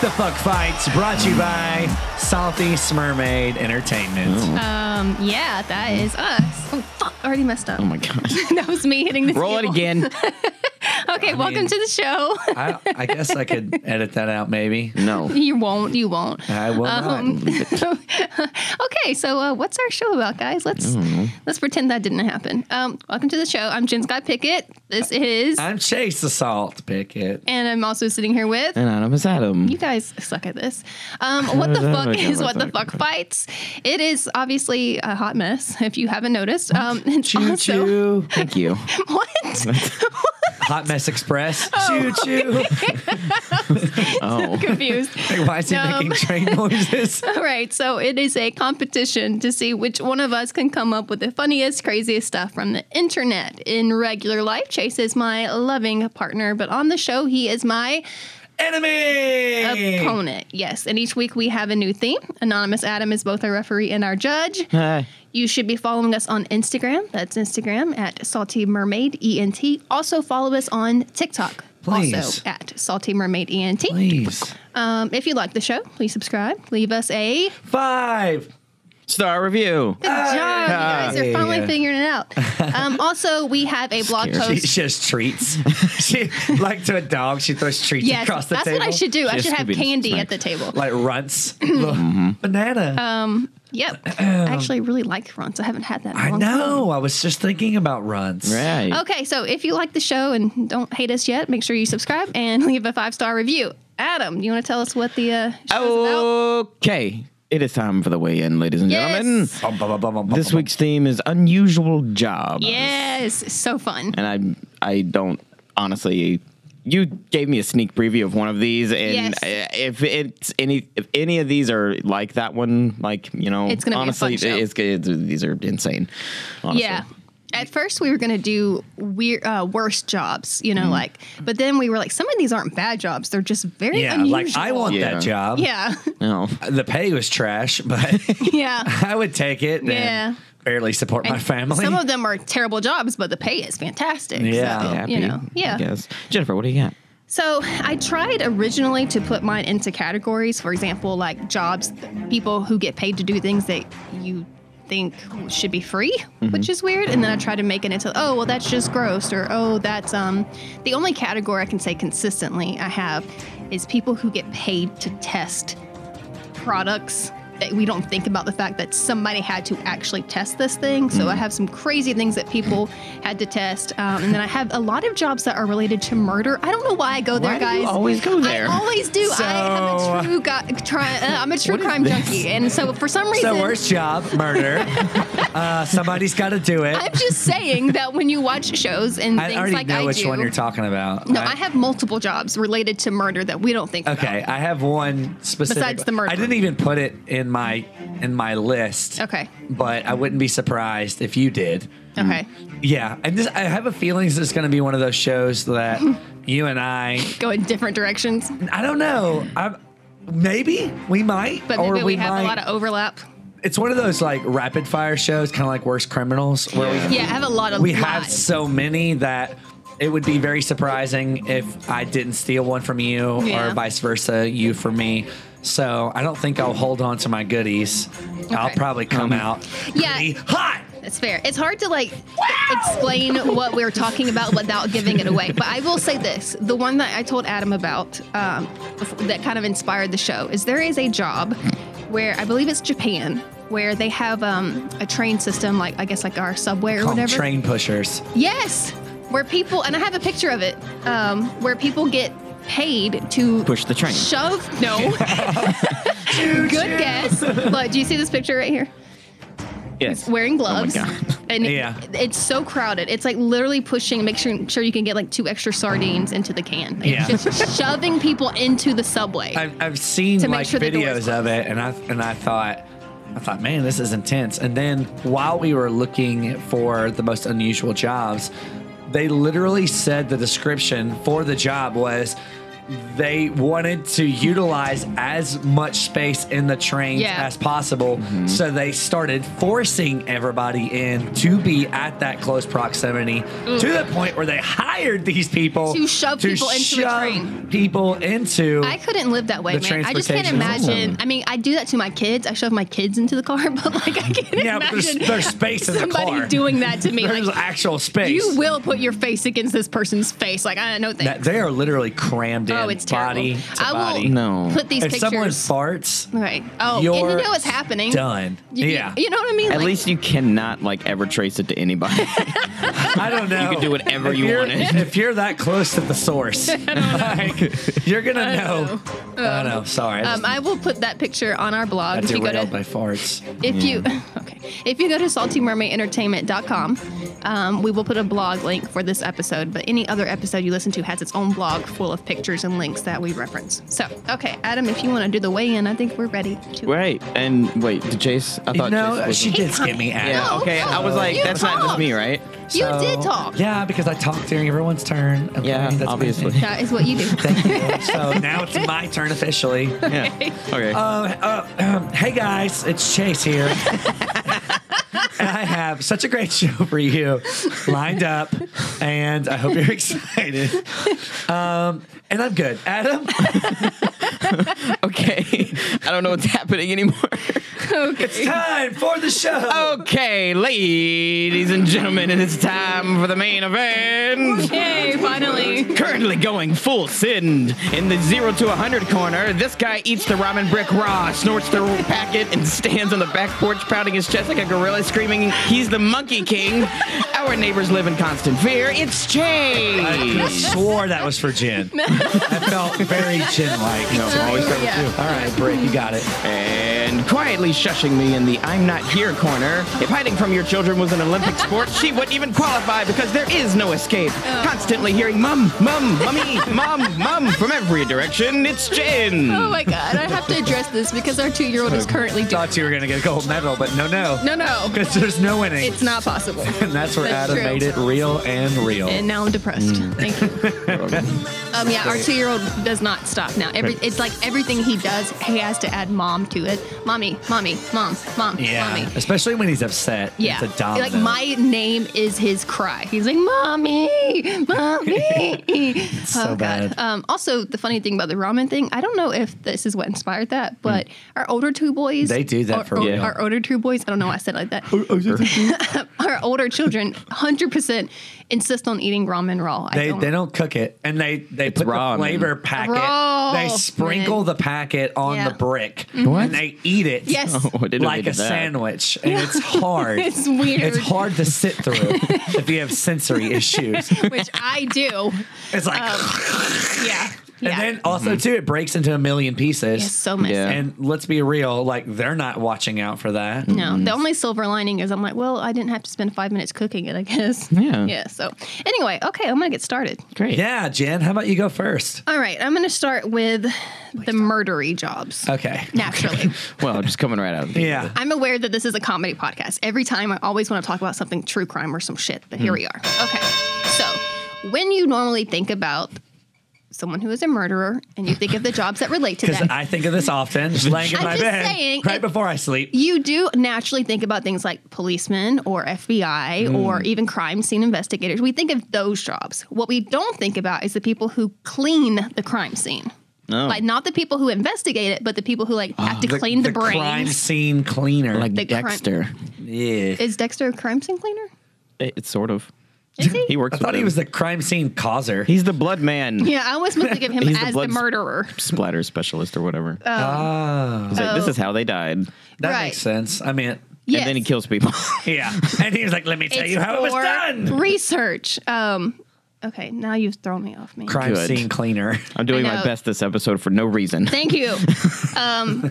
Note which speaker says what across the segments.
Speaker 1: the Fuck Fights brought to you by Southeast Mermaid Entertainment.
Speaker 2: Um, yeah, that is us. Oh, fuck. I already messed up.
Speaker 3: Oh my gosh.
Speaker 2: that was me hitting the
Speaker 3: Roll it
Speaker 2: table.
Speaker 3: again.
Speaker 2: Okay, welcome
Speaker 1: mean-
Speaker 2: to the show.
Speaker 1: I, I guess I could edit that out maybe.
Speaker 3: No.
Speaker 2: you won't. You won't. Um,
Speaker 1: I will not.
Speaker 2: Okay, so uh, what's our show about, guys? Let's let's pretend that didn't happen. Um, welcome to the show. I'm Jen Scott Pickett. This is,
Speaker 1: I'm Chase the Salt Picket.
Speaker 2: and I'm also sitting here with.
Speaker 3: Anonymous Adam.
Speaker 2: You guys suck at this. Um, what the
Speaker 3: Yeah,
Speaker 2: fuck
Speaker 3: we got
Speaker 2: is what the
Speaker 3: that.
Speaker 2: fuck fights? It is obviously a hot mess. If you haven't noticed, um, it's
Speaker 1: Choo
Speaker 2: also
Speaker 1: choo.
Speaker 3: Thank you.
Speaker 2: what
Speaker 1: Hot Mess Express. Choo choo.
Speaker 3: Oh.
Speaker 2: confused.
Speaker 1: Why is he
Speaker 2: No.
Speaker 1: making train noises?
Speaker 2: All right, so it is a competition to see which one of us can come up with the funniest, craziest stuff from the internet. In regular life, Chase is my loving partner, but on the show, he is my
Speaker 1: Enemy.
Speaker 2: opponent. Yes, and each week we have a new theme. Anonymous Adam is both our referee and our judge.
Speaker 3: Hi.
Speaker 2: You should be following us on Instagram. That's Instagram at Salty Mermaid ENT. Also follow us on TikTok.
Speaker 1: Please.
Speaker 2: Also at Salty Mermaid ENT.
Speaker 1: Please.
Speaker 2: Um, if you like the show, please subscribe. Leave us a
Speaker 1: Five.
Speaker 3: Star review.
Speaker 2: Good job. You guys are finally
Speaker 1: Ah, Yeah.
Speaker 2: figuring it out. Um, also, we have a blog
Speaker 3: Scared.
Speaker 1: She,
Speaker 2: post.
Speaker 1: she has treats. she like to a dog. She throws treats
Speaker 2: Yes,
Speaker 1: across
Speaker 2: that's
Speaker 1: the table.
Speaker 2: what I should do. I
Speaker 3: She
Speaker 2: should
Speaker 3: has
Speaker 2: have
Speaker 3: Scooby
Speaker 2: candy
Speaker 3: snacks.
Speaker 2: at the table.
Speaker 1: Like runts. Look, Banana.
Speaker 2: Oh, yep. I actually really like runs. I haven't had that. In a
Speaker 1: I
Speaker 2: long
Speaker 1: know. I was just thinking about runs.
Speaker 3: Right.
Speaker 2: Time. Okay, so if you like the show and don't hate us yet, make sure you subscribe and leave a five star review. Adam, you want to tell us what the uh, show's
Speaker 1: Oh.
Speaker 2: about?
Speaker 3: Okay. It is time for the weigh in, ladies and
Speaker 2: Yes.
Speaker 3: gentlemen.
Speaker 1: Bum, bum, bum, bum, bum,
Speaker 3: This
Speaker 1: bum,
Speaker 3: week's theme is unusual job.
Speaker 2: Yes, so fun.
Speaker 3: And I I don't honestly you gave me a sneak preview of one of these and
Speaker 2: Yes.
Speaker 3: I- if it's any if any of these are like that one like you know
Speaker 2: It's gonna be a
Speaker 3: honestly
Speaker 2: fun show.
Speaker 3: it's, it's these are insane honestly.
Speaker 2: Yeah. At first, we were gonna do weird, uh, worst jobs, you know,
Speaker 1: Mm-hmm.
Speaker 2: like. But then we were like, some of these aren't bad jobs; they're just
Speaker 1: bum.
Speaker 2: very
Speaker 1: Yeah,
Speaker 2: unusual.
Speaker 1: like I want
Speaker 3: Yeah.
Speaker 1: that job.
Speaker 2: Yeah,
Speaker 3: no
Speaker 1: The pay was trash, but
Speaker 2: yeah.
Speaker 1: I would take it
Speaker 2: Yeah.
Speaker 1: and barely support my family.
Speaker 2: Some of them are terrible jobs, but the pay is fantastic.
Speaker 1: Yeah.
Speaker 2: So,
Speaker 3: happy,
Speaker 2: you know,
Speaker 3: I
Speaker 2: yeah.
Speaker 3: guess. Jennifer, what do you got?
Speaker 2: So I tried originally to put mine into categories. For example, like jobs, people who get paid to do things that you think should be free, which is weird. And then I tried to make it into, oh, well, that's just gross, or oh, that's um. The only category I can say consistently I have is people who get paid to test products that we don't think about the fact that somebody had to actually test this thing. So
Speaker 1: Mm.
Speaker 2: I have some crazy things that people had to test, um, and then I have a lot of jobs that are related to murder. I don't know why I go there,
Speaker 3: Why do
Speaker 2: guys.
Speaker 3: you always go there?
Speaker 2: I always do. I
Speaker 1: So-
Speaker 2: am a true, go- try, uh, I'm a true crime junkie, and so for some reason.
Speaker 1: so worst job, murder. uh, somebody's got to do it.
Speaker 2: I'm just saying that when you watch shows and
Speaker 1: I
Speaker 2: things
Speaker 1: already
Speaker 2: like
Speaker 1: know
Speaker 2: I
Speaker 1: which
Speaker 2: do,
Speaker 1: one you're talking about.
Speaker 2: no,
Speaker 1: I-
Speaker 2: I have multiple jobs related to murder that we don't think about.
Speaker 1: Okay, I have one specific.
Speaker 2: Besides the murder.
Speaker 1: I didn't even put it in my in my list.
Speaker 2: Okay.
Speaker 1: but I wouldn't be surprised if you did.
Speaker 2: Okay.
Speaker 1: Yeah, and this, I have a feeling this is going to be one of those shows that you and I.
Speaker 2: Go in different directions,
Speaker 1: I don't know. I'm, maybe we might,
Speaker 2: but
Speaker 1: or
Speaker 2: maybe we,
Speaker 1: we,
Speaker 2: have
Speaker 1: might.
Speaker 2: a lot of overlap.
Speaker 1: it's one of those like rapid fire shows, kind of like Worst Criminals, where we
Speaker 2: Yeah, I have a lot of
Speaker 1: we
Speaker 2: lot.
Speaker 1: have so many that it would be very surprising if I didn't steal one from you
Speaker 2: Yeah.
Speaker 1: or vice versa, you from me. So I don't think I'll hold on to my goodies. I'll
Speaker 2: Okay.
Speaker 1: probably come out
Speaker 2: yeah.
Speaker 1: pretty hot.
Speaker 2: That's fair. It's hard to like explain what we're talking about without giving it away. But I will say this: the one that I told Adam about um, that kind of inspired the show is there is a job where I believe it's Japan where they have um, a train system, like I guess like our subway or
Speaker 1: Call 'em
Speaker 2: whatever.
Speaker 1: train pushers.
Speaker 2: Yes, where people and I have a picture of it um, where people get paid to
Speaker 3: Push the train.
Speaker 2: shove. No, good guess. But do you see this picture right here?
Speaker 3: Yes.
Speaker 2: wearing gloves.
Speaker 3: Oh God.
Speaker 2: And
Speaker 1: Yeah.
Speaker 2: it's so crowded. It's like literally pushing, make sure, sure you can get like two extra sardines into the can. Like,
Speaker 1: Yeah.
Speaker 2: Just shoving people into the subway.
Speaker 1: I've, I've seen
Speaker 2: To make
Speaker 1: like
Speaker 2: sure the door is
Speaker 1: videos of it, and I and I thought, I thought, man, this is intense. And then while we were looking for the most unusual jobs, they literally said the description for the job was they wanted to utilize as much space in the trains
Speaker 2: Yeah.
Speaker 1: as possible. So they started forcing everybody in to be at that close proximity to the point where they hired these
Speaker 2: Mm.
Speaker 1: people
Speaker 2: To shove people into a
Speaker 1: shove
Speaker 2: train.
Speaker 1: people into.
Speaker 2: I couldn't live that way,
Speaker 1: The
Speaker 2: man. I just can't
Speaker 1: transportation.
Speaker 2: imagine. I mean, I do that to my kids. I shove my kids into the car, but like I can't
Speaker 1: yeah, but there's,
Speaker 2: imagine
Speaker 1: there's space in the
Speaker 2: somebody
Speaker 1: car.
Speaker 2: doing that to me.
Speaker 1: there's
Speaker 2: Like,
Speaker 1: actual space.
Speaker 2: you will put your face against this person's face. Like I know
Speaker 1: that
Speaker 2: that.
Speaker 1: they are literally crammed in
Speaker 2: Oh, it's terrible.
Speaker 1: body to
Speaker 2: I will
Speaker 1: body.
Speaker 3: No.
Speaker 2: put these
Speaker 1: if someone
Speaker 2: pictures.
Speaker 1: farts,
Speaker 2: right. Oh,
Speaker 1: you're
Speaker 2: and you know what's happening.
Speaker 1: done.
Speaker 2: You, you-
Speaker 1: yeah,
Speaker 2: You know what I mean?
Speaker 3: At
Speaker 2: Like,
Speaker 3: least you cannot like ever trace it to anybody.
Speaker 1: I don't know. You
Speaker 3: could do whatever you wanted.
Speaker 1: If you're that close to the source, like, you're gonna know. I don't know. Sorry, I
Speaker 2: Um,
Speaker 1: just-
Speaker 2: I will put that picture on our blog.
Speaker 1: I
Speaker 2: if you go to
Speaker 1: derailed by farts.
Speaker 2: if you
Speaker 1: Mm.
Speaker 2: okay if you go to saltymermaidentertainment.com um, we will put a blog link for this episode but any other episode you listen to has its own blog full of pictures and links that we reference so okay adam if you want to do the weigh-in i think we're ready to
Speaker 3: right. And wait, did Chase? I thought Chase
Speaker 1: No,
Speaker 3: was
Speaker 1: she
Speaker 2: Hey,
Speaker 1: did skip
Speaker 2: honey.
Speaker 1: me out.
Speaker 3: Yeah,
Speaker 2: No,
Speaker 3: okay.
Speaker 2: no,
Speaker 3: I was like,
Speaker 2: you
Speaker 3: that's not just
Speaker 2: talked.
Speaker 3: me, right?
Speaker 2: you
Speaker 1: So-
Speaker 2: did talk
Speaker 1: Yeah, because I talked during everyone's turn. Okay,
Speaker 3: Yeah,
Speaker 1: that's my
Speaker 3: obviously.
Speaker 1: thing.
Speaker 2: that is what you do
Speaker 1: Thank you. So now it's my turn officially.
Speaker 3: Yeah. Okay.
Speaker 1: Uh, uh, um, hey guys, it's Chase here. and I have such a great show for you lined up, and I hope you're excited. Um, and I'm good. Adam,
Speaker 3: okay. I don't know what's happening anymore.
Speaker 1: it's time for the show.
Speaker 2: Oh,
Speaker 3: okay, ladies and gentlemen, it is time for the main event.
Speaker 2: yay finally
Speaker 3: Currently going full send in the zero to 100 corner. This guy eats the ramen brick raw, snorts the packet, and stands on the back porch pounding his chest like a gorilla, screaming, He's the Monkey King. Our neighbors live in constant fear. It's
Speaker 1: I
Speaker 3: Chase.
Speaker 1: swore that was for Jen. I felt very Jen like.
Speaker 2: yeah.
Speaker 1: All right, Brick, you got it.
Speaker 3: And quietly shushing me in the I'm not here corner. If hiding from your children was an Olympic sport, she wouldn't even qualify because there is no escape. Constantly hearing mum, mum, mummy, mum, mum from every direction. It's Jen.
Speaker 2: oh my god i have to address this because our two-year-old is currently doing
Speaker 1: Thought you were going to get a gold medal, but no, no.
Speaker 2: no no
Speaker 1: Because there's no winning.
Speaker 2: it's not possible
Speaker 1: and that's where
Speaker 2: That's
Speaker 1: Adam
Speaker 2: true.
Speaker 1: made it real and real.
Speaker 2: and now I'm depressed. Thank you. um, yeah, our two-year-old does not stop now. Every it's like everything he does, he has to add "mom" to it. Mommy, mommy, mom, mom,
Speaker 1: yeah.
Speaker 2: mommy.
Speaker 1: Especially when he's upset.
Speaker 2: Yeah,
Speaker 1: It's a domino.
Speaker 2: like my name is his cry. He's like, "Mommy, mommy."
Speaker 1: so bad.
Speaker 2: Um, also, the funny thing about the ramen thing, I don't know if this is what inspired that, but our older two boys,
Speaker 1: Hmm. They do that
Speaker 2: our-
Speaker 1: for
Speaker 2: our,
Speaker 1: real.
Speaker 2: Our older two boys, I don't know why I said it like that. our older children 100% insist on eating ramen raw. I
Speaker 1: They, they don't cook it, and they they put
Speaker 3: raw,
Speaker 1: the flavor
Speaker 3: man.
Speaker 1: packet.
Speaker 2: Raw,
Speaker 1: they sprinkle
Speaker 2: man.
Speaker 1: the packet on
Speaker 2: Yeah. Mm-hmm.
Speaker 1: the brick,
Speaker 3: What?
Speaker 1: and they eat it.
Speaker 2: Yes.
Speaker 3: Oh, I didn't know
Speaker 1: like
Speaker 3: they
Speaker 1: a
Speaker 3: did that.
Speaker 1: sandwich, and it's hard.
Speaker 2: It's weird.
Speaker 1: It's hard to sit through if you have sensory issues.
Speaker 2: Which I do.
Speaker 1: It's like,
Speaker 2: Yeah.
Speaker 1: and
Speaker 2: Um, yeah.
Speaker 1: then also too, it breaks into a million pieces.
Speaker 2: It's so messy.
Speaker 3: Mm-hmm. Yeah.
Speaker 1: And let's be real, like they're not watching out for that.
Speaker 2: No, the only silver lining is I'm like, well, I didn't have to spend five minutes cooking it, I guess.
Speaker 3: Yeah.
Speaker 2: Yeah. So, anyway, okay, I'm going to get started.
Speaker 3: Great.
Speaker 1: Yeah, Jen, how about you go first?
Speaker 2: All right, I'm going to start with the murdery jobs.
Speaker 1: Uh, Okay.
Speaker 2: Naturally.
Speaker 3: Well, just coming right out of the
Speaker 1: Yeah.
Speaker 2: I'm aware that this is a comedy podcast. Every time I always want to talk about something true crime or some shit, but here we are. Okay. So, when you normally think about someone who is a murderer and you think of the jobs that relate to
Speaker 1: Because
Speaker 2: that,
Speaker 1: I think of this often, just laying in
Speaker 2: I'm
Speaker 1: my
Speaker 2: just
Speaker 1: bed
Speaker 2: saying,
Speaker 1: right
Speaker 2: it-
Speaker 1: before I sleep.
Speaker 2: you do naturally think about things like policemen or FBI or even crime scene investigators. We think of those jobs. What we don't think about is the people who clean the crime scene.
Speaker 3: Oh.
Speaker 2: Like not the people who investigate it, but the people who like have to clean the, brains.
Speaker 1: crime scene cleaner.
Speaker 3: Like
Speaker 2: The crime-
Speaker 3: Dexter.
Speaker 1: yeah.
Speaker 2: Is Dexter a crime scene cleaner?
Speaker 3: It- It's sort of.
Speaker 2: Is he?
Speaker 3: He works
Speaker 1: I thought
Speaker 3: with
Speaker 1: he
Speaker 3: him.
Speaker 1: was the crime scene causer.
Speaker 3: He's the blood man
Speaker 2: yeah, I always meant to give him
Speaker 3: He's the
Speaker 2: as the,
Speaker 3: blood-
Speaker 2: murderer.
Speaker 3: splatter specialist or whatever.
Speaker 1: Ah,
Speaker 3: He's like,
Speaker 2: Uh,
Speaker 3: this
Speaker 2: Oh.
Speaker 3: is how they died.
Speaker 1: that
Speaker 2: right.
Speaker 1: makes sense. I mean,
Speaker 2: Yes.
Speaker 3: And then he kills people.
Speaker 1: yeah. And he was like, let me tell
Speaker 2: It's
Speaker 1: you how it was
Speaker 2: for
Speaker 1: done.
Speaker 2: Research. Um, okay, now you've thrown me off me.
Speaker 1: Crime
Speaker 3: Good.
Speaker 1: scene cleaner.
Speaker 3: I'm doing
Speaker 2: know.
Speaker 3: my best this episode for no reason.
Speaker 2: Thank you. um,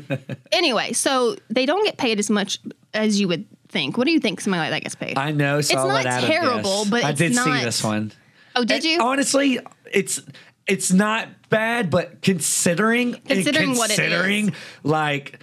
Speaker 2: anyway, so they don't get paid as much as you would think. What do you think somebody like that gets paid?
Speaker 1: I know. So
Speaker 2: It's
Speaker 1: I'll
Speaker 2: not
Speaker 1: let Adam
Speaker 2: terrible,
Speaker 1: guess.
Speaker 2: but
Speaker 1: I
Speaker 2: it's
Speaker 1: did
Speaker 2: not-
Speaker 1: see this one.
Speaker 2: oh, did
Speaker 1: And
Speaker 2: you?
Speaker 1: honestly, it's it's not bad, but considering
Speaker 2: Considering what it is.
Speaker 1: considering like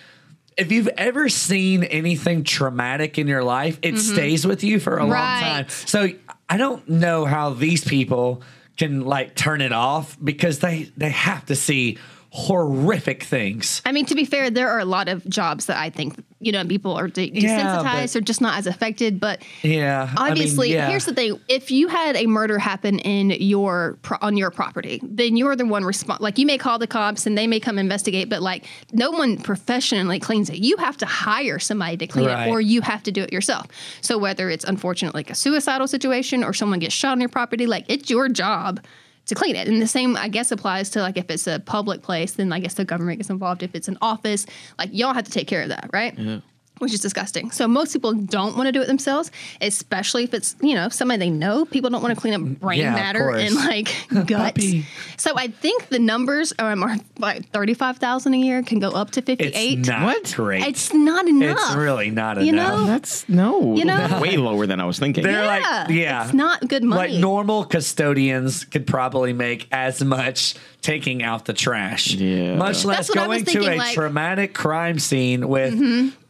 Speaker 1: if you've ever seen anything traumatic in your life, it stays with you for a long
Speaker 2: Mm-hmm. Right.
Speaker 1: time. So I don't know how these people can like turn it off because they they have to see horrific things.
Speaker 2: I mean, to be fair, there are a lot of jobs that I think you know people are de- desensitized
Speaker 1: Yeah, but-
Speaker 2: or just not as affected. But
Speaker 1: Yeah. I mean,
Speaker 2: obviously,
Speaker 1: yeah.
Speaker 2: here's the thing: if you had a murder happen in your pro- on your property, then you're the one responsible. Like you may call the cops and they may come investigate, but like no one professionally cleans it. You have to hire somebody to clean
Speaker 1: Right.
Speaker 2: it, or you have to do it yourself. So whether it's unfortunate like a suicidal situation or someone gets shot on your property, like it's your job. To clean it, and the same I guess applies to like if it's a public place, then I guess the government gets involved. If it's an office, like y'all have to take care of that, right? which is disgusting. So most people don't want to do it themselves, especially if it's you know somebody they know. People don't want to clean up brain
Speaker 1: Mm, Yeah, of
Speaker 2: matter
Speaker 1: course.
Speaker 2: and like guts.
Speaker 1: Puppy.
Speaker 2: so I think the numbers um, are like thirty five thousand a year can go up to fifty
Speaker 1: it's
Speaker 2: eight.
Speaker 1: not
Speaker 3: What?
Speaker 1: great.
Speaker 2: It's not enough.
Speaker 1: It's really not
Speaker 2: You
Speaker 1: enough.
Speaker 2: know?
Speaker 3: That's no.
Speaker 2: You know?
Speaker 3: that's way lower than I was thinking.
Speaker 1: They're
Speaker 2: yeah,
Speaker 1: like, yeah,
Speaker 2: it's not good money.
Speaker 1: Like normal custodians could probably make as much taking out the trash,
Speaker 3: Yeah.
Speaker 1: much
Speaker 2: That's
Speaker 1: less
Speaker 2: what I was
Speaker 1: going to
Speaker 2: thinking,
Speaker 1: a
Speaker 2: like- Mm-hmm.
Speaker 1: traumatic crime scene with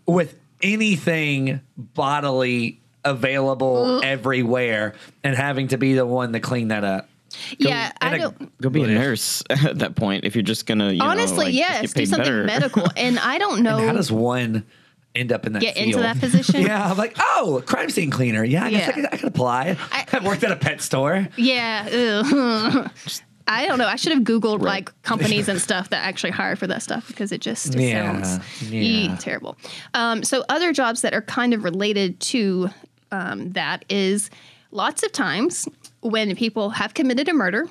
Speaker 1: with anything bodily available everywhere and having to be the one to clean that up.
Speaker 2: yeah,
Speaker 1: and
Speaker 2: I
Speaker 1: a-
Speaker 2: don't.
Speaker 3: Go be a nurse at that point if you're just gonna. You know,
Speaker 2: Honestly,
Speaker 3: like, just
Speaker 2: yes,
Speaker 3: get
Speaker 2: do
Speaker 3: paid
Speaker 2: something
Speaker 3: better.
Speaker 2: medical. And I don't know.
Speaker 1: How does one end up in that
Speaker 2: Get
Speaker 1: field?
Speaker 2: into that position?
Speaker 1: yeah, I'm like, oh, crime scene cleaner. Yeah, I guess I,
Speaker 2: Yeah.
Speaker 1: could, I could apply. I,
Speaker 2: I-
Speaker 1: worked at a pet store.
Speaker 2: Yeah. ugh. I don't know. I should have Googled
Speaker 3: Right.
Speaker 2: like companies and stuff that actually hire for that stuff because it just it
Speaker 1: Yeah,
Speaker 2: sounds
Speaker 1: yeah.
Speaker 2: eh, terrible. Um, so, other jobs that are kind of related to um, that is lots of times when people have committed a murder,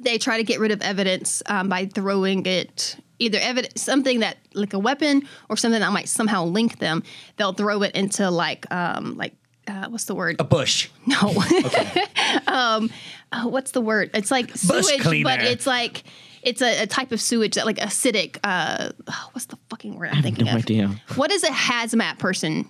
Speaker 2: they try to get rid of evidence um, by throwing it either evidence something that like a weapon or something that might somehow link them. They'll throw it into like um, like uh, what's the word?
Speaker 1: A bush.
Speaker 2: No. um, oh, what's the word? It's like
Speaker 1: Bus
Speaker 2: sewage,
Speaker 1: cleaner.
Speaker 2: but it's like it's a, a type of sewage that like acidic. Uh, oh, what's the fucking word I'm thinking
Speaker 3: no
Speaker 2: of?
Speaker 3: idea.
Speaker 2: What does a hazmat person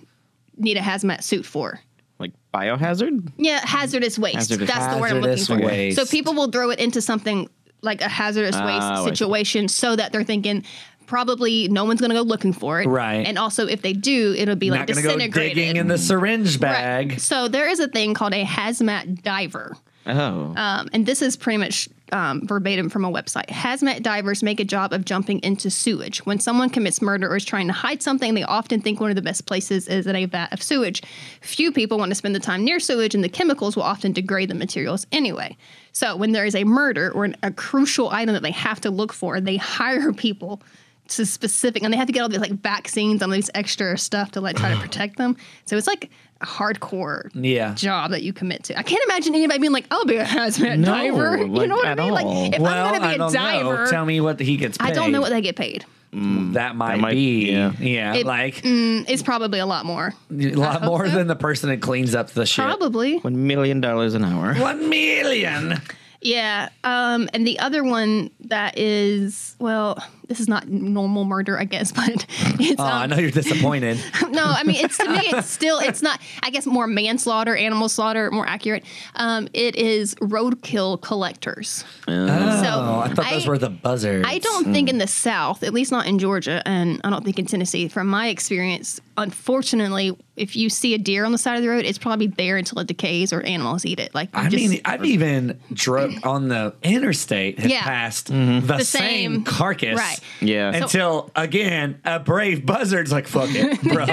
Speaker 2: need a hazmat suit for?
Speaker 3: Like biohazard.
Speaker 2: Yeah, hazardous waste.
Speaker 3: Hazardous-
Speaker 2: That's the word I'm looking
Speaker 1: Hazardous
Speaker 2: for.
Speaker 1: waste.
Speaker 2: So people will throw it into something like a hazardous
Speaker 3: Ah, I see.
Speaker 2: waste situation so that they're thinking probably no one's going to go looking for it.
Speaker 1: Right.
Speaker 2: And also if they do, it'll be like
Speaker 1: Not going to go
Speaker 2: disintegrated.
Speaker 1: digging in the syringe
Speaker 2: Right.
Speaker 1: bag.
Speaker 2: So there is a thing called a hazmat diver.
Speaker 3: Oh.
Speaker 2: Um, and this is pretty much um, verbatim from a website. Hazmat divers make a job of jumping into sewage. When someone commits murder or is trying to hide something, they often think one of the best places is in a vat of sewage. Few people want to spend the time near sewage, and the chemicals will often degrade the materials anyway. So when there is a murder or an, a crucial item that they have to look for, they hire people to specific, and they have to get all these like vaccines and all these extra stuff to like try to protect them. So it's like a hardcore
Speaker 1: Yeah.
Speaker 2: job that you commit to. I can't imagine anybody being like, "I'll be a hazmat
Speaker 3: No,
Speaker 2: diver." you
Speaker 3: like,
Speaker 2: know what
Speaker 3: at
Speaker 2: I mean?
Speaker 3: all.
Speaker 2: Like, if
Speaker 1: well,
Speaker 2: I'm
Speaker 1: I
Speaker 2: going to be
Speaker 1: don't
Speaker 2: a diver,
Speaker 1: know. Tell me what he gets paid.
Speaker 2: I don't know what they get paid.
Speaker 1: that might,
Speaker 3: might-
Speaker 1: be. Yeah,
Speaker 3: yeah.
Speaker 2: It-
Speaker 1: like
Speaker 2: Mm, It's probably a lot more.
Speaker 1: a lot
Speaker 2: hope
Speaker 1: more
Speaker 2: so.
Speaker 1: than the person that cleans up the shit.
Speaker 2: Probably,
Speaker 3: One million dollars an hour.
Speaker 1: One million.
Speaker 2: yeah. Um, and the other one that is, well, this is not normal murder, I guess, but it's.
Speaker 1: Oh, I
Speaker 2: um,
Speaker 1: know you're disappointed.
Speaker 2: no, I mean it's to me it's still it's not I guess more manslaughter, animal slaughter, more accurate. Um, it is roadkill collectors.
Speaker 3: Uh,
Speaker 2: so
Speaker 1: oh, I thought those
Speaker 2: I-
Speaker 1: were the buzzards.
Speaker 2: I don't
Speaker 1: mm.
Speaker 2: think in the South, at least not in Georgia, and I don't think in Tennessee, from my experience, unfortunately, if you see a deer on the side of the road, it's probably there until it decays or animals eat it. Like, you
Speaker 1: I
Speaker 2: just-
Speaker 1: mean, I've even drove on the interstate has
Speaker 2: Yeah.
Speaker 1: passed the, same,
Speaker 2: same-
Speaker 1: carcass.
Speaker 2: Right.
Speaker 3: Yeah. So-
Speaker 1: Until again, a brave buzzard's like, "Fuck it, bro!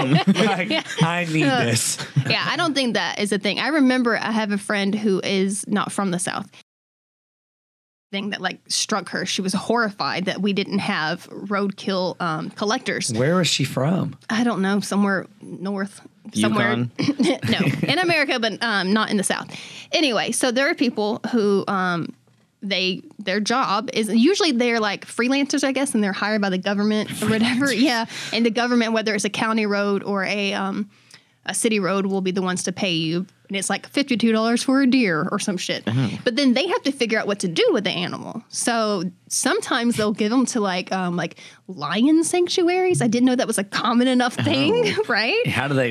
Speaker 1: like, I need this."
Speaker 2: yeah, I don't think that is a thing. I remember I have a friend who is not from the South. Thing that like struck her, she was horrified that we didn't have roadkill um, collectors.
Speaker 1: Where was she from?
Speaker 2: I don't know, somewhere north, somewhere.
Speaker 3: Yukon?
Speaker 2: no, in America, but um, not in the South. Anyway, so there are people who um, they their job is usually they're like freelancers, I guess, and they're hired by the government or whatever. Yeah, and the government, whether it's a county road or a um, a city road, will be the ones to pay you. And it's like fifty two dollars for a deer or some shit.
Speaker 1: Mm-hmm.
Speaker 2: But then they have to figure out what to do with the animal. So sometimes they'll give them to like um, like lion sanctuaries. I didn't know that was a common enough
Speaker 1: Oh.
Speaker 2: thing, right?
Speaker 1: How do they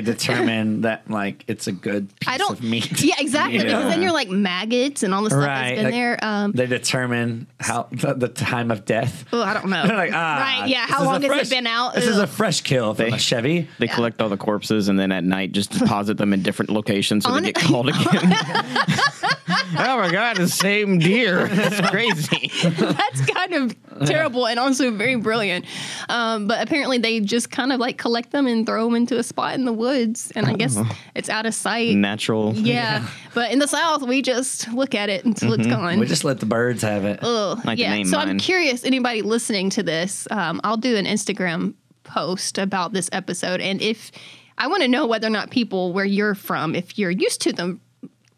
Speaker 1: determine that like it's a good piece
Speaker 2: I don't
Speaker 1: of meat?
Speaker 2: Yeah, exactly.
Speaker 1: You know?
Speaker 2: Because then you're like maggots and all the stuff
Speaker 1: Right,
Speaker 2: that's been
Speaker 1: like-
Speaker 2: there. Um,
Speaker 1: they determine how the, the time of death.
Speaker 2: oh, I don't know.
Speaker 1: They're like, ah,
Speaker 2: right? Yeah.
Speaker 1: this
Speaker 2: How
Speaker 1: is a
Speaker 2: long has
Speaker 1: fresh-
Speaker 2: it been out?
Speaker 1: This is a
Speaker 2: Ugh.
Speaker 1: fresh kill from
Speaker 3: They-
Speaker 1: a Chevy.
Speaker 3: They collect all the corpses and then at night just deposit them in different locations so
Speaker 2: On-
Speaker 3: they get called again. oh my god, the same deer. That's crazy.
Speaker 2: That's kind of terrible and also very brilliant. Um, but apparently, they just kind of like collect them and throw them into a spot in the woods, and I guess
Speaker 3: Oh.
Speaker 2: it's out of sight.
Speaker 3: Natural.
Speaker 2: Yeah. but in the South, we just look at it until it's gone.
Speaker 1: We just let the birds have it.
Speaker 2: Ugh,
Speaker 3: Mm-hmm. Like the
Speaker 2: yeah.
Speaker 3: name
Speaker 2: so I'm
Speaker 3: mine.
Speaker 2: curious. Anybody listening to this, um, I'll do an Instagram post about this episode, and if I want to know whether or not people where you're from, if you're used to them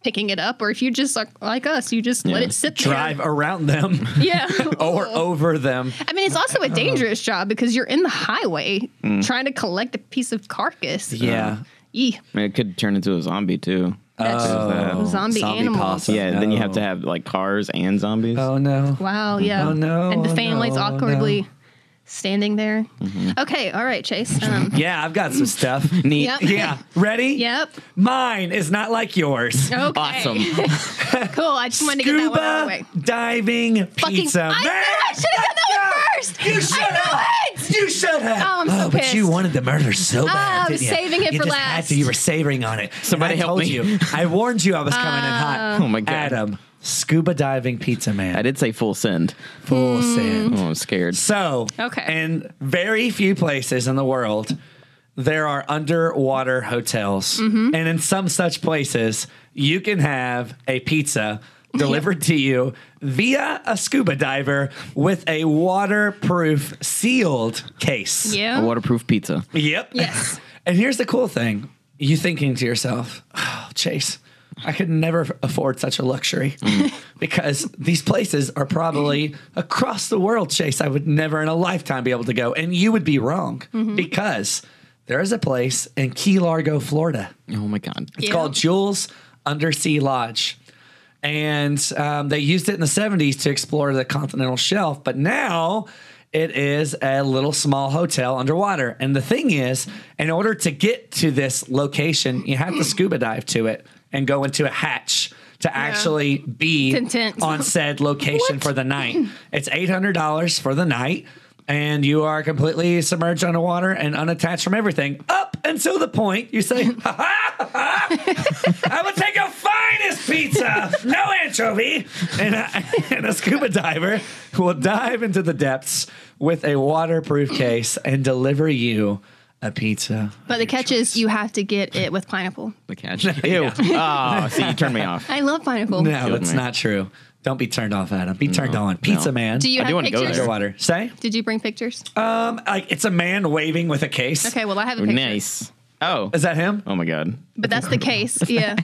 Speaker 2: picking it up, or if you just like, like us, you just let
Speaker 3: Yeah.
Speaker 2: it sit there.
Speaker 1: Drive around them
Speaker 2: Yeah.
Speaker 1: or over them.
Speaker 2: I mean, it's also a
Speaker 1: Uh-huh.
Speaker 2: dangerous job because you're in the highway trying to collect a piece of carcass.
Speaker 1: Mm. Yeah.
Speaker 2: Yee.
Speaker 3: I mean, it could turn into a zombie too.
Speaker 2: That's
Speaker 1: Oh.
Speaker 2: zombie, animals.
Speaker 1: possum.
Speaker 3: Yeah, then you have to
Speaker 1: No.
Speaker 3: have like cars and zombies.
Speaker 1: Oh no.
Speaker 2: Wow, yeah.
Speaker 1: Oh, no,
Speaker 2: And
Speaker 1: oh,
Speaker 2: the family's
Speaker 1: no, Mm-hmm. oh,
Speaker 2: awkwardly standing there. Okay, all right, Chase. Um,
Speaker 1: Yeah, I've got some stuff.
Speaker 3: Neat.
Speaker 2: yep.
Speaker 1: Yeah. Ready?
Speaker 2: Yep.
Speaker 1: Mine is not like yours.
Speaker 2: Okay.
Speaker 3: Awesome.
Speaker 2: Cool. I just wanted to get that one out of the
Speaker 1: Scuba
Speaker 2: way.
Speaker 1: diving
Speaker 2: Fucking-
Speaker 1: pizza.
Speaker 2: I knew
Speaker 1: Man,
Speaker 2: I should've done that one first.
Speaker 1: You
Speaker 2: I
Speaker 1: should
Speaker 2: knew
Speaker 1: have. You should have.
Speaker 2: Oh, I'm so
Speaker 1: but you
Speaker 2: pissed.
Speaker 1: wanted the murder so bad.
Speaker 2: I was
Speaker 1: didn't you?
Speaker 2: saving it
Speaker 1: You
Speaker 2: for
Speaker 1: just had
Speaker 2: last.
Speaker 1: to. You were savoring on it.
Speaker 3: Somebody
Speaker 1: And I
Speaker 3: help
Speaker 1: told
Speaker 3: me.
Speaker 1: You, I warned you I was coming in hot.
Speaker 3: Oh, my God.
Speaker 1: Adam, scuba diving pizza man.
Speaker 3: I did say full send.
Speaker 1: full send.
Speaker 3: Oh, I'm scared.
Speaker 1: So,
Speaker 2: Hmm. Okay.
Speaker 1: in very few places in the world, there are underwater hotels.
Speaker 2: Mm-hmm.
Speaker 1: And in some such places, you can have a pizza delivered to you via a scuba diver with a waterproof sealed case.
Speaker 2: Yeah.
Speaker 3: A waterproof pizza.
Speaker 1: Yep.
Speaker 2: Yes.
Speaker 1: and here's the cool thing you thinking to yourself, oh, Chase. I could never afford such a luxury because these places are probably across the world, Chase. I would never in a lifetime be able to go. And you would be wrong because there is a place in Key Largo, Florida.
Speaker 3: Oh my god.
Speaker 1: It's
Speaker 2: Yeah.
Speaker 1: called Jules Undersea Lodge. And um, they used it in the 70s to explore the continental shelf, but now it is a little small hotel underwater. And the thing is, in order to get to this location, you have to scuba dive to it and go into a hatch to actually be
Speaker 2: intense.
Speaker 1: on said location for the night. It's $800 for the night. And you are completely submerged underwater and unattached from everything up until the point you say, I would take your finest pizza, no anchovy, and a, and a scuba diver will dive into the depths with a waterproof case and deliver you a pizza.
Speaker 2: But the catch is you have to get it with pineapple.
Speaker 3: The catch. Ew. Oh, see, you turned me off.
Speaker 2: I love pineapple.
Speaker 1: No, that's
Speaker 3: me.
Speaker 1: not true. Don't be turned off, Adam. Be turned on, pizza
Speaker 3: no.
Speaker 1: man.
Speaker 2: Do you
Speaker 3: I do
Speaker 2: have
Speaker 3: wanna go
Speaker 2: pictures?
Speaker 3: there.
Speaker 1: underwater? Say,
Speaker 2: Did you bring pictures?
Speaker 1: um, like it's a man waving with a case.
Speaker 2: Okay, well I have a picture.
Speaker 3: Nice. Oh.
Speaker 1: Is that him?
Speaker 3: Oh my god.
Speaker 2: But that's the case. Yeah.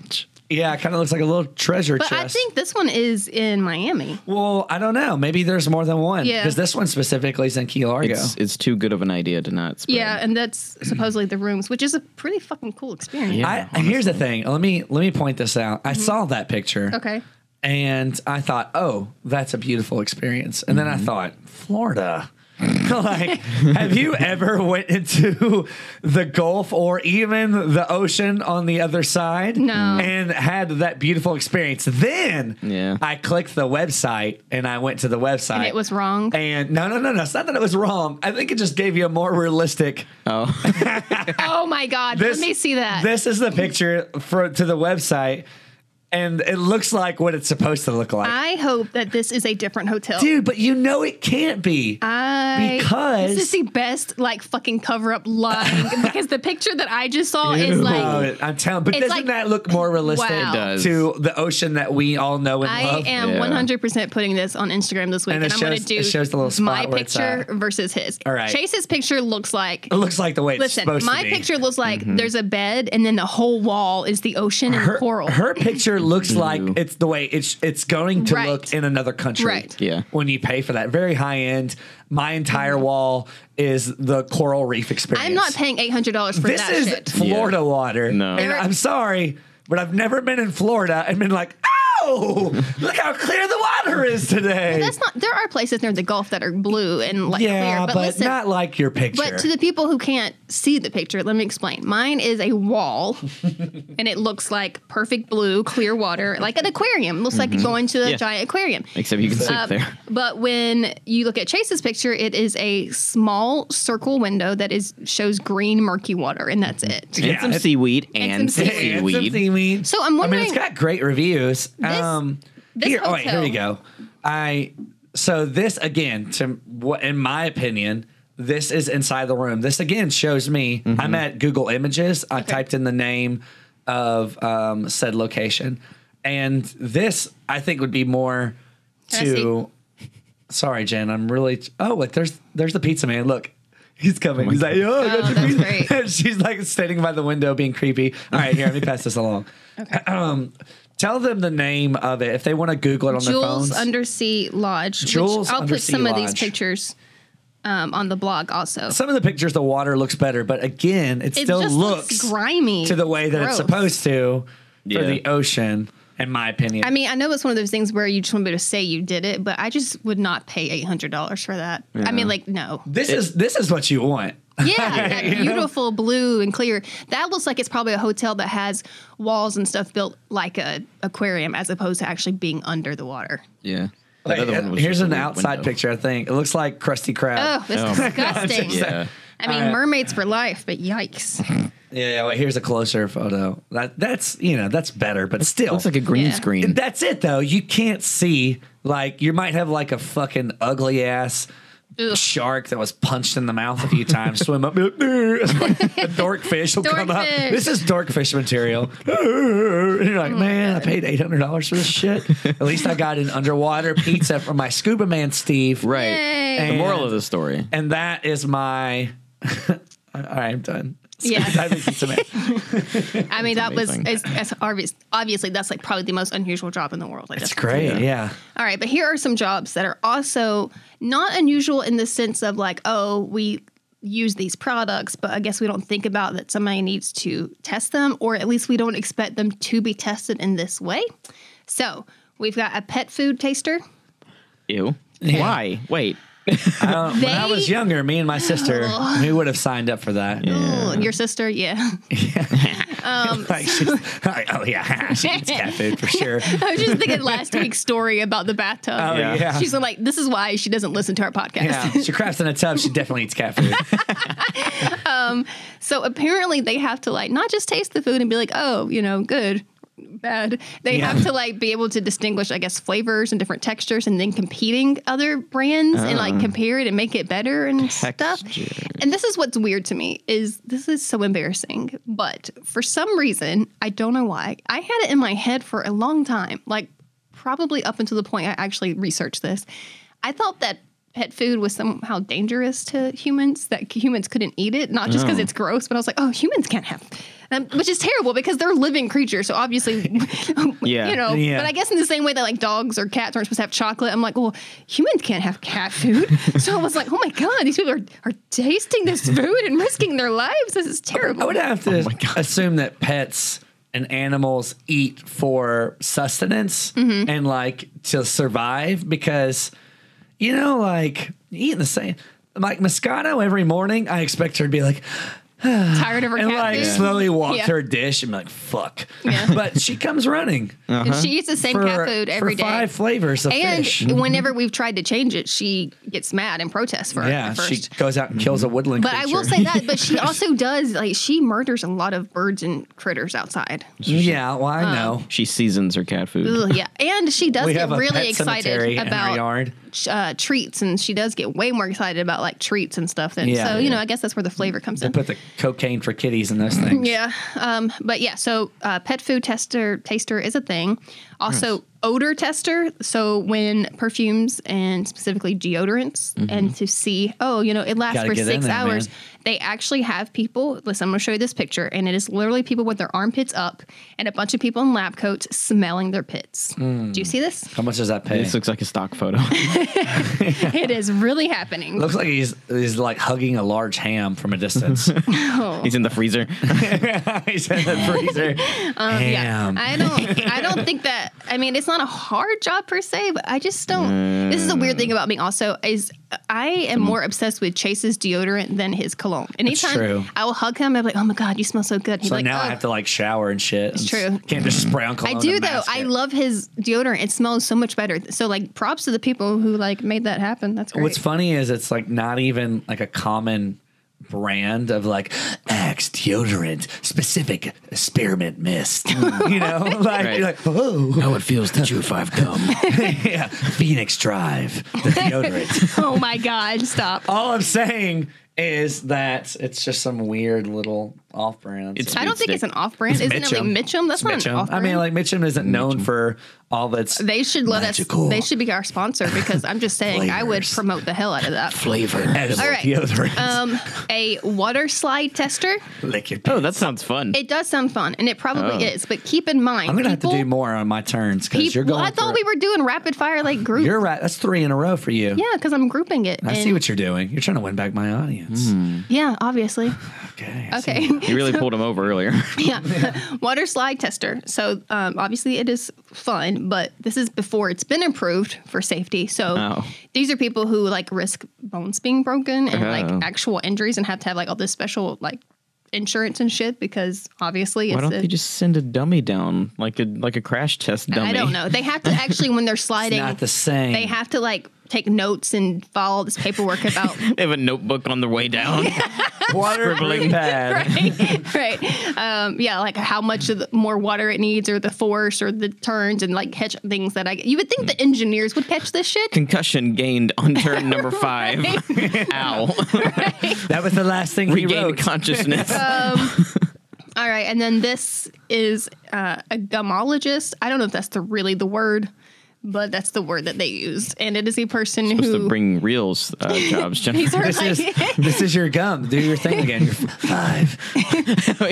Speaker 1: Yeah, it kind of looks like a little treasure
Speaker 2: But
Speaker 1: chest.
Speaker 2: I think this one is in Miami.
Speaker 1: well, I don't know. Maybe there's more than one.
Speaker 2: Yeah.
Speaker 1: Because this one specifically is in Key Largo.
Speaker 3: It's, it's too good of an idea to not spread.
Speaker 2: Yeah, and that's supposedly the rooms, which is a pretty fucking cool experience.
Speaker 3: Yeah.
Speaker 1: I, here's the thing. Let me let me point this out. I saw that picture.
Speaker 2: Mm-hmm. Okay.
Speaker 1: And I thought, oh, that's a beautiful experience. And then I thought, Florida. like, have you ever went into the Gulf or even the ocean on the other side?
Speaker 2: No.
Speaker 1: And had that beautiful experience. Then
Speaker 3: Yeah.
Speaker 1: I clicked the website and I went to the website.
Speaker 2: And it was wrong.
Speaker 1: And no, no, no, no. It's not that it was wrong. I think it just gave you a more realistic
Speaker 3: Oh.
Speaker 2: oh my God. Let me see that.
Speaker 1: this is the picture for to the website, and it looks like what it's supposed to look like.
Speaker 2: I hope that this is a different hotel.
Speaker 1: Dude, but you know it can't be.
Speaker 2: Uh, I,
Speaker 1: because-
Speaker 2: this is the best like fucking cover up line because the picture that I just saw is like
Speaker 1: Oh, I'm telling. But
Speaker 2: it's
Speaker 1: doesn't
Speaker 2: like-
Speaker 1: that look more realistic
Speaker 2: Wow. It
Speaker 3: does.
Speaker 1: to the ocean that we all know and
Speaker 2: I
Speaker 1: love?
Speaker 2: am
Speaker 3: Yeah.
Speaker 2: 100% putting this on Instagram this week,
Speaker 1: And
Speaker 2: and,
Speaker 1: it
Speaker 2: I'm going
Speaker 1: shows-
Speaker 2: to do
Speaker 1: it shows the little
Speaker 2: my
Speaker 1: spot where it's
Speaker 2: picture
Speaker 1: at.
Speaker 2: versus his.
Speaker 1: All right.
Speaker 2: Chase's picture looks like
Speaker 1: It looks like the way it's
Speaker 2: Listen,
Speaker 1: supposed
Speaker 2: my
Speaker 1: to be. Mm-hmm.
Speaker 2: picture looks like there's a bed, and then the whole wall is the ocean and
Speaker 1: Her,
Speaker 2: coral.
Speaker 1: her picture looks like
Speaker 3: Ooh.
Speaker 1: it's the way it's it's going to
Speaker 2: Right.
Speaker 1: look in another country.
Speaker 2: Right.
Speaker 3: Yeah.
Speaker 1: When you pay for that, very high end. My entire wall is the coral reef experience.
Speaker 2: Mm-hmm. I'm not paying eight hundred dollars for
Speaker 1: this
Speaker 2: that
Speaker 1: is
Speaker 2: shit.
Speaker 1: Florida water.
Speaker 3: No.
Speaker 1: And
Speaker 2: Eric-
Speaker 1: I'm sorry, but I've never been in Florida and been like, oh, look how clear the water water is today.
Speaker 2: That's not. There are places near the Gulf that are blue and like
Speaker 1: yeah,
Speaker 2: clear,
Speaker 1: but,
Speaker 2: but, listen,
Speaker 1: not like your picture.
Speaker 2: But to the people who can't see the picture, let me explain. Mine is a wall, and it looks like perfect blue, clear water, like an aquarium. Looks
Speaker 1: Mm-hmm.
Speaker 2: like going to a
Speaker 3: Yeah.
Speaker 2: giant aquarium.
Speaker 3: Except you can sleep
Speaker 2: Uh,
Speaker 3: there.
Speaker 2: But when you look at Chase's picture, it is a small circle window that is shows green murky water, and that's it.
Speaker 1: Yeah,
Speaker 3: and some
Speaker 1: it-
Speaker 3: seaweed
Speaker 2: and
Speaker 3: and,
Speaker 2: some
Speaker 3: seaweed.
Speaker 2: seaweed.
Speaker 1: And some seaweed.
Speaker 2: So I'm
Speaker 1: I
Speaker 2: wondering-
Speaker 1: mean, it's got great reviews.
Speaker 2: This-
Speaker 1: um,
Speaker 2: this
Speaker 1: here, oh wait, here
Speaker 2: hotel-
Speaker 1: we go. I so this again to what in my opinion. This is inside the room. This again shows me.
Speaker 2: Mm-hmm.
Speaker 1: I'm at Google Images. I typed in the name of um, said location, and this I think would be more
Speaker 2: Can I
Speaker 1: to. Sorry, Jen. I'm really. Oh, wait, there's there's the pizza man. Look, he's coming. he's like, oh, I got
Speaker 2: Oh,
Speaker 1: your
Speaker 2: that's
Speaker 1: pizza."
Speaker 2: great.
Speaker 1: And she's like standing by the window being creepy. All right, here, let me pass this along. Um, tell them the name of it if they want to Google it on their
Speaker 2: Jules
Speaker 1: phones.
Speaker 2: Undersea Lodge. which
Speaker 1: Jules
Speaker 2: I'll put
Speaker 1: Undersea
Speaker 2: some of these
Speaker 1: Lodge.
Speaker 2: pictures um, on the blog also.
Speaker 1: Some of the pictures, the water looks better, but again, it,
Speaker 2: It
Speaker 1: still
Speaker 2: just
Speaker 1: looks,
Speaker 2: looks grimy.
Speaker 1: to the way that it's
Speaker 2: Gross.
Speaker 1: supposed to for
Speaker 3: Yeah.
Speaker 1: the ocean, in my opinion.
Speaker 2: I mean, I know it's one of those things where you just want to be able to say you did it, but I just would not pay eight hundred dollars for that. I mean, like no.
Speaker 1: this is this is what you want.
Speaker 2: Yeah, that
Speaker 1: You know?
Speaker 2: beautiful blue and clear. That looks like it's probably a hotel that has walls and stuff built like a aquarium, as opposed to actually being under the water.
Speaker 3: Yeah. That
Speaker 1: Like,
Speaker 3: other one was
Speaker 1: here's
Speaker 3: just a
Speaker 1: an
Speaker 3: weird
Speaker 1: outside
Speaker 3: window.
Speaker 1: picture. I think it looks like Krusty Krab.
Speaker 2: Oh, it's
Speaker 3: Oh.
Speaker 2: disgusting.
Speaker 3: Yeah.
Speaker 2: I mean,
Speaker 1: Alright.
Speaker 2: mermaids for life, but yikes.
Speaker 1: Yeah, yeah. Well, here's a closer photo. That that's you know that's better, but still
Speaker 3: Looks like a green
Speaker 2: Yeah.
Speaker 3: screen.
Speaker 1: That's it though. You can't see like you might have like a fucking ugly ass
Speaker 2: Ugh.
Speaker 1: shark that was punched in the mouth a few times swim up. be like, "Ugh." a dork fish will come up.
Speaker 2: Dorkfish.
Speaker 1: This is dork fish material. and you're
Speaker 2: Oh
Speaker 1: like, man, I paid eight hundred dollars for this shit. At least I got an underwater pizza from my scuba man Steve.
Speaker 3: right.
Speaker 2: Yay.
Speaker 3: The moral of the story.
Speaker 1: And that is my. All right, I'm done.
Speaker 2: Yeah.
Speaker 1: Diving pizza man.
Speaker 2: I mean, that was
Speaker 3: amazing.
Speaker 2: it's, it's obvious, obviously that's like probably the most unusual job in the world. Like
Speaker 1: It's
Speaker 2: that's-
Speaker 1: great. yeah.
Speaker 2: All right, but here are some jobs that are also not unusual in the sense of like, oh, we use these products, but I guess we don't think about that somebody needs to test them, or at least we don't expect them to be tested in this way. So we've got a pet food taster.
Speaker 3: Ew. Why? Wait.
Speaker 1: Uh, when I
Speaker 2: They-
Speaker 1: was younger, me and my sister, we would have signed up for that.
Speaker 2: Oh, your sister, yeah. Um,
Speaker 1: Like she's, oh yeah, she eats cat food for sure.
Speaker 2: I was just thinking last week's story about the bathtub.
Speaker 1: Oh yeah,
Speaker 3: Yeah.
Speaker 1: yeah.
Speaker 2: She's like, this is why she doesn't listen to our podcast.
Speaker 1: She craps in a tub. She definitely eats cat food.
Speaker 2: So apparently they have to like not just taste the food and be like, oh, you know, good, bad. They
Speaker 1: Yeah.
Speaker 2: have to like be able to distinguish, I guess, flavors and different textures and then competing other brands and like compare it and make it better and
Speaker 3: Textures.
Speaker 2: stuff. And this is what's weird to me is this is so embarrassing, but for some reason, I don't know why, I had it in my head for a long time, like probably up until the point I actually researched this. I thought that pet food was somehow dangerous to humans, that humans couldn't eat it, not just because it's gross, but I was like, oh, humans can't have, um, which is terrible because they're living creatures. So obviously,
Speaker 3: Yeah.
Speaker 2: you know,
Speaker 1: Yeah.
Speaker 2: but I guess in the same way that like dogs or cats aren't supposed to have chocolate, I'm like, well, humans can't have cat food. so I was like, oh my God, these people are, are tasting this food and risking their lives. This is
Speaker 1: I
Speaker 2: terrible.
Speaker 1: would have to assume that pets and animals eat for sustenance
Speaker 2: Mm-hmm.
Speaker 1: and like to survive because you know, like eating the same like Moscato every morning. I expect her to be like,
Speaker 2: tired of her
Speaker 1: and
Speaker 2: cat
Speaker 1: like
Speaker 2: food.
Speaker 1: slowly walk
Speaker 2: Yeah.
Speaker 1: her dish and be like, fuck.
Speaker 2: Yeah.
Speaker 1: But she comes running
Speaker 2: And she eats the same cat food every
Speaker 1: uh-huh. for
Speaker 2: day.
Speaker 1: five flavors of
Speaker 2: And
Speaker 1: fish. Mm-hmm.
Speaker 2: whenever we've tried to change it, she gets mad and protests for it
Speaker 1: Yeah,
Speaker 2: at
Speaker 1: she
Speaker 2: first. Mm-hmm.
Speaker 1: goes out and kills a woodland.
Speaker 2: but I will
Speaker 1: creature.
Speaker 2: say that, but she also does like she murders a lot of birds and critters outside.
Speaker 1: yeah, well, I know.
Speaker 3: She seasons her cat food.
Speaker 2: Ugh, yeah, and she um, does
Speaker 1: We
Speaker 2: get
Speaker 1: have a
Speaker 2: really
Speaker 1: pet
Speaker 2: excited
Speaker 1: cemetery in our
Speaker 2: about
Speaker 1: yard.
Speaker 2: uh, treats, and she does get way more excited about like treats and stuff. Then,
Speaker 1: Yeah,
Speaker 2: so you
Speaker 1: yeah.
Speaker 2: know, I guess that's where the flavor comes in.
Speaker 1: Put the cocaine for kitties in those things.
Speaker 2: Yeah, um, but yeah, so uh, pet food tester taster is a thing. Also, odor tester. So when perfumes and specifically deodorants, and to see, oh, you know, it lasts
Speaker 1: Mm-hmm. Gotta
Speaker 2: for
Speaker 1: get in
Speaker 2: six
Speaker 1: there,
Speaker 2: hours.
Speaker 1: man.
Speaker 2: They actually have people. Listen, I'm gonna show you this picture, and it is literally people with their armpits up and a bunch of people in lab coats smelling their pits.
Speaker 1: Hmm.
Speaker 2: Do you see this?
Speaker 1: How much does that pay?
Speaker 3: This looks like a stock photo.
Speaker 2: it is really happening.
Speaker 1: Looks like he's he's like hugging a large ham from a distance.
Speaker 3: He's in the freezer.
Speaker 1: he's in the freezer.
Speaker 2: Yeah,
Speaker 1: ham.
Speaker 2: Um, I don't. I don't think that. I mean, it's not a hard job per se, but I just don't. This is a weird
Speaker 1: Mm.
Speaker 2: thing about me. Also, is I am more obsessed with Chase's deodorant than his cologne. Anytime
Speaker 1: true.
Speaker 2: I will hug him, I'm like, "Oh my god, you smell so good." He's
Speaker 1: So
Speaker 2: like,
Speaker 1: now I
Speaker 2: "Ugh."
Speaker 1: have to like shower and shit. It's
Speaker 2: true.
Speaker 1: Can't just spray on
Speaker 2: I
Speaker 1: cologne.
Speaker 2: do
Speaker 1: and
Speaker 2: though.
Speaker 1: mask
Speaker 2: I
Speaker 1: it.
Speaker 2: love his deodorant. It smells so much better. So like, props to the people who like made that happen. That's great.
Speaker 1: What's funny is it's like not even like a common brand of like Axe deodorant specific spearmint mist. you know, like
Speaker 3: Right.
Speaker 1: you're like oh
Speaker 3: How it feels to chew five gum.
Speaker 1: yeah, Phoenix Drive the deodorant.
Speaker 2: oh my god! Stop.
Speaker 1: All I'm saying is that it's just some weird little off brand.
Speaker 3: It's
Speaker 2: I don't think it's an off-brand. Isn't it like Mitchum? That's not an
Speaker 1: Mitchum. I
Speaker 2: off-brand.
Speaker 1: mean, like Mitchum isn't known for all that's
Speaker 2: They should let
Speaker 1: Magical.
Speaker 2: us. They should be our sponsor because I'm just saying I would
Speaker 1: Flavors.
Speaker 2: promote the hell out of that.
Speaker 1: flavor edible
Speaker 2: All right.
Speaker 1: deodorant.
Speaker 2: Um, a water slide tester.
Speaker 1: Lick your
Speaker 3: Oh, that sounds fun.
Speaker 2: It does sound fun, and it probably
Speaker 3: Oh.
Speaker 2: is. But keep in mind,
Speaker 1: I'm gonna have
Speaker 2: people-
Speaker 1: to do more on my turns because
Speaker 2: peop-
Speaker 1: you're going.
Speaker 2: well, I thought
Speaker 1: through-
Speaker 2: we were doing rapid fire like group.
Speaker 1: You're right. That's three in a row for you.
Speaker 2: yeah, because I'm grouping it.
Speaker 1: I
Speaker 2: and-
Speaker 1: see what you're doing. You're trying to win back my audience.
Speaker 3: Hmm.
Speaker 2: Yeah, obviously.
Speaker 1: Okay. I see.
Speaker 2: Okay.
Speaker 3: You really pulled him over earlier.
Speaker 2: yeah. Water slide tester. So um, obviously it is fun, but this is before it's been improved for safety. So
Speaker 3: Oh.
Speaker 2: these are people who like risk bones being broken and
Speaker 3: Oh.
Speaker 2: like actual injuries and have to have like all this special like insurance and shit because obviously
Speaker 3: Why
Speaker 2: it's
Speaker 3: don't
Speaker 2: a-
Speaker 3: they just send a dummy down, like a like a crash test dummy?
Speaker 2: I don't know. They have to actually when they're sliding
Speaker 1: Not the same.
Speaker 2: they have to like take notes and file all this paperwork about
Speaker 3: They have a notebook on their way down.
Speaker 1: water
Speaker 3: Scribbling.
Speaker 2: right,
Speaker 1: pad.
Speaker 2: right. Um, yeah, like how much of the, more water it needs, or the force, or the turns, and like catch things that I. You would think the engineers would catch this shit.
Speaker 3: Concussion gained on turn number five. Ow.
Speaker 1: That was the last thing he
Speaker 3: Regained
Speaker 1: wrote.
Speaker 3: consciousness.
Speaker 2: All right, and then this is uh, a gumologist. I don't know if that's the really the word, but that's the word that they used, and it is a person
Speaker 3: supposed
Speaker 2: who.
Speaker 3: to bring reels uh, jobs.
Speaker 2: these are
Speaker 1: This
Speaker 2: like,
Speaker 1: is this is your gum. Do your thing again. You're f- five.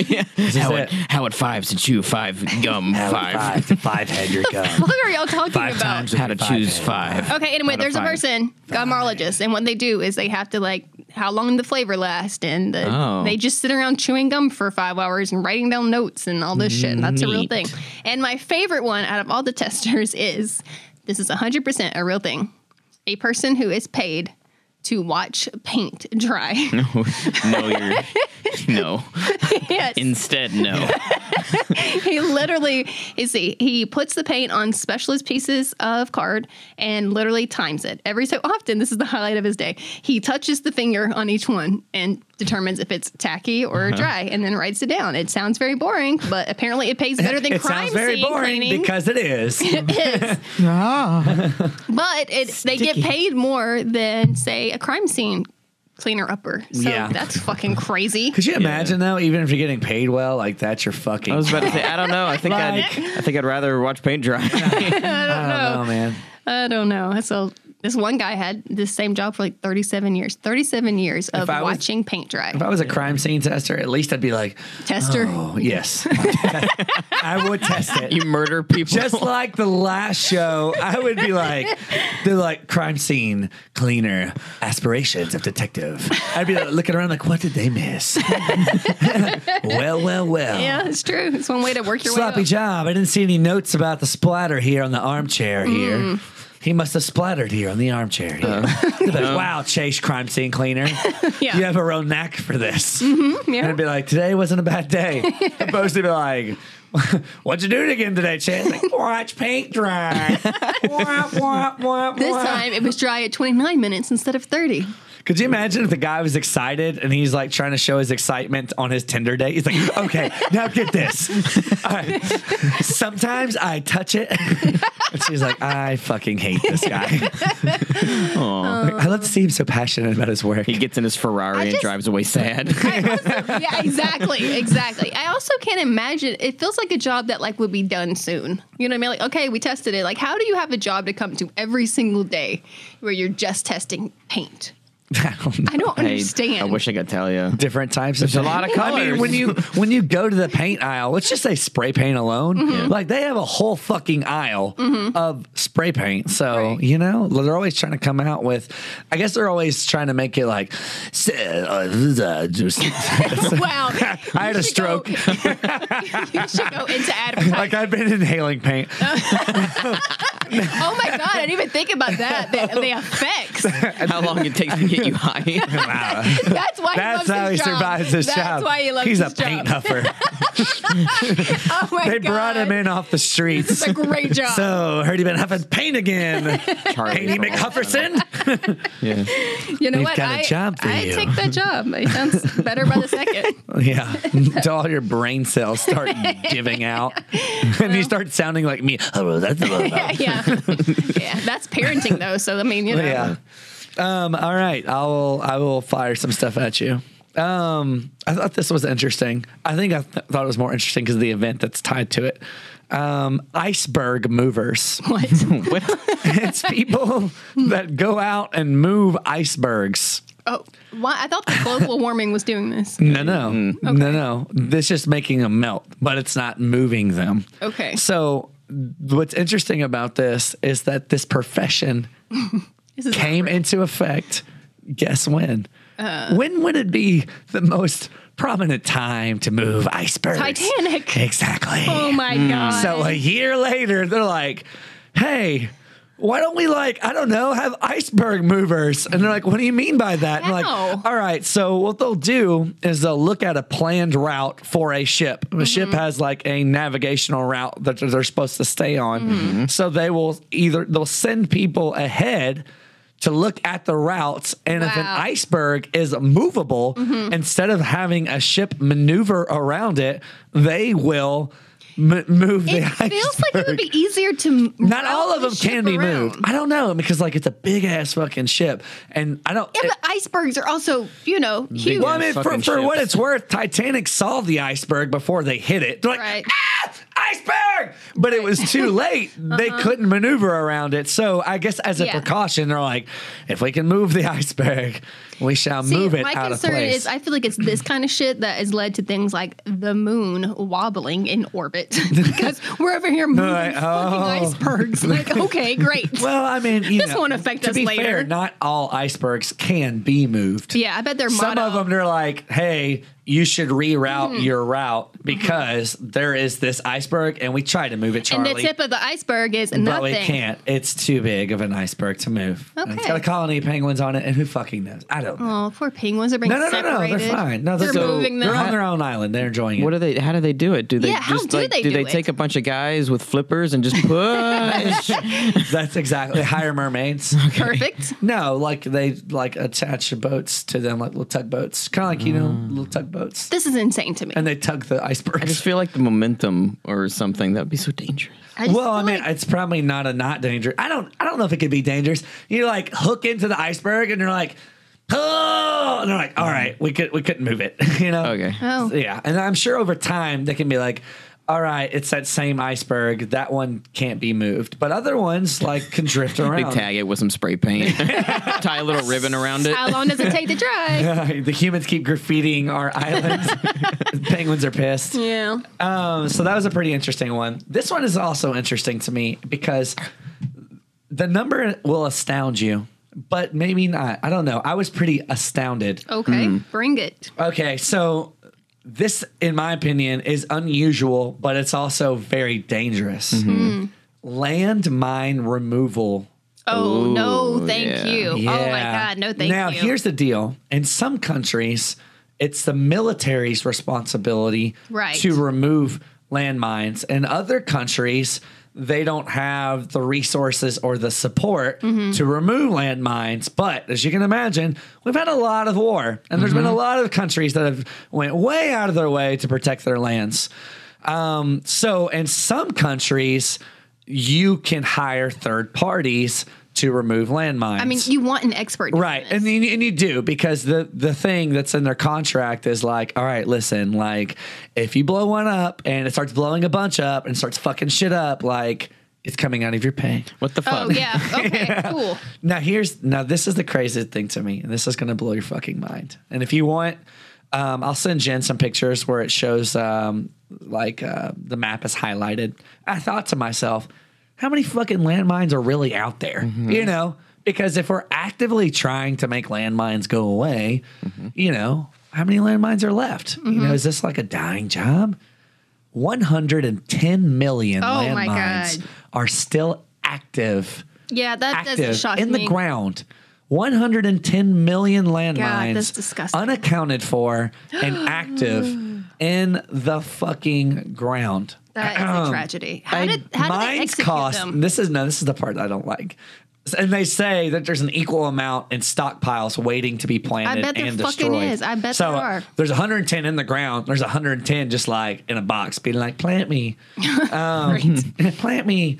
Speaker 3: yeah.
Speaker 1: is
Speaker 3: How
Speaker 1: it.
Speaker 3: at, how at five to chew five gum
Speaker 1: Now
Speaker 3: five.
Speaker 1: Five. to Five head your gum.
Speaker 2: what are y'all talking
Speaker 1: Five
Speaker 2: about?
Speaker 1: times.
Speaker 3: How to
Speaker 1: Five
Speaker 3: choose
Speaker 1: head.
Speaker 3: five.
Speaker 2: Okay, anyway,
Speaker 3: Out of
Speaker 2: there's a
Speaker 3: five.
Speaker 2: person, gumologist, and what they do is they have to like how long the flavor lasts, and the,
Speaker 3: Oh.
Speaker 2: they just sit around chewing gum for five hours and writing down notes and all this shit. And that's a real
Speaker 3: Neat.
Speaker 2: thing. And my favorite one out of all the testers is this is 100% a real thing. A person who is paid to watch paint dry.
Speaker 3: No, you're, no.
Speaker 2: yes.
Speaker 3: Instead, no.
Speaker 2: he literally is he he puts the paint on specialist pieces of card and literally times it every so often this is the highlight of his day he touches the finger on each one and determines if it's tacky or
Speaker 1: Uh-huh.
Speaker 2: dry and then writes it down it sounds very boring but apparently it pays better than
Speaker 1: It
Speaker 2: crime
Speaker 1: sounds very
Speaker 2: scene
Speaker 1: boring
Speaker 2: cleaning
Speaker 1: because it is.
Speaker 2: but it, they get paid more than say a crime scene cleaner upper so
Speaker 1: Yeah.
Speaker 2: that's fucking crazy
Speaker 1: Could you imagine though? Even if you're getting paid well, like that's your fucking.
Speaker 3: I was about to say, I don't know. I think
Speaker 1: Like-
Speaker 3: I'd, I think I'd rather watch paint dry.
Speaker 1: I don't know, man.
Speaker 2: i don't know so this one guy had this same job for like 37 years 37 years of
Speaker 1: If I was-
Speaker 2: watching paint dry
Speaker 1: If I was a crime scene tester, at least I'd be like,
Speaker 2: tester.
Speaker 1: oh yes, I would test it.
Speaker 3: you murder people.
Speaker 1: just like the last show, I would be like the like crime scene cleaner aspirations of detective. I'd be like, looking around like, what did they miss? well, well, well.
Speaker 2: Yeah, it's true. It's one way to work your
Speaker 1: Sloppy
Speaker 2: way. Up.
Speaker 1: job. I didn't see any notes about the splatter here on the armchair
Speaker 2: Mm.
Speaker 1: here. He must have splattered here on the armchair. Here. They'd be like, wow, Chase, crime scene cleaner.
Speaker 2: Yeah. Mm-hmm,
Speaker 1: You have a real knack for this.
Speaker 2: yeah.
Speaker 1: And I'd be like, today wasn't a bad day. Opposed to be like, what'd you do again today, Chance? Like, watch paint dry. Wah, wah, wah,
Speaker 2: This
Speaker 1: wah.
Speaker 2: time it was dry at 29 minutes instead of 30.
Speaker 1: Could you imagine if the guy was excited and he's like trying to show his excitement on his Tinder date? He's like, okay, now get this. All right. Sometimes I touch it. and she's like, I fucking hate this guy. Like, I love to see him so passionate about his work.
Speaker 3: He gets in his Ferrari
Speaker 2: Oh. I
Speaker 3: and
Speaker 2: just-
Speaker 3: drives away sad.
Speaker 2: I also- yeah, exactly, exactly. I also can't imagine. It feels like a job that like would be done soon. You know what I mean? Like, okay, we tested it. Like, how do you have a job to come to every single day where you're just testing paint?
Speaker 1: I don't know.
Speaker 2: I don't
Speaker 3: Hey,
Speaker 2: understand.
Speaker 3: I wish I could tell you.
Speaker 1: different types of
Speaker 3: There's a lot of
Speaker 1: paint. I mean,
Speaker 3: colors.
Speaker 1: when you when you go to the paint aisle, let's just say spray paint alone.
Speaker 2: Mm-hmm.
Speaker 1: Like they have a whole fucking aisle of spray paint. So
Speaker 2: Right.
Speaker 1: you know they're always trying to come out with. I guess they're always trying to make it like. s- uh, z- uh, just-
Speaker 2: wow.
Speaker 1: I had
Speaker 2: You
Speaker 1: a
Speaker 2: should go-
Speaker 1: stroke.
Speaker 2: you should go into advertising.
Speaker 1: like I've been inhaling paint.
Speaker 2: oh my God, I didn't even think about that. The, the effects.
Speaker 3: How long it takes to get you high?
Speaker 2: That's why
Speaker 1: That's
Speaker 2: he loves
Speaker 1: how he
Speaker 2: his job.
Speaker 1: survives his
Speaker 2: That's
Speaker 1: job.
Speaker 2: why he loves
Speaker 1: He's
Speaker 2: his
Speaker 1: a paint
Speaker 2: job.
Speaker 1: huffer.
Speaker 2: Oh my
Speaker 1: they
Speaker 2: God.
Speaker 1: brought him in off the streets.
Speaker 2: It's a great job.
Speaker 1: so heard he been huffing paint again.
Speaker 3: Charlie
Speaker 1: Painty McHufferson.
Speaker 3: Yeah.
Speaker 2: you know
Speaker 1: We've
Speaker 2: what?
Speaker 1: got a
Speaker 2: I,
Speaker 1: job for
Speaker 2: I
Speaker 1: you.
Speaker 2: take that job. It sounds better by the second.
Speaker 1: Yeah, until all your brain cells start giving out, and you start sounding like me. Oh, that's
Speaker 2: yeah, yeah, yeah. That's parenting though. So I mean, you know,
Speaker 1: yeah. Um, all right, I will. I will fire some stuff at you. Um, I thought this was interesting. I think I th- thought it was more interesting because of the event that's tied to it. Um, iceberg movers.
Speaker 2: what?
Speaker 1: it's people that go out and move icebergs.
Speaker 2: Oh, why? I thought the global warming was doing this.
Speaker 1: No, no, no, no. This just making them melt, but it's not moving them.
Speaker 2: Okay.
Speaker 1: So, what's interesting about this is that this profession
Speaker 2: This is
Speaker 1: came into effect. Guess when?
Speaker 2: Uh-huh.
Speaker 1: when would it be the most prominent time to move icebergs?
Speaker 2: Titanic.
Speaker 1: Exactly.
Speaker 2: Oh my god.
Speaker 1: Mm, So a year later, they're like, hey, why don't we like, I don't know, have iceberg movers? And they're like, what do you mean by that? And
Speaker 2: How?
Speaker 1: like, all right, so what they'll do is they'll look at a planned route for a ship.
Speaker 2: Mm-hmm.
Speaker 1: A ship has like a navigational route that they're supposed to stay on.
Speaker 2: Mm-hmm.
Speaker 1: So they will either they'll send people ahead to look at the routes and if an
Speaker 2: Wow. Mm-hmm.
Speaker 1: iceberg is movable instead of having a ship maneuver around it they will m- move the
Speaker 2: it
Speaker 1: iceberg
Speaker 2: feels like it would be easier to m-
Speaker 1: not
Speaker 2: route
Speaker 1: all of
Speaker 2: the
Speaker 1: them
Speaker 2: ship
Speaker 1: can be
Speaker 2: around.
Speaker 1: moved i don't know because like it's a big ass fucking ship and i don't
Speaker 2: Yeah,
Speaker 1: it-
Speaker 2: but icebergs are also, you know, huge.
Speaker 1: well, I mean,
Speaker 3: Yeah,
Speaker 1: for,
Speaker 3: fucking
Speaker 1: for what
Speaker 3: ships.
Speaker 1: it's worth, Titanic saw the iceberg before they hit it. They're like,
Speaker 2: Right.
Speaker 1: ah, iceberg! But it was too late. They couldn't maneuver around it. So I guess as
Speaker 2: Uh-huh.
Speaker 1: a
Speaker 2: Yeah.
Speaker 1: precaution, they're like, if we can move the iceberg, we shall
Speaker 2: See,
Speaker 1: move it
Speaker 2: my
Speaker 1: out of
Speaker 2: concern
Speaker 1: place.
Speaker 2: is I feel like it's this kind of shit that has led to things like the moon wobbling in orbit because we're over here moving
Speaker 1: like,
Speaker 2: fucking
Speaker 1: oh.
Speaker 2: icebergs. Like, okay, great.
Speaker 1: well, I mean, you
Speaker 2: This
Speaker 1: know,
Speaker 2: won't affect
Speaker 1: to
Speaker 2: us
Speaker 1: be
Speaker 2: later.
Speaker 1: Fair, not all icebergs can be moved.
Speaker 2: yeah, I bet they're
Speaker 1: Some
Speaker 2: motto, Mm-hmm.
Speaker 1: of them they're like, "Hey, you should reroute your route because there is this iceberg, and we try to move it,
Speaker 2: and
Speaker 1: Charlie."
Speaker 2: the tip of the iceberg is
Speaker 1: But
Speaker 2: nothing.
Speaker 1: we can't. It's too big of an iceberg to move. And It's
Speaker 2: Okay.
Speaker 1: got a colony of penguins on it, and who fucking knows? I don't know.
Speaker 2: Oh, poor penguins are being
Speaker 1: No, no, no,
Speaker 2: separated.
Speaker 1: no. They're fine. No,
Speaker 2: they're
Speaker 1: so-
Speaker 2: moving them.
Speaker 1: They're on their own island. They're enjoying it.
Speaker 3: What do they? How do they do it? Do they
Speaker 2: Yeah, how
Speaker 3: just
Speaker 2: do
Speaker 3: like
Speaker 2: they
Speaker 3: do
Speaker 2: do it?
Speaker 3: they take a bunch of guys with flippers and just push?
Speaker 1: That's exactly hire mermaids.
Speaker 2: Perfect.
Speaker 1: No, like they like attach boats to them, like little tugboats, kind of like you know little tugboats,
Speaker 2: This is insane to me.
Speaker 1: and they tug the
Speaker 3: Ah. I just
Speaker 1: icebergs.
Speaker 3: feel like the momentum or something that would be so dangerous.
Speaker 2: I just
Speaker 1: well, I
Speaker 2: feel
Speaker 1: mean,
Speaker 2: like-
Speaker 1: it's probably not a not danger. I don't, I don't know if it could be dangerous. You like hook into the iceberg, and you're like, oh, and they're like, all right, we could, we couldn't move it, you know?
Speaker 3: Mm. Okay.
Speaker 2: Oh.
Speaker 1: yeah, and I'm sure over time they can be like, all right, it's that same iceberg. That one can't be moved, but other ones like can drift
Speaker 3: They
Speaker 1: around.
Speaker 3: tag it with some spray paint, tie a little ribbon around it.
Speaker 2: how long does it take to dry?
Speaker 1: the humans keep graffiting our islands. Penguins are pissed.
Speaker 2: yeah.
Speaker 1: Um, so that was a pretty interesting one. This one is also interesting to me because the number will astound you, but maybe not. I don't know. I was pretty astounded.
Speaker 2: Okay, bring it.
Speaker 1: Okay, so this, in my opinion, is unusual, but it's also very dangerous. Landmine removal.
Speaker 2: Oh no,
Speaker 3: Ooh,
Speaker 2: thank
Speaker 3: yeah.
Speaker 2: you. Oh my
Speaker 1: Yeah.
Speaker 2: god, no thank
Speaker 1: now,
Speaker 2: you.
Speaker 1: here's the deal. In some countries, it's the military's responsibility
Speaker 2: Right.
Speaker 1: to remove landmines. In other countries, they don't have the resources or the support
Speaker 2: Mm-hmm.
Speaker 1: to remove landmines. But as you can imagine, we've had a lot of war, and there's been
Speaker 2: Mm-hmm.
Speaker 1: a lot of countries that have went way out of their way to protect their lands. Um, so in some countries, you can hire third parties to remove landmines.
Speaker 2: I mean, you want an expert, doing
Speaker 1: Right,
Speaker 2: this.
Speaker 1: and you, and you do because the the thing that's in their contract is like, all right, listen, like if you blow one up and it starts blowing a bunch up and starts fucking shit up, like It's coming out of your pay.
Speaker 3: What the fuck?
Speaker 2: Oh yeah. Okay. Cool.
Speaker 1: Now here's now this is the craziest thing to me, and this is gonna blow your fucking mind. And if you want, um, I'll send Jen some pictures where it shows um, like uh, the map is highlighted. I thought to myself, how many fucking landmines are really out there?
Speaker 2: Mm-hmm.
Speaker 1: You know, because if we're actively trying to make landmines go away,
Speaker 2: Mm-hmm.
Speaker 1: you know, how many landmines are left? You know, is this like a dying job? 110 million
Speaker 2: Oh my
Speaker 1: landmines
Speaker 2: God.
Speaker 1: are still active
Speaker 2: Yeah, that doesn't
Speaker 1: active
Speaker 2: shock
Speaker 1: in
Speaker 2: me.
Speaker 1: the ground. 110 million landmines
Speaker 2: that's disgusting.
Speaker 1: unaccounted for and active in the fucking ground.
Speaker 2: That is a tragedy. How did how did they
Speaker 1: Mines
Speaker 2: execute
Speaker 1: cost.
Speaker 2: them?
Speaker 1: This is no. This is the part I don't like. And they say that there's an equal amount in stockpiles waiting to be planted
Speaker 2: bet there
Speaker 1: and
Speaker 2: fucking
Speaker 1: destroyed.
Speaker 2: is. I bet
Speaker 1: so,
Speaker 2: there
Speaker 1: uh,
Speaker 2: are.
Speaker 1: There's 110 in the ground. There's 110 just like in a box, being like, "Plant me,
Speaker 2: Right.
Speaker 1: plant me."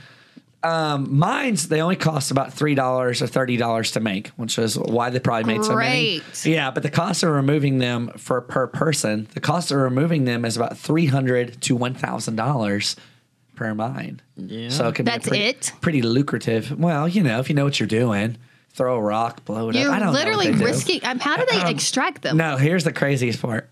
Speaker 1: Um, mines they only cost about three dollars or thirty dollars to make, which is why they probably made so many.
Speaker 2: Great.
Speaker 1: Yeah, but the cost of removing them for per person, the cost of removing them is about three hundred to one thousand dollars per mine. Yeah, so it could
Speaker 2: That's
Speaker 1: be a pretty,
Speaker 2: it?
Speaker 1: Pretty lucrative. Well, you know, if you know what you're doing, throw a rock, blow it up. I
Speaker 2: You're
Speaker 1: don't
Speaker 2: literally
Speaker 1: know what they do.
Speaker 2: risking. Um, how do they extract them?
Speaker 1: No, here's the craziest part.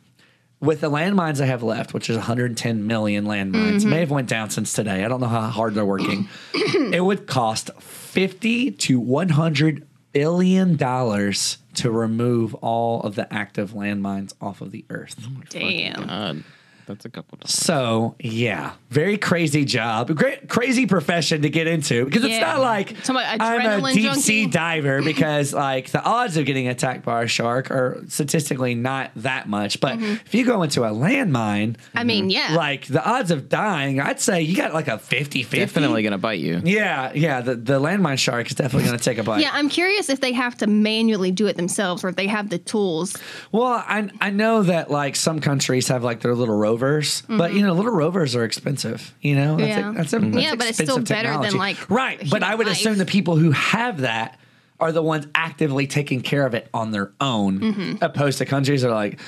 Speaker 1: With the landmines I have left, which is 110 million landmines, may have went down since today. I don't know how hard they're working. it would cost 50 to 100 billion dollars to remove all of the active landmines off of the earth.
Speaker 2: Damn.
Speaker 3: God, that's a couple dollars.
Speaker 1: So yeah, very crazy job, great crazy profession to get into because it's
Speaker 2: Yeah.
Speaker 1: not like
Speaker 2: Somebody-
Speaker 1: I'm a
Speaker 2: adrenaline
Speaker 1: deep
Speaker 2: junkie.
Speaker 1: sea diver because like the odds of getting attacked by a shark are statistically not that much. But if you go into a landmine,
Speaker 2: Mm-hmm. I
Speaker 1: Mm-hmm.
Speaker 2: mean, yeah.
Speaker 1: like the odds of dying, I'd say you got like a 50-50.
Speaker 3: Definitely gonna bite you.
Speaker 1: Yeah, yeah. The, the landmine shark is definitely going to take a bite.
Speaker 2: yeah, I'm curious if they have to manually do it themselves or if they have the tools.
Speaker 1: Well, I I know that like some countries have like their little rovers, but you know little rovers are expensive. You know,
Speaker 2: Mm-hmm.
Speaker 1: that's,
Speaker 2: Yeah.
Speaker 1: a, that's, a, that's
Speaker 2: Yeah, but it's still
Speaker 1: expensive
Speaker 2: better than,
Speaker 1: technology.
Speaker 2: like,
Speaker 1: right. But
Speaker 2: human
Speaker 1: I would
Speaker 2: life.
Speaker 1: assume the people who have that are the ones actively taking care of it on their own,
Speaker 2: Mm-hmm.
Speaker 1: opposed to countries that are like,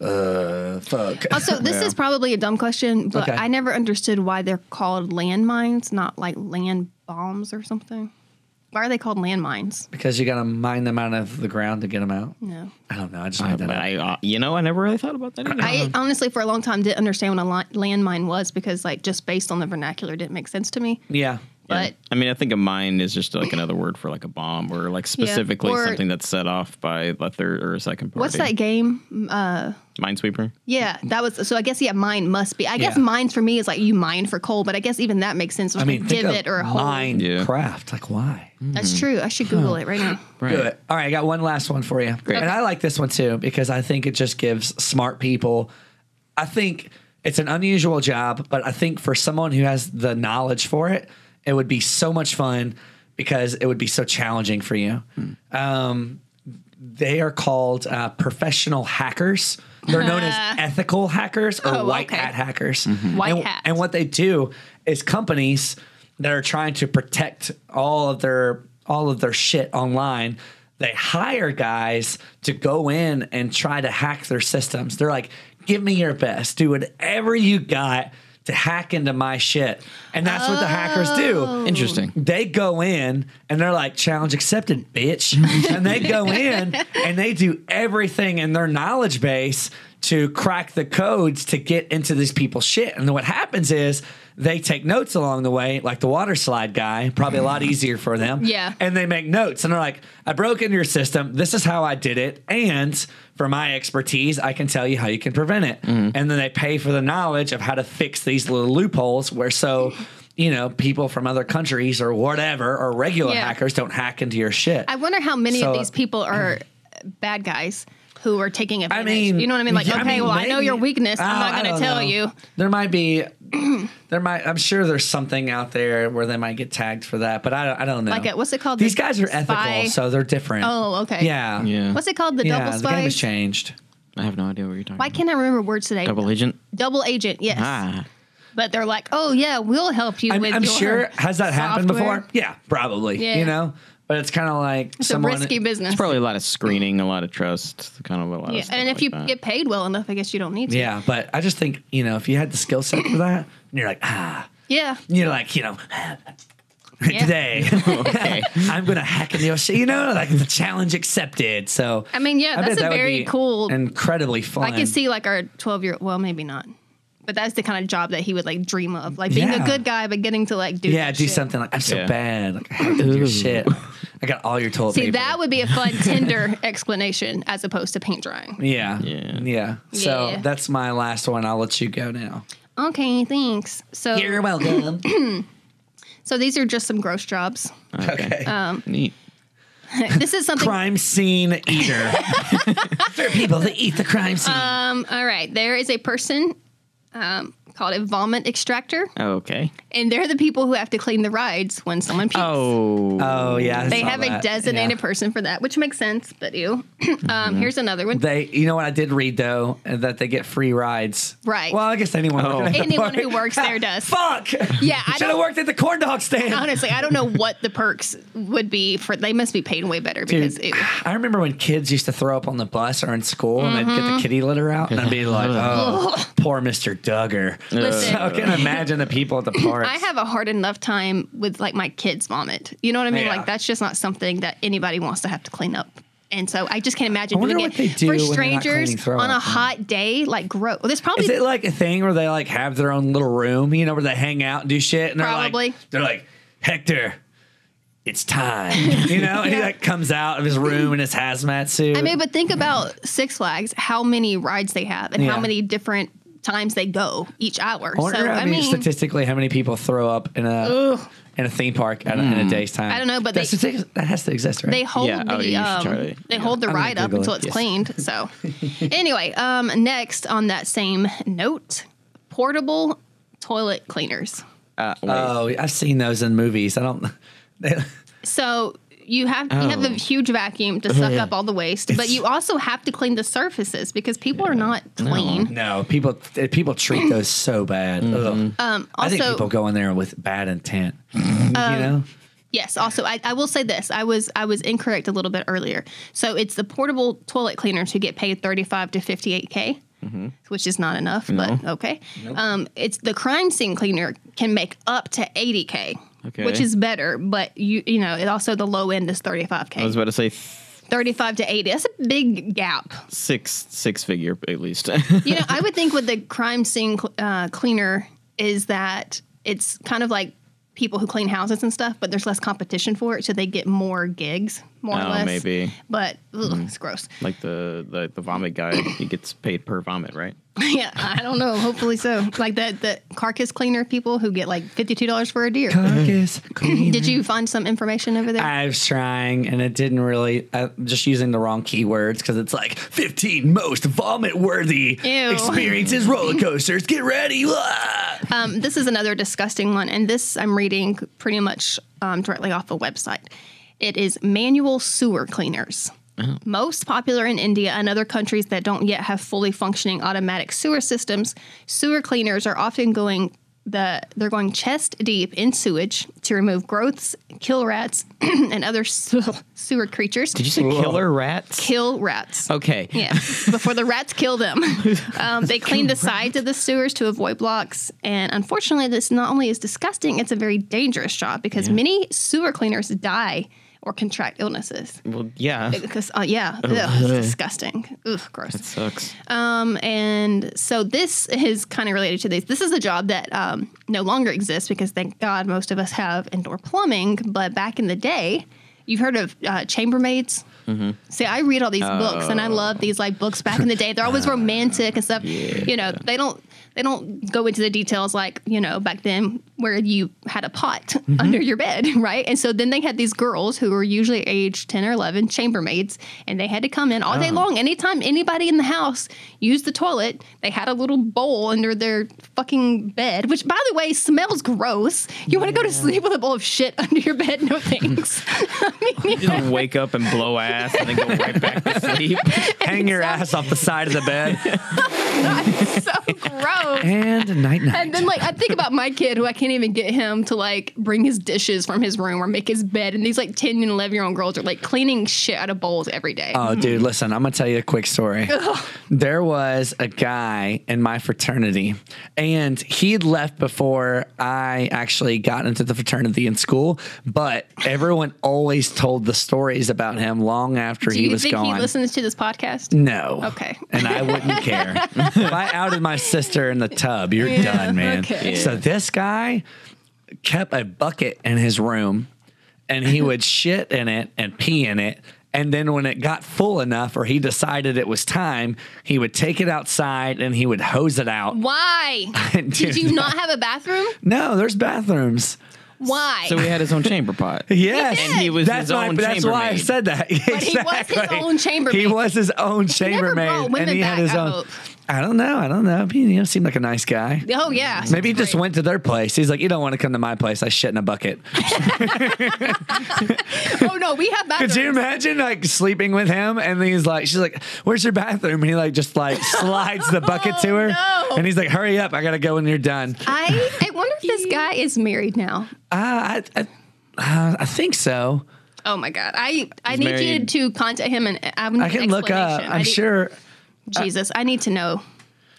Speaker 1: uh, fuck.
Speaker 2: Also, this is probably a dumb question, but
Speaker 1: Okay.
Speaker 2: I never understood why they're called landmines, not like land bombs or something. Why are they called landmines?
Speaker 1: because you got to mine them out of the ground to get them out.
Speaker 2: No.
Speaker 1: I don't know. I just
Speaker 3: I,
Speaker 1: made that up.
Speaker 3: I, uh, you know, I never really thought about that. either.
Speaker 1: Um.
Speaker 2: I honestly, for a long time, didn't understand what a li- landmine was because, like, just based on the vernacular, it didn't make sense to me.
Speaker 1: yeah.
Speaker 2: But
Speaker 3: I mean, I think a mine is just like another word for like a bomb or like specifically
Speaker 2: or-
Speaker 3: something that's set off by a third or a second party.
Speaker 2: what's that game? Uh,
Speaker 3: Minesweeper.
Speaker 2: yeah, that was so. I guess yeah, mine must be. I guess
Speaker 1: Yeah.
Speaker 2: mines for me is like you mine for coal, but I guess even that makes sense. There's
Speaker 1: I mean,
Speaker 2: a
Speaker 1: think
Speaker 2: divot
Speaker 1: of
Speaker 2: or a hole.
Speaker 1: mine
Speaker 3: Yeah.
Speaker 1: craft. Like why?
Speaker 2: That's true. I should Google it right now.
Speaker 1: Do it. All right, I got one last one for you.
Speaker 3: Great.
Speaker 1: And I like this one too because I think it just gives smart people. I think it's an unusual job, but I think for someone who has the knowledge for it, it would be so much fun because it would be so challenging for you. Um, they are called uh, professional hackers. They're known as ethical hackers or
Speaker 2: Oh,
Speaker 1: white
Speaker 2: okay.
Speaker 1: hat hackers.
Speaker 2: White
Speaker 1: and,
Speaker 2: hat.
Speaker 1: and what they do is companies that are trying to protect all of their all of their shit online they hire guys to go in and try to hack their systems they're like give me your best do whatever you got to hack into my shit and that's what the hackers do
Speaker 3: Interesting.
Speaker 1: they go in and they're like challenge accepted bitch and they go in and they do everything in their knowledge base to crack the codes to get into these people's shit and then what happens is they take notes along the way like the water slide guy probably a lot easier for them
Speaker 2: Yeah.
Speaker 1: and they make notes and they're like i broke into your system this is how i did it and for my expertise i can tell you how you can prevent it and then they pay for the knowledge of how to fix these little loopholes where so you know people from other countries or whatever or regular
Speaker 2: Yeah.
Speaker 1: hackers don't hack into your shit
Speaker 2: I wonder how many
Speaker 1: So, uh,
Speaker 2: of these people are bad guys who are taking advantage.
Speaker 1: mean,
Speaker 2: you know what I mean? Like,
Speaker 1: yeah, I
Speaker 2: okay,
Speaker 1: mean,
Speaker 2: well, I know
Speaker 1: maybe-
Speaker 2: your weakness.
Speaker 1: Oh,
Speaker 2: I'm
Speaker 1: I
Speaker 2: not going
Speaker 1: don't
Speaker 2: to tell
Speaker 1: know.
Speaker 2: you.
Speaker 1: There might be, there might. I'm sure there's something out there where they might get tagged for that, but I don't. I don't know.
Speaker 2: Like a- what's it called?
Speaker 1: These
Speaker 2: The
Speaker 1: guys are ethical,
Speaker 2: spy-
Speaker 1: so they're different.
Speaker 2: Oh, okay.
Speaker 1: Yeah.
Speaker 3: Yeah.
Speaker 2: What's it called? The
Speaker 1: Yeah.
Speaker 2: double
Speaker 1: the game
Speaker 2: spy.
Speaker 1: has changed.
Speaker 3: I have no idea what you're talking
Speaker 2: Why
Speaker 3: about.
Speaker 2: can't I remember words today?
Speaker 3: Double agent.
Speaker 2: Double agent. Yes.
Speaker 3: Ah.
Speaker 2: But they're like, oh yeah, we'll help you
Speaker 1: I'm,
Speaker 2: with.
Speaker 1: I'm
Speaker 2: your
Speaker 1: sure. Has that happened
Speaker 2: software."
Speaker 1: before? Yeah, probably.
Speaker 2: Yeah.
Speaker 1: You know, but it's kind of like
Speaker 2: It's
Speaker 1: someone.
Speaker 2: a risky business.
Speaker 3: It's probably a lot of screening, a lot of trust, kind of a lot.
Speaker 2: yeah,
Speaker 3: Of stuff
Speaker 2: and if
Speaker 3: like
Speaker 2: you
Speaker 3: that.
Speaker 2: get paid well enough, I guess you don't need to.
Speaker 1: Yeah, but I just think you know if you had the skill set for that, and you're like ah,
Speaker 2: Yeah.
Speaker 1: you're like you know,
Speaker 2: Yeah.
Speaker 1: today. I'm gonna hack into your shit. You know, like the challenge accepted. So
Speaker 2: I mean, yeah, that's
Speaker 1: bet
Speaker 2: a
Speaker 1: that would
Speaker 2: very
Speaker 1: be
Speaker 2: cool-
Speaker 1: incredibly fun.
Speaker 2: I can see like our 12 year well, maybe not. But that's the kind of job that he would like dream of, like being
Speaker 1: Yeah.
Speaker 2: a good guy, but getting to like do
Speaker 1: Yeah,
Speaker 2: that
Speaker 1: do
Speaker 2: shit.
Speaker 1: something like I'm so
Speaker 3: Yeah.
Speaker 1: bad. Like I hacked into your shit. I got all your toilet
Speaker 2: See,
Speaker 1: paper.
Speaker 2: that would be a fun Tinder explanation as opposed to paint drying.
Speaker 1: yeah.
Speaker 3: Yeah.
Speaker 1: Yeah. So
Speaker 2: Yeah.
Speaker 1: that's my last one. I'll let you go now.
Speaker 2: Okay, thanks. So,
Speaker 1: You're welcome.
Speaker 2: so these are just some gross jobs.
Speaker 1: okay.
Speaker 2: Um,
Speaker 3: Neat.
Speaker 2: this is something.
Speaker 1: crime scene eater. For people that eat the crime scene.
Speaker 2: Um, all right, there is a person um, called a vomit extractor,
Speaker 3: Okay.
Speaker 2: and they're the people who have to clean the rides when someone pukes.
Speaker 3: Oh.
Speaker 1: oh yeah. I
Speaker 2: they
Speaker 1: saw
Speaker 2: have a
Speaker 1: that.
Speaker 2: designated
Speaker 1: Yeah. Mm-hmm.
Speaker 2: person for that, which makes sense. But ew. um, Here's another one.
Speaker 1: They, you know what I did read though that they get free rides.
Speaker 2: Right.
Speaker 1: Well, I guess anyone.
Speaker 3: Oh.
Speaker 1: working at the
Speaker 2: Anyone who
Speaker 1: park.
Speaker 2: works there does.
Speaker 1: Fuck.
Speaker 2: Yeah, I
Speaker 1: Should have
Speaker 2: don't-
Speaker 1: worked at the corn dog stand.
Speaker 2: Honestly, I don't know what the perks would be for. They must be paid way better because
Speaker 1: Dude,
Speaker 2: ew.
Speaker 1: I remember when kids used to throw up on the bus or in school and they'd get
Speaker 2: Mm-hmm.
Speaker 1: the kitty litter out and I'd be like, oh, poor Mr. Duggar.
Speaker 2: Listen.
Speaker 1: So I can imagine the people at the park.
Speaker 2: I have a hard enough time with like my kids' vomit. You know what I mean?
Speaker 1: Yeah.
Speaker 2: Like that's just not something that anybody wants to have to clean up. And so I just can't
Speaker 1: I
Speaker 2: imagine
Speaker 1: wonder
Speaker 2: doing
Speaker 1: what
Speaker 2: it
Speaker 1: they
Speaker 2: for
Speaker 1: do when they're not
Speaker 2: strangers
Speaker 1: cleaning throw
Speaker 2: on a
Speaker 1: up, huh?
Speaker 2: hot day. Like, gross. Well, there's probably
Speaker 1: Is it like a thing where they like have their own little room, you know, where they hang out and do shit? And
Speaker 2: Probably.
Speaker 1: They're like, they're like Hector, it's time. You know, and he like comes out of his room in his hazmat suit.
Speaker 2: I mean, but think about Six Flags, how many rides they have and
Speaker 1: Yeah.
Speaker 2: how many different times they go each hour.
Speaker 1: I
Speaker 2: So,
Speaker 1: wonder how
Speaker 2: I
Speaker 1: many-
Speaker 2: mean,
Speaker 1: statistically how many people throw up in a in a theme park at, in a day's time.
Speaker 2: I don't know, but
Speaker 1: That's
Speaker 2: they-
Speaker 1: statistic- that has to exist, right?
Speaker 2: they hold
Speaker 3: Yeah, oh,
Speaker 2: the
Speaker 3: you should
Speaker 2: um,
Speaker 3: try to-
Speaker 2: they hold the
Speaker 1: I'm gonna
Speaker 2: ride up until
Speaker 1: Google it,
Speaker 2: it's
Speaker 1: yes.
Speaker 2: cleaned. So, anyway, um, next on that same note, portable toilet cleaners.
Speaker 3: Uh, wait.
Speaker 1: oh, I've seen those in movies. I don't. They,
Speaker 2: So you have you
Speaker 3: Oh.
Speaker 2: have a huge vacuum to suck up all the waste, but you also have to clean the surfaces because people are not clean.
Speaker 1: no, people people treat those so bad. Ugh. I think
Speaker 2: Uh, Um, also- Um,
Speaker 1: people go in there with bad intent. you know,
Speaker 2: Yes. Also, I, I will say this: I was I was incorrect a little bit earlier. So it's the portable toilet cleaners who get paid thirty five to fifty eight k,
Speaker 3: Mm-hmm.
Speaker 2: which is not enough, but okay. Um, it's the crime scene cleaner can make up to eighty k. Which
Speaker 3: Okay.
Speaker 2: is better, but you you know it also the low end is thirty five
Speaker 3: I
Speaker 2: k,
Speaker 3: was about to say
Speaker 2: thirty five to eighty. That's a big gap.
Speaker 3: six six figure at least.
Speaker 2: you know, I would think with the crime scene cl- uh, cleaner is that it's kind of like people who clean houses and stuff, but there's less competition for it, so they get more gigs, more or
Speaker 3: Oh,
Speaker 2: less.
Speaker 3: maybe. Hmm.
Speaker 2: But ugh, it's gross.
Speaker 3: like the, the the vomit guy, he gets paid per vomit, right?
Speaker 2: yeah, I don't know. Hopefully so. Like the the carcass cleaner people who get like fifty two dollars for a deer.
Speaker 1: carcass cleaner.
Speaker 2: Did you find some information over there?
Speaker 1: I was trying and it didn't really. i just using the wrong keywords because it's like 15 most vomit worthy
Speaker 2: Ew.
Speaker 1: experiences roller coasters. Get ready. Wah!
Speaker 2: Um, this is another disgusting one, and this I'm reading pretty much um, directly off a website. It is manual sewer cleaners.
Speaker 3: Oh.
Speaker 2: Most popular in India and other countries that don't yet have fully functioning automatic sewer systems, sewer cleaners are often going the they're going chest deep in sewage to remove growths, kill rats, and other se- sewer creatures.
Speaker 3: Did you say killer rats?
Speaker 2: kill rats?
Speaker 3: Okay.
Speaker 2: Yeah, before the rats kill them. Um, they clean the sides of the sewers to avoid blocks. And unfortunately, this not only is disgusting, it's a very dangerous job because many sewer cleaners die or contract illnesses.
Speaker 3: Well, yeah.
Speaker 2: Because, uh, yeah, ugh, it's disgusting. Ugh, gross.
Speaker 3: Sucks.
Speaker 2: Um, and so this is kind of related to this. This is a job that um, no longer exists because, thank God, most of us have indoor plumbing. But back in the day, you've heard of uh, chambermaids. See, I read all these books, and I love these like books back in the day. They're always romantic and stuff. You know, they don't they don't go into the details like you know back then where you had a pot under your bed, right? And so then they had these girls who were usually age ten or eleven, chambermaids, and they had to come in all day long. Anytime anybody in the house used the toilet, they had a little bowl under their fucking bed, which by the way smells gross. You want to go to sleep with a bowl of shit under your bed? No thanks. I mean,
Speaker 3: You don't wake up and blow ass and then go right back to sleep.
Speaker 1: Hang your ass off the side of the bed.
Speaker 2: That's so gross.
Speaker 1: And night night.
Speaker 2: And then, like, I think about my kid who I can't even get him to like bring his dishes from his room or make his bed. And these like 10 and 11 year old girls are like cleaning shit out of bowls every day.
Speaker 1: Oh, dude, listen, I'm going to tell you a quick story. there was a guy in my fraternity, and he had left before I actually got into the fraternity in school, but everyone always told the stories about him long after
Speaker 2: Do
Speaker 1: he
Speaker 2: you
Speaker 1: was
Speaker 2: think
Speaker 1: gone.
Speaker 2: he listens to this podcast?
Speaker 1: no.
Speaker 2: Okay.
Speaker 1: And I wouldn't care. if I outed my sister in the tub, you're
Speaker 2: Yeah,
Speaker 1: done, man.
Speaker 2: okay.
Speaker 1: So this guy kept a bucket in his room and he would shit in it and pee in it. And then when it got full enough or he decided it was time, he would take it outside and he would hose it
Speaker 2: Mm.
Speaker 1: out.
Speaker 2: Why?
Speaker 1: And do
Speaker 2: Did you
Speaker 1: that.
Speaker 2: not have a bathroom?
Speaker 1: No, there's bathrooms.
Speaker 2: Why?
Speaker 3: So he had his own chamber pot.
Speaker 1: Yes.
Speaker 2: And he
Speaker 3: was
Speaker 1: that's
Speaker 3: his own
Speaker 1: That's why I
Speaker 3: chambermaid.
Speaker 1: said that. But
Speaker 2: he was his own chambermaid.
Speaker 1: He was his own chambermaid.
Speaker 2: brought women
Speaker 1: and he
Speaker 2: back,
Speaker 1: had his
Speaker 2: I
Speaker 1: own.
Speaker 2: hope.
Speaker 1: I don't know. I don't know. He you know, seemed like a nice guy.
Speaker 2: oh, yeah.
Speaker 1: Maybe he
Speaker 2: Great.
Speaker 1: just went to their place. He's like, you don't want to come to my place. I shit in a bucket.
Speaker 2: Oh, no, we have bathrooms.
Speaker 1: Could you imagine like sleeping with him? And then he's like, she's like, where's your bathroom? And he like just like slides the bucket to her.
Speaker 2: Oh, no.
Speaker 1: And he's like, hurry up. I got to go when you're done.
Speaker 2: I, I wonder if this guy is married now.
Speaker 1: Uh, I, I, uh, I think so.
Speaker 2: Oh my god! I I
Speaker 3: He's
Speaker 2: need
Speaker 3: married.
Speaker 2: you to contact him and I,
Speaker 1: I can look up. I'm sure.
Speaker 2: Jesus, I need to know.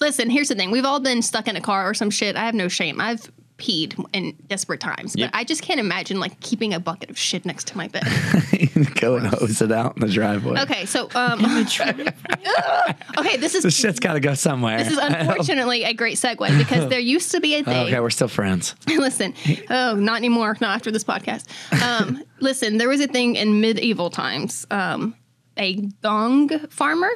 Speaker 2: Listen, here's the thing: we've all been stuck in a car or some shit. I have no shame. I've peed in desperate times,
Speaker 3: Yep.
Speaker 2: but I just can't imagine like keeping a bucket of shit next to my bed.
Speaker 1: go and hose it out in the driveway.
Speaker 2: okay, so um, okay, this
Speaker 1: The
Speaker 2: is
Speaker 1: shit's got to go somewhere.
Speaker 2: Mm-hmm. this is unfortunately a great segue because there used to be a thing.
Speaker 1: okay, we're still friends.
Speaker 2: listen, oh, not anymore. Not after this podcast. Um, listen, there was a thing in medieval times. Um, a dong farmer.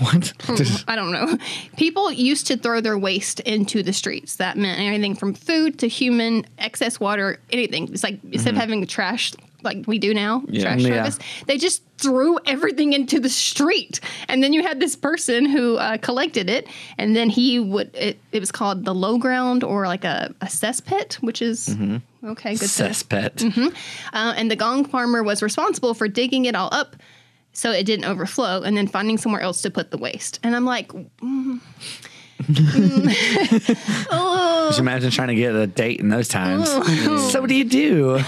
Speaker 1: What?
Speaker 2: Hmm, I don't know. People used to throw their waste into the streets. That meant anything from food to human excess water, anything. It's like instead of having trash like we do now, trash
Speaker 1: Mm-hmm. Yeah.
Speaker 2: service, they just threw everything into the street. And then you had this person who uh, collected it, and then he would. It, it was called the low ground or like a, a cesspit, which is
Speaker 1: Mm-hmm.
Speaker 2: okay. Good. to-
Speaker 1: Cesspit.
Speaker 2: uh, and the gong farmer was responsible for digging it all up so it didn't overflow and then finding somewhere else to put the waste. And I'm like, mm. Oh,
Speaker 1: Could you imagine trying to get a date in those times? Mm. so what do you do?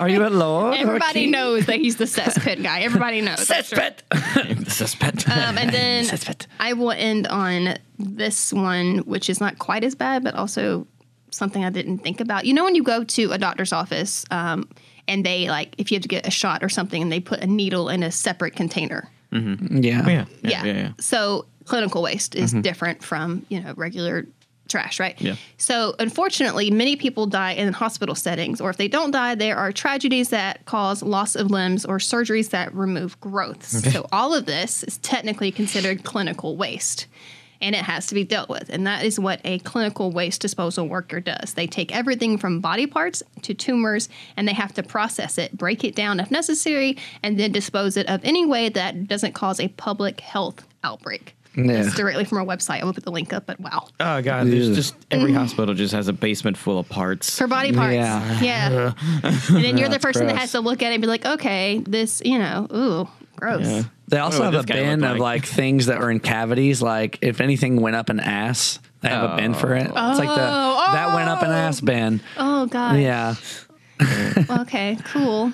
Speaker 1: Are you a lord?
Speaker 2: everybody knows that he's the cesspit guy. Everybody knows.
Speaker 1: Cesspit.
Speaker 3: Suspect.
Speaker 2: Um, and then
Speaker 1: Cesspit.
Speaker 2: I will end on this one, which is not quite as bad, but also something I didn't think about. You know, when you go to a doctor's office um, and they like, if you have to get a shot or something, and they put a needle in a separate container.
Speaker 1: Yeah.
Speaker 3: Oh, yeah.
Speaker 2: yeah.
Speaker 3: Yeah. yeah. Mm-hmm.
Speaker 2: So clinical waste is different from you know regular trash, right?
Speaker 3: Yeah.
Speaker 2: So unfortunately, many people die in hospital settings, or if they don't die, there are tragedies that cause loss of limbs or surgeries that remove growths. So all of this is technically considered clinical waste. And it has to be dealt with. And that is what a clinical waste disposal worker does. They take everything from body parts to tumors and they have to process it, break it down if necessary, and then dispose it of any way that doesn't cause a public health outbreak.
Speaker 1: Yeah.
Speaker 2: That's directly from our website. I'll put the link up, but wow.
Speaker 3: Oh god, there's
Speaker 1: Yeah.
Speaker 3: just every hospital just has a basement full of parts.
Speaker 2: Mm-hmm. For body parts.
Speaker 1: Yeah.
Speaker 2: Yeah. and then you're the person that
Speaker 1: gross.
Speaker 2: has to look at it and be like, okay, this, you know, ooh, gross.
Speaker 3: Yeah.
Speaker 1: They also
Speaker 3: Wonder
Speaker 1: have
Speaker 3: what
Speaker 1: a
Speaker 3: Oh, this guy
Speaker 1: bin
Speaker 3: looked
Speaker 1: of
Speaker 3: like.
Speaker 1: like things that are in cavities. Like if anything went up an ass, they have a bin for it. It's like the
Speaker 2: Oh,
Speaker 1: that went up an
Speaker 2: oh.
Speaker 1: ass bin.
Speaker 2: Oh, God.
Speaker 1: Yeah,
Speaker 2: Okay, cool.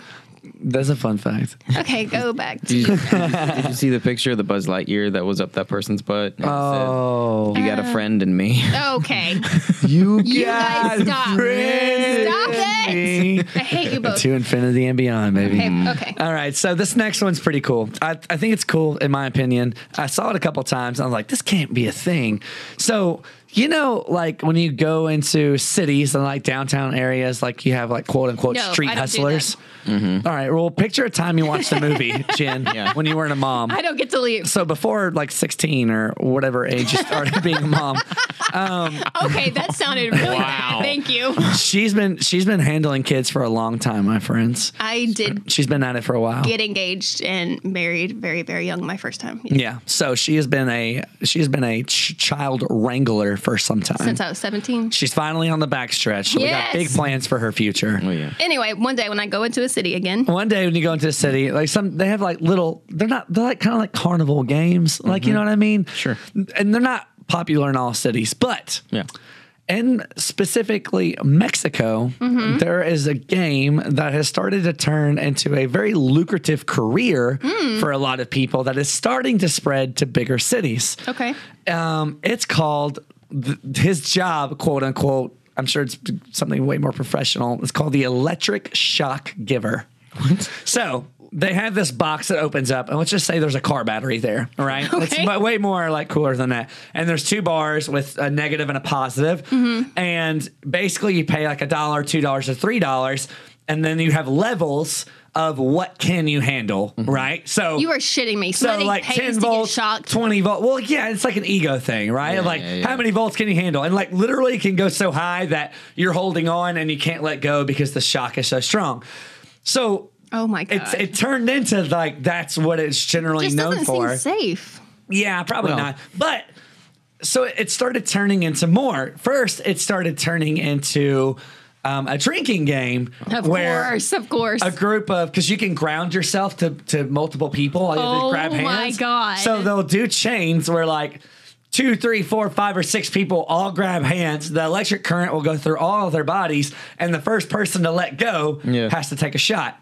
Speaker 1: that's a fun fact.
Speaker 2: Okay, go back to
Speaker 3: Did you, did you see the picture of the Buzz Lightyear that was up that person's butt? And it said,
Speaker 1: Oh,
Speaker 3: you got a friend in me.
Speaker 2: Okay.
Speaker 1: you,
Speaker 2: You
Speaker 1: got
Speaker 2: guys stop.
Speaker 1: friends
Speaker 2: Stop
Speaker 1: in
Speaker 2: it.
Speaker 1: me.
Speaker 2: I hate you both.
Speaker 1: to infinity and beyond, baby.
Speaker 2: Okay. okay.
Speaker 1: All right, so this next one's pretty cool. I, I think it's cool in my opinion. I saw it a couple times. and I was like, this can't be a thing. So you know, like when you go into cities and like downtown areas, like you have like quote unquote
Speaker 2: No,
Speaker 1: street
Speaker 2: I don't do
Speaker 1: hustlers. All right, well, picture a time you watched a movie, Jen,
Speaker 3: Yeah.
Speaker 1: when you weren't a mom
Speaker 2: I don't get to leave.
Speaker 1: so before like 16 or whatever age you started being a mom
Speaker 2: Okay, that sounded really
Speaker 3: Wow.
Speaker 2: bad. Thank you.
Speaker 1: she's been she's been handling kids for a long time my friends
Speaker 2: I did
Speaker 1: she's been at it for a while
Speaker 2: get engaged and married very, very young my first time.
Speaker 1: yeah so she has been a she has been a ch- child wrangler for some time
Speaker 2: Since I was 17.
Speaker 1: she's finally on the backstretch we got
Speaker 2: Yes.
Speaker 1: big plans for her future
Speaker 3: Oh yeah.
Speaker 2: Anyway, one day when I go into a city again,
Speaker 1: one day when you go into the city, like some, they have like little, they're not, they're like kind of like carnival games. Like, you know what I mean?
Speaker 3: Mm-hmm. Sure.
Speaker 1: And they're not popular in all cities, but
Speaker 3: Yeah.
Speaker 1: in specifically Mexico,
Speaker 2: Mm-hmm.
Speaker 1: there is a game that has started to turn into a very lucrative career
Speaker 2: Mm.
Speaker 1: for a lot of people that is starting to spread to bigger cities.
Speaker 2: Okay.
Speaker 1: Um, it's called th- his job, quote unquote. I'm sure it's something way more professional. It's called the electric shock giver. So they have this box that opens up, and let's just say there's a car battery there, all right? It's
Speaker 2: Okay.
Speaker 1: mu- way more like cooler than that. And there's two bars with a negative and a positive,
Speaker 2: Mm-hmm.
Speaker 1: and basically you pay like a dollar, two dollars, or three dollars, and then you have levels of what can you handle, right? So
Speaker 2: Mm-hmm. You are shitting me.
Speaker 1: so
Speaker 2: Somebody
Speaker 1: like
Speaker 2: pays
Speaker 1: ten
Speaker 2: to
Speaker 1: volts,
Speaker 2: get shocked.
Speaker 1: twenty volt. Well, yeah, it's like an ego thing, right?
Speaker 3: Yeah,
Speaker 1: like
Speaker 3: yeah, yeah.
Speaker 1: how many volts can you handle? And like literally, it can go so high that you're holding on and you can't let go because the shock is so strong. So
Speaker 2: Oh my
Speaker 1: it's,
Speaker 2: god.
Speaker 1: it turned into like that's what it's generally
Speaker 2: just
Speaker 1: known
Speaker 2: doesn't
Speaker 1: for.
Speaker 2: seem safe.
Speaker 1: Yeah, probably
Speaker 3: Well-
Speaker 1: not. But so it started turning into more. First, it started turning into um, a drinking game
Speaker 2: Of
Speaker 1: where
Speaker 2: course, of course.
Speaker 1: a group of because you can ground yourself to to multiple people. All you have to do is
Speaker 2: Oh
Speaker 1: grab
Speaker 2: my
Speaker 1: hands.
Speaker 2: God.
Speaker 1: So they'll do chains where like two, three, four, five, or six people all grab hands. The electric current will go through all of their bodies, and the first person to let go
Speaker 3: Yeah.
Speaker 1: has to take a shot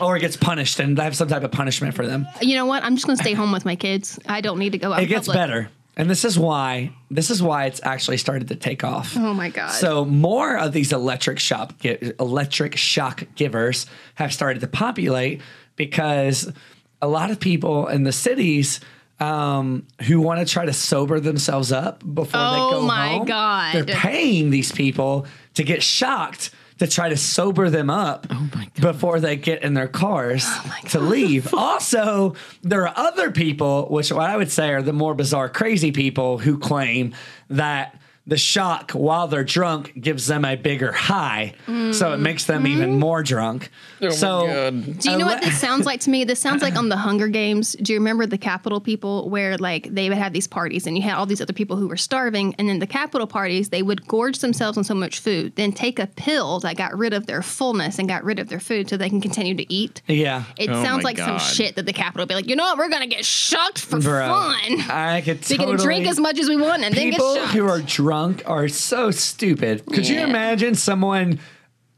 Speaker 1: or gets punished, and they have some type of punishment for them.
Speaker 2: you know what? I'm just gonna stay home with my kids. I don't need to go out.
Speaker 1: It
Speaker 2: in
Speaker 1: gets
Speaker 2: public.
Speaker 1: better. And this is why this is why it's actually started to take off.
Speaker 2: Oh my God.
Speaker 1: So more of these electric shop gi- electric shock givers have started to populate because a lot of people in the cities um, who want to try to sober themselves up before
Speaker 2: Oh
Speaker 1: they go
Speaker 2: my
Speaker 1: home,
Speaker 2: God.
Speaker 1: they're paying these people to get shocked to try to sober them up
Speaker 2: Oh
Speaker 3: my God.
Speaker 1: before they get in their cars to leave. also, there are other people, which what I would say are the more bizarre, crazy people who claim that the shock while they're drunk gives them a bigger high. So it makes them even more drunk. so
Speaker 3: God.
Speaker 2: Mm-hmm. Do you know what
Speaker 1: ele-
Speaker 2: this sounds like to me? This sounds like on the Hunger Games. Do you remember the Capitol people where like they would have these parties and you had all these other people who were starving and then the Capitol parties they would gorge themselves on so much food, then take a pill that got rid of their fullness and got rid of their food so they can continue to eat.
Speaker 1: Yeah.
Speaker 2: It
Speaker 3: Oh
Speaker 2: sounds
Speaker 3: my
Speaker 2: like some
Speaker 3: God.
Speaker 2: shit that the Capitol would be like, you know what, we're gonna get shocked for
Speaker 1: Bro,
Speaker 2: fun.
Speaker 1: I could
Speaker 2: we
Speaker 1: totally
Speaker 2: can drink as much as we want and then get
Speaker 1: people
Speaker 2: shocked.
Speaker 1: who are drunk are so stupid. Could you
Speaker 2: Yeah.
Speaker 1: imagine someone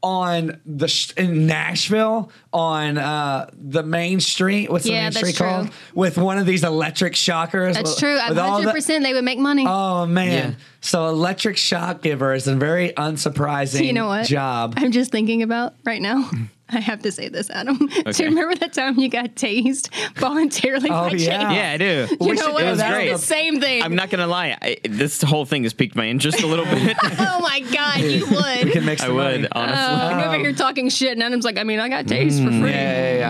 Speaker 1: on the sh- in Nashville on uh, the main street? What's
Speaker 2: Yeah,
Speaker 1: the
Speaker 2: that's
Speaker 1: main street
Speaker 2: true.
Speaker 1: called? With one of these electric shockers.
Speaker 2: That's
Speaker 1: with-
Speaker 2: true.
Speaker 1: with all the-
Speaker 2: hundred percent they would make money.
Speaker 1: Oh man!
Speaker 3: Yeah.
Speaker 1: So electric shock giver is a very unsurprising
Speaker 2: you know what
Speaker 1: job.
Speaker 2: I'm just thinking about right now. I have to say this, Adam. Do
Speaker 3: Okay.
Speaker 2: you remember that time you got tased voluntarily
Speaker 1: Oh,
Speaker 2: by Jake?
Speaker 1: yeah.
Speaker 3: Yeah, I do.
Speaker 2: You know
Speaker 1: should
Speaker 2: what?
Speaker 1: do
Speaker 3: It was
Speaker 1: that.
Speaker 2: It's
Speaker 3: great.
Speaker 2: the same thing.
Speaker 3: I'm not gonna lie. I, this whole thing has piqued my interest a little bit.
Speaker 2: oh my god, you
Speaker 1: We
Speaker 2: would.
Speaker 1: can make
Speaker 3: I
Speaker 1: some money.
Speaker 3: would honestly.
Speaker 2: Oh, I'm over here talking shit, and Adam's like, I mean, I got tased
Speaker 3: Mm,
Speaker 2: for free. Yeah,
Speaker 1: Yeah,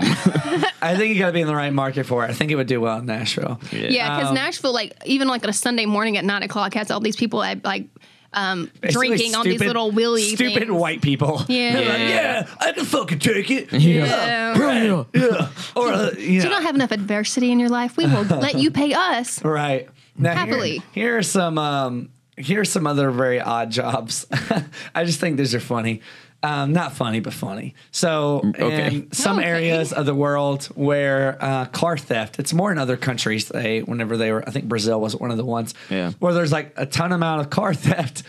Speaker 1: yeah, yeah. I think you got to be in the right market for it. I think it would do well in Nashville.
Speaker 3: Um,
Speaker 2: because Nashville, like, even like on a Sunday morning at nine o'clock, has all these people at like um,
Speaker 1: Basically
Speaker 2: drinking on these
Speaker 1: stupid-
Speaker 2: little willy
Speaker 1: stupid
Speaker 2: things.
Speaker 1: white people.
Speaker 2: Yeah.
Speaker 1: They're like,
Speaker 3: Yeah.
Speaker 1: yeah, I can fucking take it.
Speaker 2: Yeah.
Speaker 1: right, yeah. Or uh, you
Speaker 2: You
Speaker 1: know,
Speaker 2: don't have enough adversity in your life. We will let you pay us.
Speaker 1: right now, here-
Speaker 2: Happily.
Speaker 1: Here, are some um, here are some other very odd jobs. I just think these are funny. Um, not funny, but funny. So,
Speaker 3: Mm, okay.
Speaker 1: in some
Speaker 2: Okay.
Speaker 1: areas of the world where uh, car theft, it's more in other countries. They, whenever they were, I think Brazil was one of the ones
Speaker 3: Yeah.
Speaker 1: where there's like a ton amount of car theft.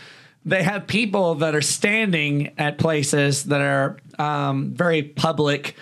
Speaker 1: They have people that are standing at places that are um, very public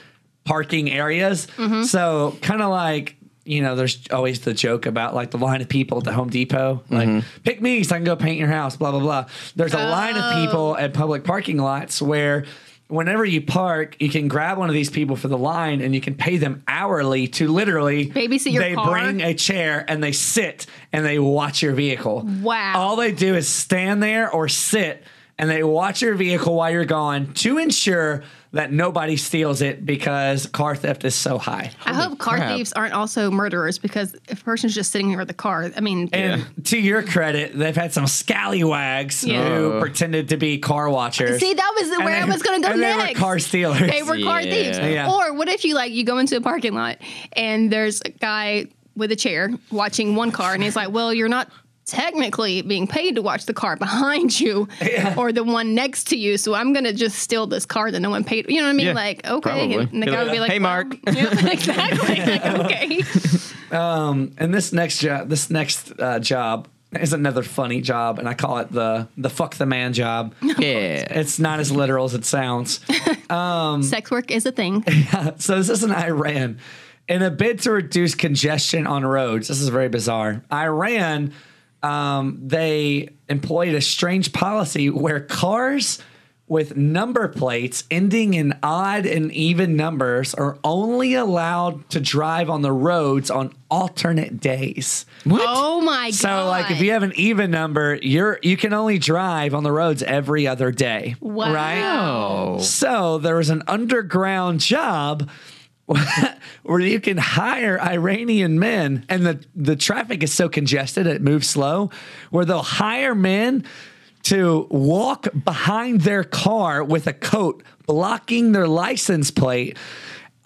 Speaker 1: parking areas.
Speaker 2: Mm-hmm.
Speaker 1: So kind of like you know, there's always the joke about like the line of people at the Home Depot, like
Speaker 2: Mm-hmm.
Speaker 1: pick me so I can go paint your house, blah blah blah. There's a line of
Speaker 2: Oh.
Speaker 1: people at public parking lots where. Whenever you park, you can grab one of these people for the line, and you can pay them hourly to literally
Speaker 2: Babysit your
Speaker 1: They
Speaker 2: car?
Speaker 1: bring a chair and they sit and they watch your vehicle.
Speaker 2: Wow.
Speaker 1: All they do is stand there or sit and they watch your vehicle while you're gone to ensure that nobody steals it because car theft is so high.
Speaker 2: I hope car
Speaker 3: crap.
Speaker 2: thieves aren't also murderers because if a person's just sitting near the car, I mean,
Speaker 1: And to your credit, they've had some scallywags
Speaker 2: Yeah.
Speaker 1: who pretended to be car watchers.
Speaker 2: see, that was the-
Speaker 1: And
Speaker 2: where I
Speaker 1: they-
Speaker 2: was going to go
Speaker 1: and They
Speaker 2: next.
Speaker 1: were car stealers.
Speaker 2: They were car
Speaker 3: Yeah.
Speaker 2: thieves.
Speaker 1: Yeah.
Speaker 2: Or what if you like you go into a parking lot and there's a guy with a chair watching one car and he's like, "Well, you're not technically being paid to watch the car behind you or the one next to you, so I'm going to just steal this car that no one paid." You know what I mean?
Speaker 3: Yeah,
Speaker 2: like, okay.
Speaker 3: probably.
Speaker 2: And, the
Speaker 3: Be
Speaker 2: guy
Speaker 3: like,
Speaker 2: would be like,
Speaker 3: "Hey,
Speaker 2: well,"
Speaker 3: Mark.
Speaker 2: Yeah, exactly. like, okay.
Speaker 1: and this next job, this next uh, job is another funny job, and I call it the the fuck the man job.
Speaker 3: Yeah.
Speaker 1: It's not as literal as it sounds.
Speaker 2: Sex work is a thing.
Speaker 1: So this is in Iran. In a bid to reduce congestion on roads, this is very bizarre. Iran, um, they employed a strange policy where cars with number plates ending in odd and even numbers are only allowed to drive on the roads on alternate days.
Speaker 3: What?
Speaker 2: Oh my god.
Speaker 1: So, like, if you have an even number, you're you can only drive on the roads every other day,
Speaker 2: Wow.
Speaker 1: right?
Speaker 3: Oh.
Speaker 1: So there was an underground job where you can hire Iranian men, and the, the traffic is so congested it moves slow, where they'll hire men to walk behind their car with a coat blocking their license plate.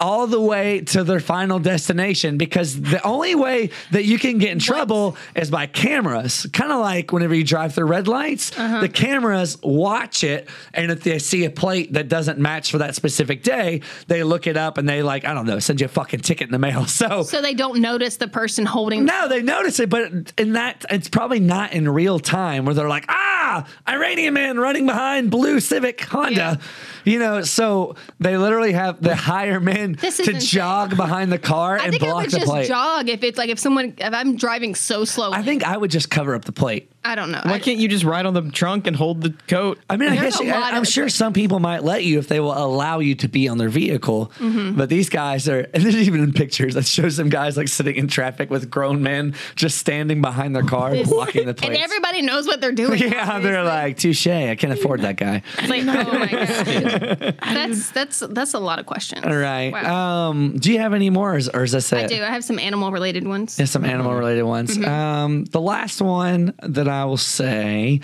Speaker 1: All the way to their final destination because the only way that you can get in trouble is by cameras. Kind of like whenever you drive through red lights, the cameras watch it, and if they see a plate that doesn't match for that specific day, they look it up and they like I don't know, send you a fucking ticket in the mail. So.
Speaker 2: so they don't notice the person holding.
Speaker 1: no, they notice it, but in that it's probably not in real time where they're like, ah, Iranian man running behind blue Civic Honda, you know. So they literally have the hire men
Speaker 2: This is
Speaker 1: to
Speaker 2: insane.
Speaker 1: jog behind the car
Speaker 2: I
Speaker 1: and
Speaker 2: think I
Speaker 1: block
Speaker 2: would
Speaker 1: the
Speaker 2: just
Speaker 1: plate.
Speaker 2: jog if it's like if someone if I'm driving so slow.
Speaker 1: I think I would just cover up the plate.
Speaker 2: I don't know.
Speaker 3: Why
Speaker 2: I-
Speaker 3: can't you just ride on the trunk and hold the coat?
Speaker 1: I mean, I
Speaker 2: There's
Speaker 1: guess
Speaker 2: a
Speaker 1: you-
Speaker 2: lot
Speaker 1: I, am
Speaker 2: of-
Speaker 1: sure some people might let you if they will allow you to be on their vehicle.
Speaker 2: Mm-hmm.
Speaker 1: But these guys are, and there's even in pictures that shows some guys like sitting in traffic with grown men just standing behind their car blocking the
Speaker 2: and
Speaker 1: plates.
Speaker 2: everybody knows what they're doing.
Speaker 1: yeah, they're like, touche, I can't afford that guy.
Speaker 2: It's like, oh my god. That's that's that's a lot of questions.
Speaker 1: All right. uh,
Speaker 2: Wow.
Speaker 1: Um, do you have any more, or is, or is this it?
Speaker 2: I do. I have some animal related ones. Mm-hmm.
Speaker 1: There's some animal related ones. Um, the last one that I will say,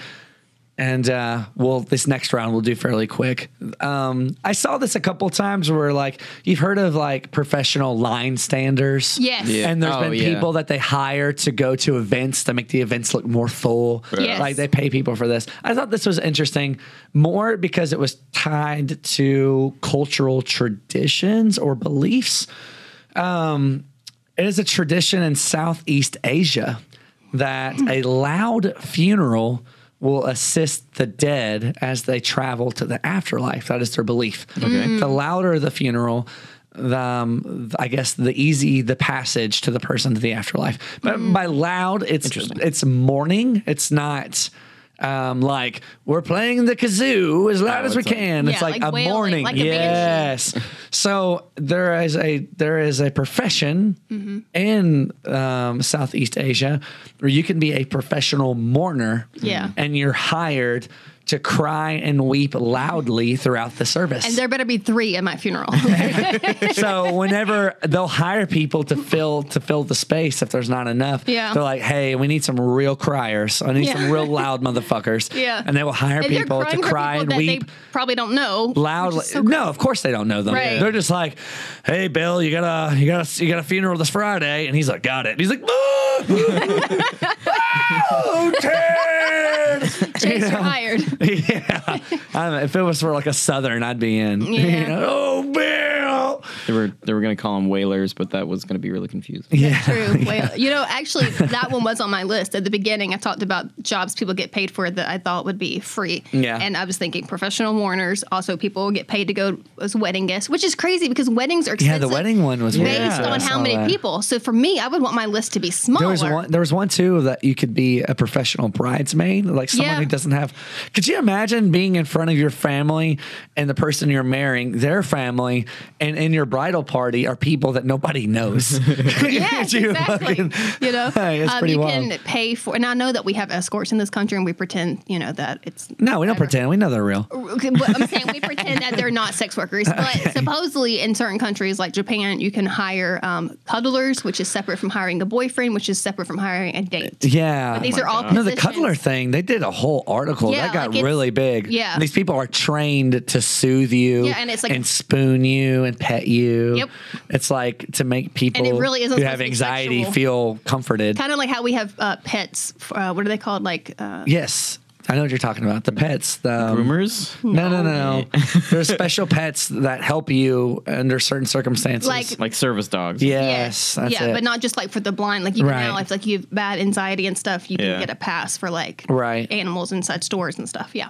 Speaker 1: and uh, well, this next round we'll do fairly quick. Um, I saw this a couple times where, like, you've heard of like professional line standers.
Speaker 2: Yes. Yeah.
Speaker 1: And there's
Speaker 3: Oh,
Speaker 1: been
Speaker 3: yeah.
Speaker 1: people that they hire to go to events to make the events look more full.
Speaker 2: Yes.
Speaker 1: Like, they pay people for this. I thought this was interesting more because it was tied to cultural traditions or beliefs. It is a tradition in Southeast Asia that a loud funeral will assist the dead as they travel to the afterlife. That is their belief. Okay. The louder the funeral, the, um, I guess the easy the passage to the person to the afterlife. But by loud, it's it's mourning. It's not. Um, like we're playing the kazoo as loud
Speaker 3: Oh,
Speaker 1: as we
Speaker 3: it's like-
Speaker 1: can. it's
Speaker 2: Yeah,
Speaker 1: like,
Speaker 2: like
Speaker 1: a
Speaker 2: wailing,
Speaker 1: mourning.
Speaker 2: like a banshee.
Speaker 1: yeah, Yes. So there is a there is a profession
Speaker 2: Mm-hmm.
Speaker 1: in um, Southeast Asia where you can be a professional mourner.
Speaker 2: Yeah.
Speaker 1: And you're hired to cry and weep loudly throughout the service.
Speaker 2: And there better be three at my funeral.
Speaker 1: so whenever they'll hire people to fill to fill the space if there's not enough,
Speaker 2: Yeah.
Speaker 1: they're like, hey, we need some real criers. I need
Speaker 2: Yeah.
Speaker 1: some real loud motherfuckers.
Speaker 2: yeah.
Speaker 1: And they will hire
Speaker 2: And they're
Speaker 1: people to
Speaker 2: crying for
Speaker 1: cry
Speaker 2: people
Speaker 1: and
Speaker 2: that
Speaker 1: weep.
Speaker 2: They probably don't know.
Speaker 1: loudly. no, of course they don't know them.
Speaker 2: Right.
Speaker 1: They're just like, "Hey, Bill, you got a you got a you got a funeral this Friday," and he's like, "Got it." And he's like, "Ah!" "Oh, Ted!"
Speaker 2: Chase, you're hired.
Speaker 1: yeah, I don't know, if it was for like a Southern, I'd be in. You
Speaker 2: Yeah.
Speaker 1: know, oh, Bill.
Speaker 3: They were they were gonna call them whalers, but that was gonna be really confusing.
Speaker 1: Yeah.
Speaker 2: True. Well, you know, actually, that one was on my list at the beginning. I talked about jobs people get paid for that I thought would be free.
Speaker 1: Yeah.
Speaker 2: And I was thinking professional mourners. Also, people get paid to go as wedding guests, which is crazy because weddings are
Speaker 1: Yeah,
Speaker 2: expensive.
Speaker 1: the wedding one was
Speaker 2: Based
Speaker 1: weird. I
Speaker 2: on
Speaker 1: saw
Speaker 2: how many
Speaker 1: that.
Speaker 2: people. So for me, I would want my list to be smaller.
Speaker 1: There was one. There was one too that you could be a professional bridesmaid, like someone
Speaker 2: Yeah.
Speaker 1: who doesn't have. Could you imagine being in front of your family and the person you're marrying, their family, and in your bridal party are people that nobody knows?
Speaker 2: Yes,
Speaker 1: You
Speaker 2: exactly.
Speaker 1: fucking-
Speaker 2: you know, Um,
Speaker 1: Hey, it's pretty
Speaker 2: you
Speaker 1: wild.
Speaker 2: can pay for, and I know that we have escorts in this country, and we pretend, you know, that it's
Speaker 1: No, we don't pretend. We know they're real.
Speaker 2: Okay, but I'm saying we pretend that they're not sex workers, but supposedly in certain countries like Japan, you can hire um, cuddlers, which is separate from hiring a boyfriend, which is separate from hiring a date.
Speaker 1: Yeah.
Speaker 2: These are all
Speaker 1: No, the
Speaker 2: positions.
Speaker 1: cuddler thing, they did a whole article
Speaker 2: Yeah,
Speaker 1: that got
Speaker 2: like it's-
Speaker 1: really big.
Speaker 2: yeah.
Speaker 1: And these people are trained to soothe you
Speaker 2: Yeah, and it's like-
Speaker 1: spoon you and pet you.
Speaker 2: Yep.
Speaker 1: It's like to make people
Speaker 2: really isn't
Speaker 1: who
Speaker 2: supposed
Speaker 1: have
Speaker 2: to be
Speaker 1: anxiety
Speaker 2: sexual.
Speaker 1: feel comforted.
Speaker 2: Kind of like how we have uh, pets. Uh, what are they called? Like uh,
Speaker 1: yes. I know what you're talking about. The pets, the um,
Speaker 3: Rumors?
Speaker 1: No, no, no, no. There's special pets that help you under certain circumstances.
Speaker 2: Like-
Speaker 3: Like service dogs.
Speaker 1: yes, that's
Speaker 2: yeah,
Speaker 1: it.
Speaker 2: but not just like for the blind. Like even now,
Speaker 1: Right.
Speaker 2: if like you have bad anxiety and stuff, you
Speaker 3: Yeah.
Speaker 2: can get a pass for like
Speaker 1: Right.
Speaker 2: animals inside stores and stuff. Yeah,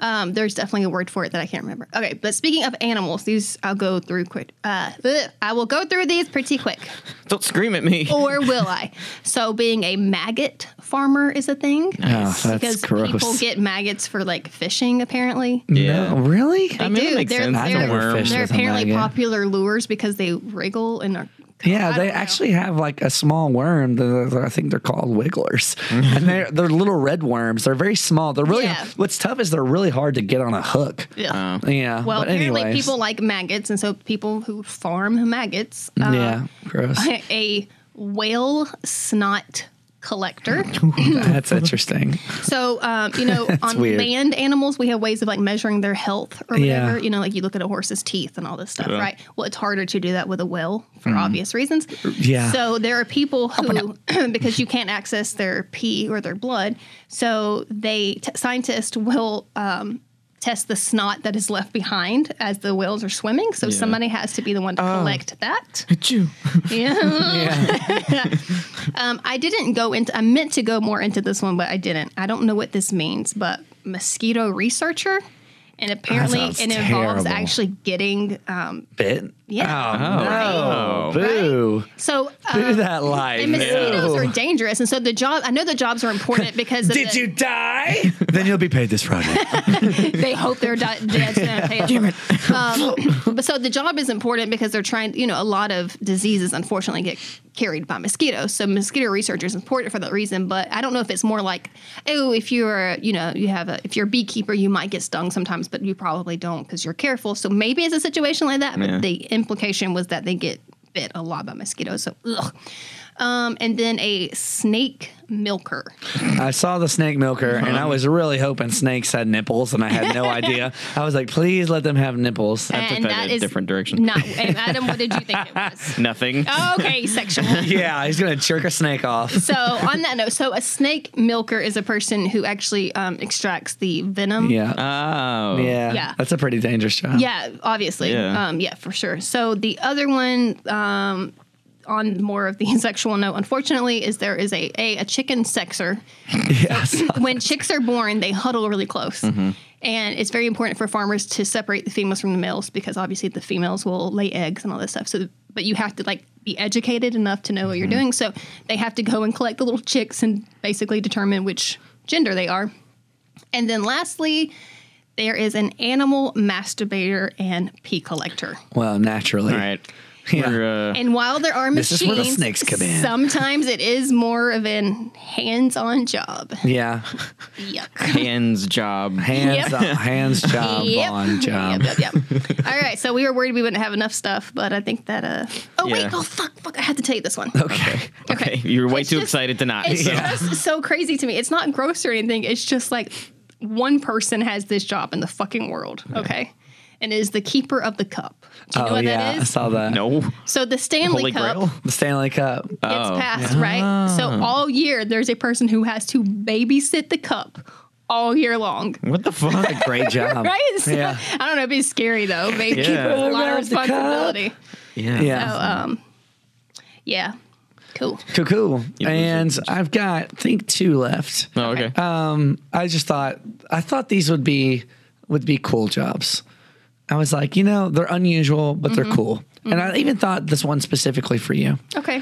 Speaker 2: um, there's definitely a word for it that I can't remember. Okay, but speaking of animals, these I'll go through quick. Uh, bleh, I will go through these pretty quick,
Speaker 3: Don't scream at me.
Speaker 2: or will I? So being a maggot farmer is a thing
Speaker 1: Oh, that's
Speaker 2: because
Speaker 1: gross.
Speaker 2: people get maggots for like fishing apparently.
Speaker 3: Yeah.
Speaker 1: No, really?
Speaker 3: I mean, that
Speaker 2: Dude,
Speaker 3: makes
Speaker 2: they're-
Speaker 3: sense.
Speaker 2: they're-
Speaker 3: That's a worm.
Speaker 1: Fish
Speaker 2: They're
Speaker 1: with a
Speaker 2: apparently
Speaker 1: maggot.
Speaker 2: popular lures because they wriggle and are. I
Speaker 1: Yeah,
Speaker 2: don't
Speaker 1: they
Speaker 2: know.
Speaker 1: actually have like a small worm. that- that I think they're called wigglers, and they're they're little red worms. They're very small. They're really
Speaker 2: Yeah.
Speaker 1: what's tough is they're really hard to get on a hook.
Speaker 2: Ugh.
Speaker 1: Yeah.
Speaker 2: Well,
Speaker 1: Oh. but
Speaker 2: apparently
Speaker 1: anyways.
Speaker 2: people like maggots, and so people who farm maggots. uh,
Speaker 1: yeah, gross.
Speaker 2: A whale snot collector.
Speaker 1: That's interesting.
Speaker 2: so, um, you know, on
Speaker 1: weird.
Speaker 2: land animals, we have ways of like measuring their health or
Speaker 1: Yeah.
Speaker 2: whatever. You know, like you look at a horse's teeth and all this stuff,
Speaker 3: Yeah.
Speaker 2: right? Well, it's harder to do that with a whale for obvious reasons.
Speaker 1: Mm-hmm. Yeah.
Speaker 2: So there are people who, because you can't access their pee or their blood, so they t- scientists will um, test the snot that is left behind as the whales are swimming. So somebody has to be the one to collect that.
Speaker 3: you.
Speaker 2: Yeah.
Speaker 1: Yeah.
Speaker 2: um, I didn't go into. I meant to go more into this one, but I didn't. I don't know what this means, but mosquito researcher. And apparently, it
Speaker 1: sounds
Speaker 2: involves
Speaker 1: terrible.
Speaker 2: actually getting. Um,
Speaker 1: Bit.
Speaker 2: Yeah.
Speaker 1: Oh, no.
Speaker 3: Right.
Speaker 1: Boo.
Speaker 2: so
Speaker 1: Boo
Speaker 2: um,
Speaker 1: that life.
Speaker 2: And mosquitoes
Speaker 1: Ew.
Speaker 2: are dangerous, and so the job. I know the jobs are important because of
Speaker 1: Did
Speaker 2: the-
Speaker 1: you die? then you'll be paid this Friday.
Speaker 2: they hope they're di- dead. So they don't pay us. Um, but so the job is important because they're trying. You know, a lot of diseases unfortunately get carried by mosquitoes. So mosquito research is important for that reason. But I don't know if it's more like, oh, if you're, you know, you have a, if you're a beekeeper, you might get stung sometimes, but you probably don't because you're careful. So maybe it's a situation like that. But
Speaker 3: Yeah.
Speaker 2: the implication was that they get bit a lot by mosquitoes. So ugh. Um, and then a snake milker.
Speaker 1: I saw the snake milker and I was really hoping snakes had nipples and I had no idea. I was like, please let them have nipples.
Speaker 3: That's a
Speaker 2: and
Speaker 3: kind
Speaker 2: that
Speaker 3: of
Speaker 2: is
Speaker 3: different direction.
Speaker 2: Not, and Adam, what did you think it was?
Speaker 3: Nothing.
Speaker 2: Oh. Okay, sexual.
Speaker 1: yeah, he's going to jerk a snake off.
Speaker 2: So on that note, so a snake milker is a person who actually um, extracts the venom.
Speaker 1: Yeah.
Speaker 3: Oh.
Speaker 1: yeah.
Speaker 2: yeah.
Speaker 1: That's a pretty dangerous job.
Speaker 2: Yeah, obviously.
Speaker 3: Yeah.
Speaker 2: Um, yeah, for sure. So the other one um, on more of the sexual note, unfortunately, is there is a a, a chicken sexer.
Speaker 1: Yes.
Speaker 2: when chicks are born, they huddle really close.
Speaker 1: Mm-hmm.
Speaker 2: And it's very important for farmers to separate the females from the males because obviously the females will lay eggs and all this stuff. So, but you have to like be educated enough to know what
Speaker 1: Mm-hmm.
Speaker 2: you're doing. So they have to go and collect the little chicks and basically determine which gender they are. And then lastly, there is an animal masturbator and pee collector.
Speaker 1: Well, naturally.
Speaker 3: All right.
Speaker 1: Yeah.
Speaker 3: We're, uh,
Speaker 2: And while there are machines,
Speaker 1: This is where the snakes come in.
Speaker 2: sometimes it is more of an hands-on job.
Speaker 1: Yeah.
Speaker 2: Yuck.
Speaker 3: hands job.
Speaker 1: Hands,
Speaker 2: Yep.
Speaker 1: on, hands job
Speaker 2: Yep.
Speaker 1: on job.
Speaker 2: Yep, yep, yep. All right, so we were worried we wouldn't have enough stuff, but I think that. uh Oh
Speaker 3: Yeah.
Speaker 2: wait, oh fuck, fuck! I had to tell you this one.
Speaker 1: Okay.
Speaker 2: Okay,
Speaker 3: Hey, you were way
Speaker 2: It's
Speaker 3: too
Speaker 2: just-
Speaker 3: excited to not.
Speaker 2: it's
Speaker 3: so-
Speaker 2: just so crazy to me. It's not gross or anything. It's just like one person has this job in the fucking world. Okay, and it is the keeper of the cup. Do you know
Speaker 1: Oh,
Speaker 2: what
Speaker 1: yeah.
Speaker 2: that
Speaker 1: I
Speaker 2: is?
Speaker 1: saw that.
Speaker 3: No.
Speaker 2: So the Stanley
Speaker 3: Holy
Speaker 2: Cup.
Speaker 3: Grail. Oh,
Speaker 1: The Stanley Cup.
Speaker 2: It's passed, right? So all year there's a person who has to babysit the cup all year long.
Speaker 3: What the fuck?
Speaker 1: Great job.
Speaker 2: Right? So,
Speaker 1: Um, Yeah.
Speaker 2: I don't know. It'd be scary though. Maybe
Speaker 3: Yeah.
Speaker 2: it's a lot of
Speaker 1: Around the cup.
Speaker 2: responsibility.
Speaker 3: yeah.
Speaker 1: Yeah.
Speaker 2: So, um, yeah, cool.
Speaker 1: Cool, cool.
Speaker 3: lose it.
Speaker 1: And I've got, I think, two left.
Speaker 3: Oh, okay.
Speaker 1: Um, I just thought I thought these would be would be cool jobs. I was like, you know, they're unusual, but
Speaker 2: Mm-hmm.
Speaker 1: they're cool. And I even thought this one specifically for you.
Speaker 2: Okay,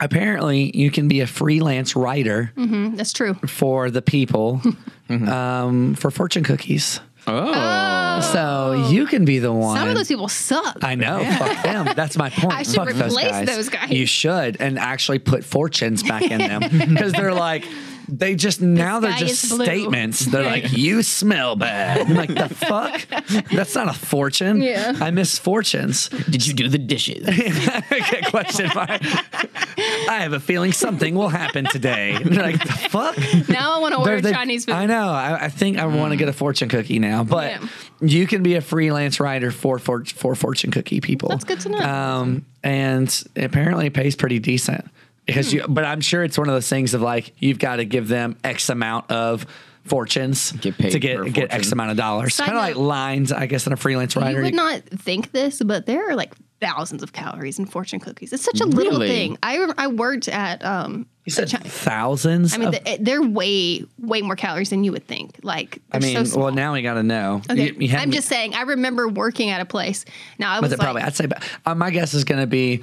Speaker 1: Apparently, you can be a freelance writer
Speaker 2: Mm, that's true.
Speaker 1: for the people
Speaker 2: Mm-hmm.
Speaker 1: um, for fortune cookies.
Speaker 3: oh.
Speaker 1: So you can be the one.
Speaker 2: Some of those people suck.
Speaker 1: I know. Fuck them. That's my point.
Speaker 2: I should
Speaker 1: Fuck those
Speaker 2: replace
Speaker 1: guys.
Speaker 2: those guys.
Speaker 1: You should, and actually put fortunes back in them because they're like they just now they're
Speaker 2: sky
Speaker 1: just
Speaker 2: is blue.
Speaker 1: statements. They're like you smell bad. I'm like the fuck. That's not a fortune.
Speaker 2: Yeah.
Speaker 1: I miss fortunes.
Speaker 3: Did you do the dishes?
Speaker 1: Okay, question mark. I have a feeling something will happen today. And they're like the fuck.
Speaker 2: now I want to order
Speaker 1: They're the-
Speaker 2: Chinese food. Mm.
Speaker 1: I know. I, I think I want to get a fortune cookie now, but
Speaker 2: Yeah.
Speaker 1: you can be a freelance writer for for, for fortune cookie people.
Speaker 2: That's good to know.
Speaker 1: Um, and apparently it pays pretty decent.
Speaker 2: Hmm.
Speaker 1: Because you, but I'm sure it's one of those things of like you've got to give them X amount of fortunes
Speaker 3: Get paid
Speaker 1: to get
Speaker 3: per
Speaker 1: get X
Speaker 3: fortune.
Speaker 1: amount of dollars.
Speaker 2: Side
Speaker 1: Kind of like
Speaker 2: note.
Speaker 1: lines, I guess, in a freelance writer.
Speaker 2: You would not think this, but there are like thousands of calories in fortune cookies. It's such a little
Speaker 3: Really?
Speaker 2: thing. I I worked at um.
Speaker 1: You said thousands.
Speaker 2: I mean,
Speaker 1: of-
Speaker 2: th- they're way way more calories than you would think. Like
Speaker 1: I mean,
Speaker 2: so small.
Speaker 1: well, now we got to know.
Speaker 2: Okay.
Speaker 1: You- you had
Speaker 2: I'm
Speaker 1: me-
Speaker 2: just saying. I remember working at a place. Now I was
Speaker 1: but
Speaker 2: like,
Speaker 1: probably I'd say about- uh, my guess is going to be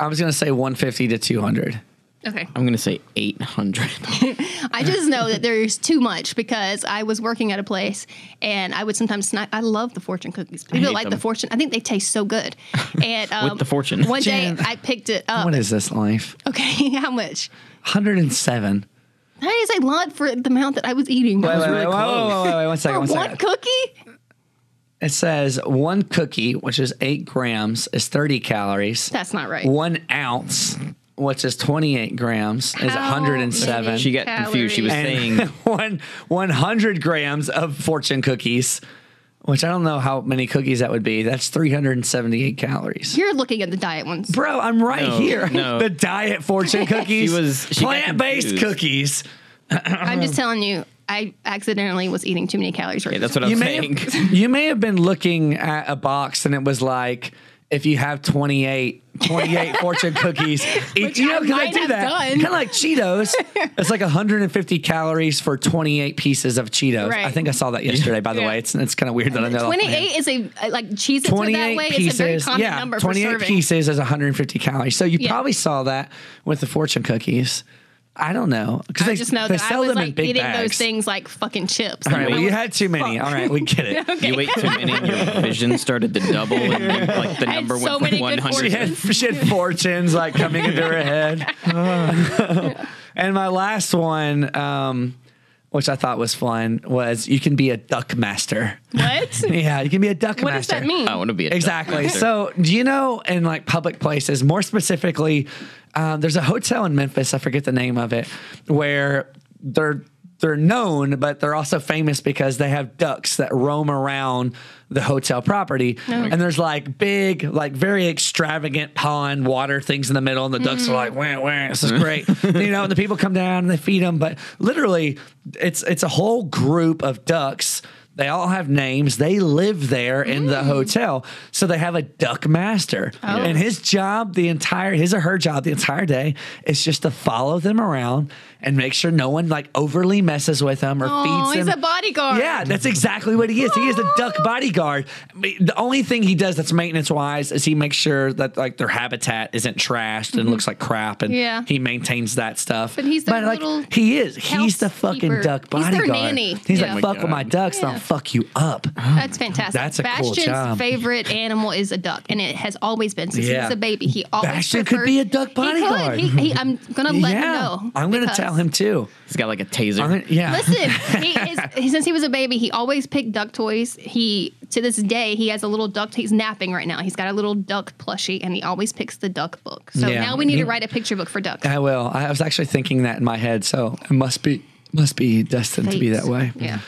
Speaker 1: I was going to say 150 to 200.
Speaker 2: okay.
Speaker 3: I'm gonna say 800.
Speaker 2: I just know that there's too much because I was working at a place and I would sometimes snack. I love the fortune cookies. People
Speaker 3: hate
Speaker 2: like
Speaker 3: them.
Speaker 2: the fortune. I think they taste so good. And um,
Speaker 3: the fortune.
Speaker 2: one day
Speaker 1: Jan.
Speaker 2: I picked it up.
Speaker 1: What is this life?
Speaker 2: Okay, how much?
Speaker 1: 107.
Speaker 2: That is a lot for the amount that I was eating.
Speaker 1: Wait, wait,
Speaker 3: really
Speaker 1: wait, wait,
Speaker 3: close.
Speaker 1: wait, wait, wait, one second,
Speaker 2: for
Speaker 1: one
Speaker 2: one
Speaker 1: second.
Speaker 2: cookie?
Speaker 1: It says one cookie, which is eight grams, is 30 calories.
Speaker 2: That's not right.
Speaker 1: One ounce, which is 28 grams, is
Speaker 2: How
Speaker 1: 107.
Speaker 2: many
Speaker 3: She got confused. She was
Speaker 2: calories?
Speaker 1: and
Speaker 3: saying
Speaker 1: one 100 grams of fortune cookies, which I don't know how many cookies that would be. That's 378 calories.
Speaker 2: You're looking at the diet ones.
Speaker 1: Bro, I'm right
Speaker 3: No,
Speaker 1: here.
Speaker 3: no.
Speaker 1: The diet fortune cookies,
Speaker 3: was- she got
Speaker 1: plant-based
Speaker 3: confused.
Speaker 1: cookies.
Speaker 2: I'm just telling you, I accidentally was eating too many calories.
Speaker 3: Yeah, that's what I'm
Speaker 1: You may,
Speaker 3: saying.
Speaker 1: have, you may have been looking at a box and it was like, if you have 28, 28 fortune cookies, eat,
Speaker 2: Which
Speaker 1: you know,
Speaker 2: I
Speaker 1: because they
Speaker 2: might
Speaker 1: do
Speaker 2: have
Speaker 1: that.
Speaker 2: done.
Speaker 1: Kind of like Cheetos. it's like 150 calories for 28 pieces of Cheetos. I
Speaker 2: Right.
Speaker 1: think I saw that yesterday, by the
Speaker 2: Yeah.
Speaker 1: way. It's, it's kind of weird that I know that. offhand.
Speaker 2: 28 is a uh, like cheese. It's that
Speaker 1: 28
Speaker 2: way.
Speaker 1: pieces.
Speaker 2: It's a very common
Speaker 1: yeah,
Speaker 2: number for
Speaker 1: 28
Speaker 2: serving.
Speaker 1: pieces is 150 calories. So you
Speaker 2: Yeah.
Speaker 1: probably saw that with the fortune cookies. I don't know because
Speaker 2: I
Speaker 1: they
Speaker 2: just know
Speaker 1: they
Speaker 2: that I
Speaker 1: sell
Speaker 2: was
Speaker 1: them in
Speaker 2: like
Speaker 1: big
Speaker 2: eating
Speaker 1: bags.
Speaker 2: those things like fucking chips.
Speaker 1: All right,
Speaker 2: Like,
Speaker 1: well,
Speaker 2: I
Speaker 1: you
Speaker 2: was-
Speaker 1: had too many. All right, we get it.
Speaker 2: Okay.
Speaker 3: you ate too many, your vision started to double, and then, like the
Speaker 2: I had
Speaker 3: number
Speaker 2: so
Speaker 3: went from
Speaker 2: many good
Speaker 3: 100.
Speaker 1: She had, she had fortunes like coming into her head. and my last one, um, which I thought was fun, was you can be a duck master.
Speaker 2: what?
Speaker 1: Yeah, you can be a duck
Speaker 2: what does
Speaker 1: master.
Speaker 2: that mean?
Speaker 3: I want to Oh, be a duck
Speaker 1: Exactly.
Speaker 3: master.
Speaker 1: So, do you know in like public places, more specifically, um, there's a hotel in Memphis. I forget the name of it, where they're they're known, but they're also famous because they have ducks that roam around the hotel property. And there's like big, like very extravagant pond water things in the middle, and the ducks are like, wah, wah, this is great. you know, and the people come down and they feed them. But literally, it's it's a whole group of ducks. They all have names. They live there in
Speaker 2: Mm.
Speaker 1: the hotel. So they have a duck master.
Speaker 2: Oh.
Speaker 1: And his job the entire his or her job the entire day is just to follow them around and make sure no one like overly messes with them or
Speaker 2: Oh,
Speaker 1: feeds
Speaker 2: he's
Speaker 1: them.
Speaker 2: a bodyguard.
Speaker 1: Yeah, that's exactly what he is. He is a duck bodyguard. I mean, The only thing he does that's maintenance wise is he makes sure that like their habitat isn't trashed and looks like crap, and
Speaker 2: Mm-hmm. Yeah.
Speaker 1: he maintains that stuff.
Speaker 2: But he's their little
Speaker 1: he is. He's the fucking
Speaker 2: housekeeper.
Speaker 1: duck
Speaker 2: He's their
Speaker 1: bodyguard.
Speaker 2: nanny.
Speaker 1: He's
Speaker 2: Yeah. Oh
Speaker 1: like,
Speaker 2: my
Speaker 1: fuck with my
Speaker 3: God.
Speaker 1: ducks,
Speaker 2: Yeah.
Speaker 1: they'll fuck you up.
Speaker 2: That's fantastic.
Speaker 1: That's a cool
Speaker 2: Bastion's
Speaker 1: job.
Speaker 2: favorite animal is a duck, and it has always been since
Speaker 1: Yeah.
Speaker 2: he was a baby. He always
Speaker 1: Bastion could be a duck
Speaker 2: He could.
Speaker 1: bodyguard.
Speaker 2: He he- I'm gonna let him know.
Speaker 1: I'm gonna
Speaker 2: because-
Speaker 1: tell him too.
Speaker 3: He's got like a
Speaker 1: I'm gonna,
Speaker 3: taser.
Speaker 1: yeah,
Speaker 2: Listen, he is, he- since he was a baby, he always picked duck toys. He to this day he has a little duck. He's napping right now. He's got a little duck plushie, and he always picks the duck book. So
Speaker 1: Yeah.
Speaker 2: now we need
Speaker 1: He-
Speaker 2: to write a picture book for duck.
Speaker 1: I will. I was actually thinking that in my head, so it must be must be destined to be
Speaker 2: Fate.
Speaker 1: that way. Um,
Speaker 2: Yeah.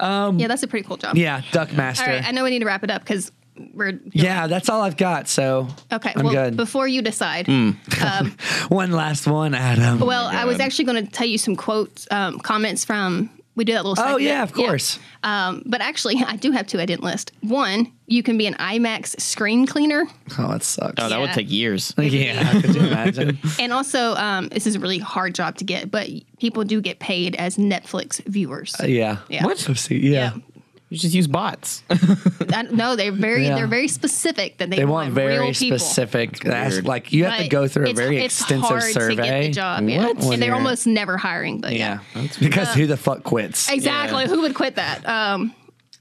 Speaker 2: yeah, that's a pretty cool job.
Speaker 1: Yeah, duck master.
Speaker 2: All right, I know we need to wrap it up because we're
Speaker 1: Yeah, that's all I've got. So
Speaker 2: Okay,
Speaker 1: I'm
Speaker 2: well,
Speaker 1: good. Mm.
Speaker 2: before you decide, um,
Speaker 1: one last one, Adam.
Speaker 2: well, I was
Speaker 3: God.
Speaker 2: actually going to tell you some quotes, um, comments from. We do that little.
Speaker 1: oh
Speaker 2: segment.
Speaker 1: yeah, of course.
Speaker 2: Um, but actually, I do have two I didn't list. One, you can be an IMAX screen cleaner,
Speaker 1: Oh, that sucks.
Speaker 3: Oh, that would
Speaker 2: Yeah.
Speaker 3: take years.
Speaker 1: yeah, could you imagine?
Speaker 2: and also um, this is a really hard job to get, but people do get paid as Netflix viewers.
Speaker 1: yeah.
Speaker 2: Yeah. What?
Speaker 1: Let's see, Uh, Yeah.
Speaker 3: You just use bots.
Speaker 2: I- no, they're very
Speaker 1: Yeah.
Speaker 2: they're very specific that they,
Speaker 1: They want very
Speaker 2: real people.
Speaker 1: specific. That's
Speaker 3: weird.
Speaker 1: like you have to
Speaker 2: But
Speaker 1: go through a
Speaker 2: it's-
Speaker 1: very
Speaker 2: it's
Speaker 1: extensive
Speaker 2: hard
Speaker 1: survey.
Speaker 2: To get the job, yeah.
Speaker 1: What? When
Speaker 2: And they're
Speaker 1: you're-
Speaker 2: almost uh, never hiring, but
Speaker 1: Yeah.
Speaker 2: yeah.
Speaker 1: Because who the fuck quits?
Speaker 2: Exactly.
Speaker 3: Yeah.
Speaker 2: Who would quit that? Um,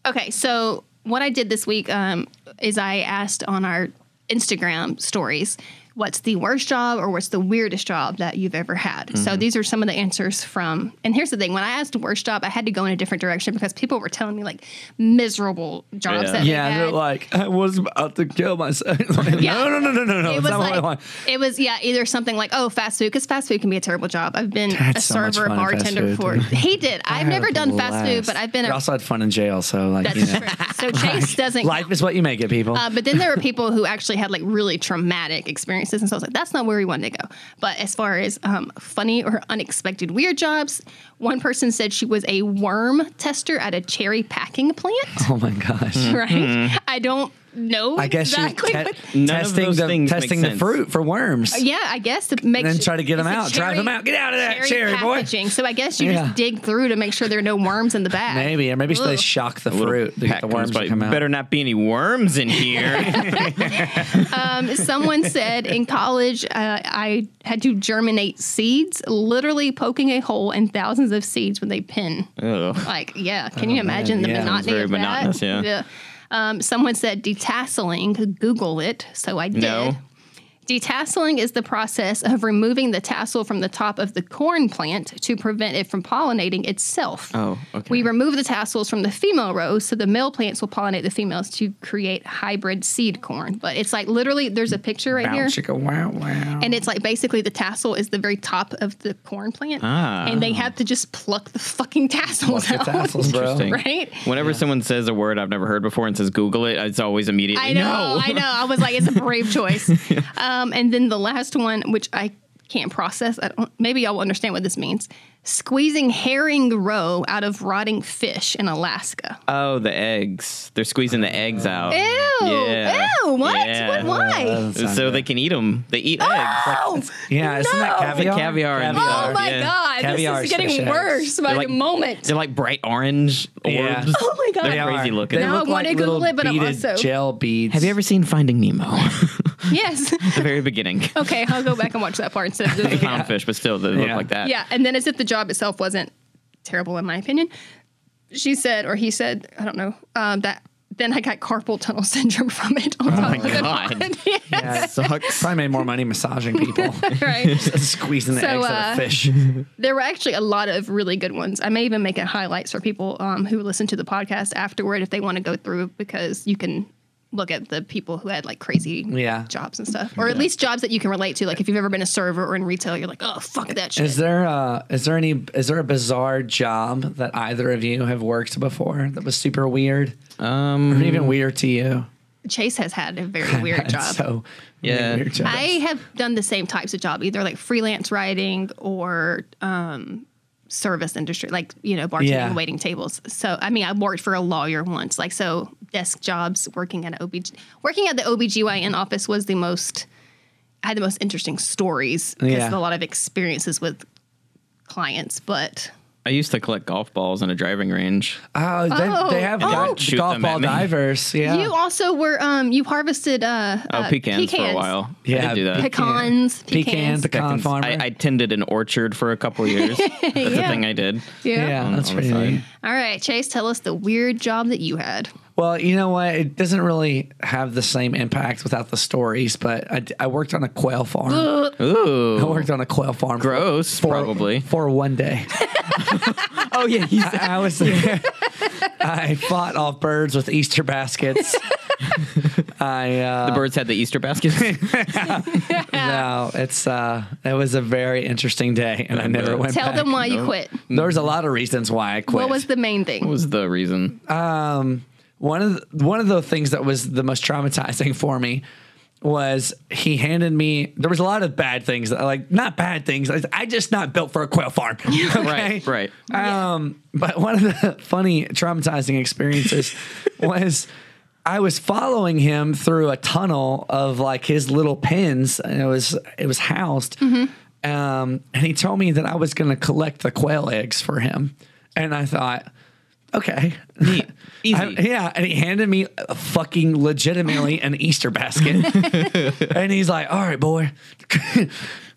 Speaker 2: okay, so what I did this week um, is I asked on our Instagram stories, what's the worst job or what's the weirdest job that you've ever had? So
Speaker 3: Mm-hmm.
Speaker 2: these are some of the answers from. And here's the thing: when I asked worst job, I had to go in a different direction because people were telling me like miserable jobs
Speaker 3: Yeah.
Speaker 2: that they
Speaker 1: Yeah, they're
Speaker 2: had.
Speaker 1: like, I was about to kill myself.
Speaker 2: Yeah.
Speaker 1: No, no, no, no, no, no.
Speaker 2: It
Speaker 1: It's
Speaker 2: was
Speaker 1: not what I
Speaker 2: like
Speaker 1: want.
Speaker 2: it was yeah either something like oh fast food because fast food can be a terrible job. I've been
Speaker 1: That's
Speaker 2: a
Speaker 1: so much
Speaker 2: server,
Speaker 1: fun at fast
Speaker 2: bartender
Speaker 1: food.
Speaker 2: before. He did. I've
Speaker 1: I had
Speaker 2: never
Speaker 1: a
Speaker 2: done fast food,
Speaker 1: blast.
Speaker 2: but I've been
Speaker 1: I
Speaker 2: a
Speaker 1: also had fun in jail, so like,
Speaker 2: That's
Speaker 1: you know.
Speaker 2: true. So Chase doesn't.
Speaker 1: Life is what you make it, people.
Speaker 2: Uh, but then there were people who actually had like really traumatic experiences. And so I was like, that's not where we wanted to go. But as far as um, funny or unexpected weird jobs, one person said she was a worm tester at a cherry packing plant.
Speaker 1: Oh my gosh.
Speaker 2: Right? I don't know
Speaker 1: I guess
Speaker 2: exactly.
Speaker 1: you're te-
Speaker 2: what-
Speaker 3: None of
Speaker 1: testing
Speaker 3: those
Speaker 1: the
Speaker 3: things make
Speaker 1: testing the
Speaker 3: sense.
Speaker 1: fruit for worms.
Speaker 2: yeah, I guess to make
Speaker 1: And then
Speaker 2: su-
Speaker 1: try to get 'em
Speaker 2: it's a
Speaker 1: out. Drive 'em out. Get out of that cherry, boy.
Speaker 2: packaging. So I guess you
Speaker 1: Yeah.
Speaker 2: just dig through to make sure there are no worms in the bag.
Speaker 1: Maybe or maybe they
Speaker 2: Ugh.
Speaker 1: shock the fruit to get
Speaker 3: Pat
Speaker 1: the
Speaker 3: comes
Speaker 1: worms
Speaker 3: by,
Speaker 1: to come out.
Speaker 3: Better not be any worms in here.
Speaker 2: Um, someone said in college, uh, I had to germinate seeds, literally poking a hole in thousands of seeds when they pin.
Speaker 3: Ugh.
Speaker 2: Like, yeah, can you imagine the
Speaker 1: Oh, yeah. Sounds
Speaker 2: monotony
Speaker 3: very
Speaker 2: of
Speaker 3: monotonous,
Speaker 2: that?
Speaker 3: yeah.
Speaker 2: Um, someone said detasseling. Google it, so I did.
Speaker 3: No.
Speaker 2: Detasseling is the process of removing the tassel from the top of the corn plant to prevent it from pollinating itself.
Speaker 3: Oh, okay.
Speaker 2: We remove the tassels from the female rows so the male plants will pollinate the females to create hybrid seed corn. But it's like literally, there's a picture right here.
Speaker 1: Chicka wow wow.
Speaker 2: And it's like basically the tassel is the very top of the corn plant.
Speaker 3: Ah.
Speaker 2: And they have to just pluck the fucking tassels
Speaker 1: Look at
Speaker 2: out.
Speaker 1: tassels, bro.
Speaker 3: Interesting.
Speaker 2: Right?
Speaker 3: Whenever someone says a word I've never heard before and says Google it, it's always immediately
Speaker 2: I know,
Speaker 3: no.
Speaker 2: I know. I was like, it's a brave choice. um, and then the last one, which I can't process, I don't, maybe y'all will understand what this means squeezing herring roe out of rotting fish in Alaska.
Speaker 3: Oh, the eggs. They're squeezing the eggs out.
Speaker 2: Ew.
Speaker 3: Oh, Yeah.
Speaker 2: Ew. What?
Speaker 3: Yeah. Oh.
Speaker 2: What? Why?
Speaker 3: So they can eat them. They eat eggs.
Speaker 2: oh,
Speaker 1: Yeah, isn't that
Speaker 2: No.
Speaker 1: caviar?
Speaker 3: Caviar and uh,
Speaker 2: oh
Speaker 3: are,
Speaker 2: my
Speaker 3: yeah.
Speaker 2: God.
Speaker 1: Caviar
Speaker 2: this is
Speaker 1: is
Speaker 2: getting
Speaker 1: fish eggs.
Speaker 2: worse by
Speaker 3: They're like-
Speaker 2: the moment.
Speaker 3: They're like bright orange orbs.
Speaker 1: Yeah.
Speaker 2: Oh my God.
Speaker 3: They're crazy looking.
Speaker 1: They
Speaker 2: Now I
Speaker 1: look
Speaker 2: wanna
Speaker 1: like
Speaker 2: Google
Speaker 1: little
Speaker 2: it, but I'm
Speaker 1: beaded
Speaker 2: also-
Speaker 1: gel beads.
Speaker 3: Have you ever seen Finding Nemo?
Speaker 2: Yes.
Speaker 3: the very beginning.
Speaker 2: Okay, I'll go back and watch that part instead of
Speaker 3: The
Speaker 2: Googling.
Speaker 3: clownfish, but still, they look
Speaker 1: Yeah.
Speaker 3: like that.
Speaker 2: Yeah, and then as if the job itself wasn't terrible in my opinion, she said or he said, I don't know, um, that then I got carpal tunnel syndrome from it.
Speaker 1: Oh
Speaker 2: On top
Speaker 3: my
Speaker 2: of it.
Speaker 3: God.
Speaker 2: yeah,
Speaker 1: Yeah, it sucks. Probably made more money massaging people,
Speaker 2: right.
Speaker 1: squeezing the
Speaker 2: So,
Speaker 1: eggs out
Speaker 2: uh,
Speaker 1: of fish.
Speaker 2: There were actually a lot of really good ones. I may even make it highlights for people um, who listen to the podcast afterward if they want to go through because you can look at the people who had like crazy
Speaker 1: Yeah.
Speaker 2: jobs and stuff, or at least jobs that you can relate to. Like if you've ever been a server or in retail, you're like, oh fuck that shit.
Speaker 1: Is there uh is there any is there a bizarre job that either of you have worked before that was super weird
Speaker 3: Um,
Speaker 1: or even weird to you?
Speaker 2: Chase has had a very weird
Speaker 1: That's
Speaker 2: job.
Speaker 1: So
Speaker 3: Yeah.
Speaker 1: many weird jobs.
Speaker 2: I have done the same types of job, either like freelance writing or um, service industry, like you know, bartending,
Speaker 1: Yeah.
Speaker 2: and waiting tables. So, I mean, I worked for a lawyer once, like so desk jobs, working at an OBG, working at the OBGYN office was the most. I had the most interesting stories because
Speaker 1: Yeah.
Speaker 2: of a lot of experiences with clients, but
Speaker 3: I used to collect golf balls in a driving range.
Speaker 1: oh, they,
Speaker 2: Oh,
Speaker 1: they have
Speaker 2: oh.
Speaker 1: got
Speaker 3: Shoot
Speaker 1: golf
Speaker 3: them at
Speaker 1: ball
Speaker 3: me.
Speaker 1: divers. Yeah.
Speaker 2: you also were um you harvested uh,
Speaker 3: Oh,
Speaker 2: uh,
Speaker 3: pecans, for a while. I
Speaker 1: Yeah,
Speaker 3: did do that.
Speaker 1: pecan-
Speaker 2: pecans,
Speaker 1: pecan,
Speaker 2: pecans,
Speaker 1: pecan
Speaker 3: Pecans.
Speaker 1: farmer.
Speaker 3: I, I tended an orchard for a couple years. That's a
Speaker 2: Yeah.
Speaker 3: thing I did.
Speaker 2: Yeah.
Speaker 1: yeah,
Speaker 3: on-
Speaker 1: that's
Speaker 3: on the
Speaker 1: pretty
Speaker 3: side.
Speaker 1: neat.
Speaker 2: All right, Chase, tell us the weird job that you had.
Speaker 1: Well, you know what? It doesn't really have the same impact without the stories, but I, I worked on a quail farm. I
Speaker 3: Ooh.
Speaker 1: worked on a quail farm. for-
Speaker 3: Gross, probably.
Speaker 1: For one day.
Speaker 3: Oh, yeah. He's,
Speaker 1: I, I was there. I fought off birds with Easter baskets. I uh,
Speaker 3: the birds had the Easter baskets.
Speaker 1: no, it's uh, it was a very interesting day, and I never went.
Speaker 2: Tell
Speaker 1: back.
Speaker 2: them why you quit.
Speaker 1: There was a lot of reasons why I quit.
Speaker 2: What was the main thing?
Speaker 3: was the reason.
Speaker 1: Um, one of the, one of the things that was the most traumatizing for me was he handed me there was a lot of bad things that like not bad things I, I just not built for a quail farm okay?
Speaker 3: Right, right.
Speaker 1: um but one of the funny traumatizing experiences was I was following him through a tunnel of like his little pens and it was it was housed
Speaker 3: Mm-hmm.
Speaker 1: um and he told me that I was going to collect the quail eggs for him and I thought okay
Speaker 3: Easy.
Speaker 1: I- yeah, and he handed me a fucking legitimately an Easter basket, and he's like, "All right, boy."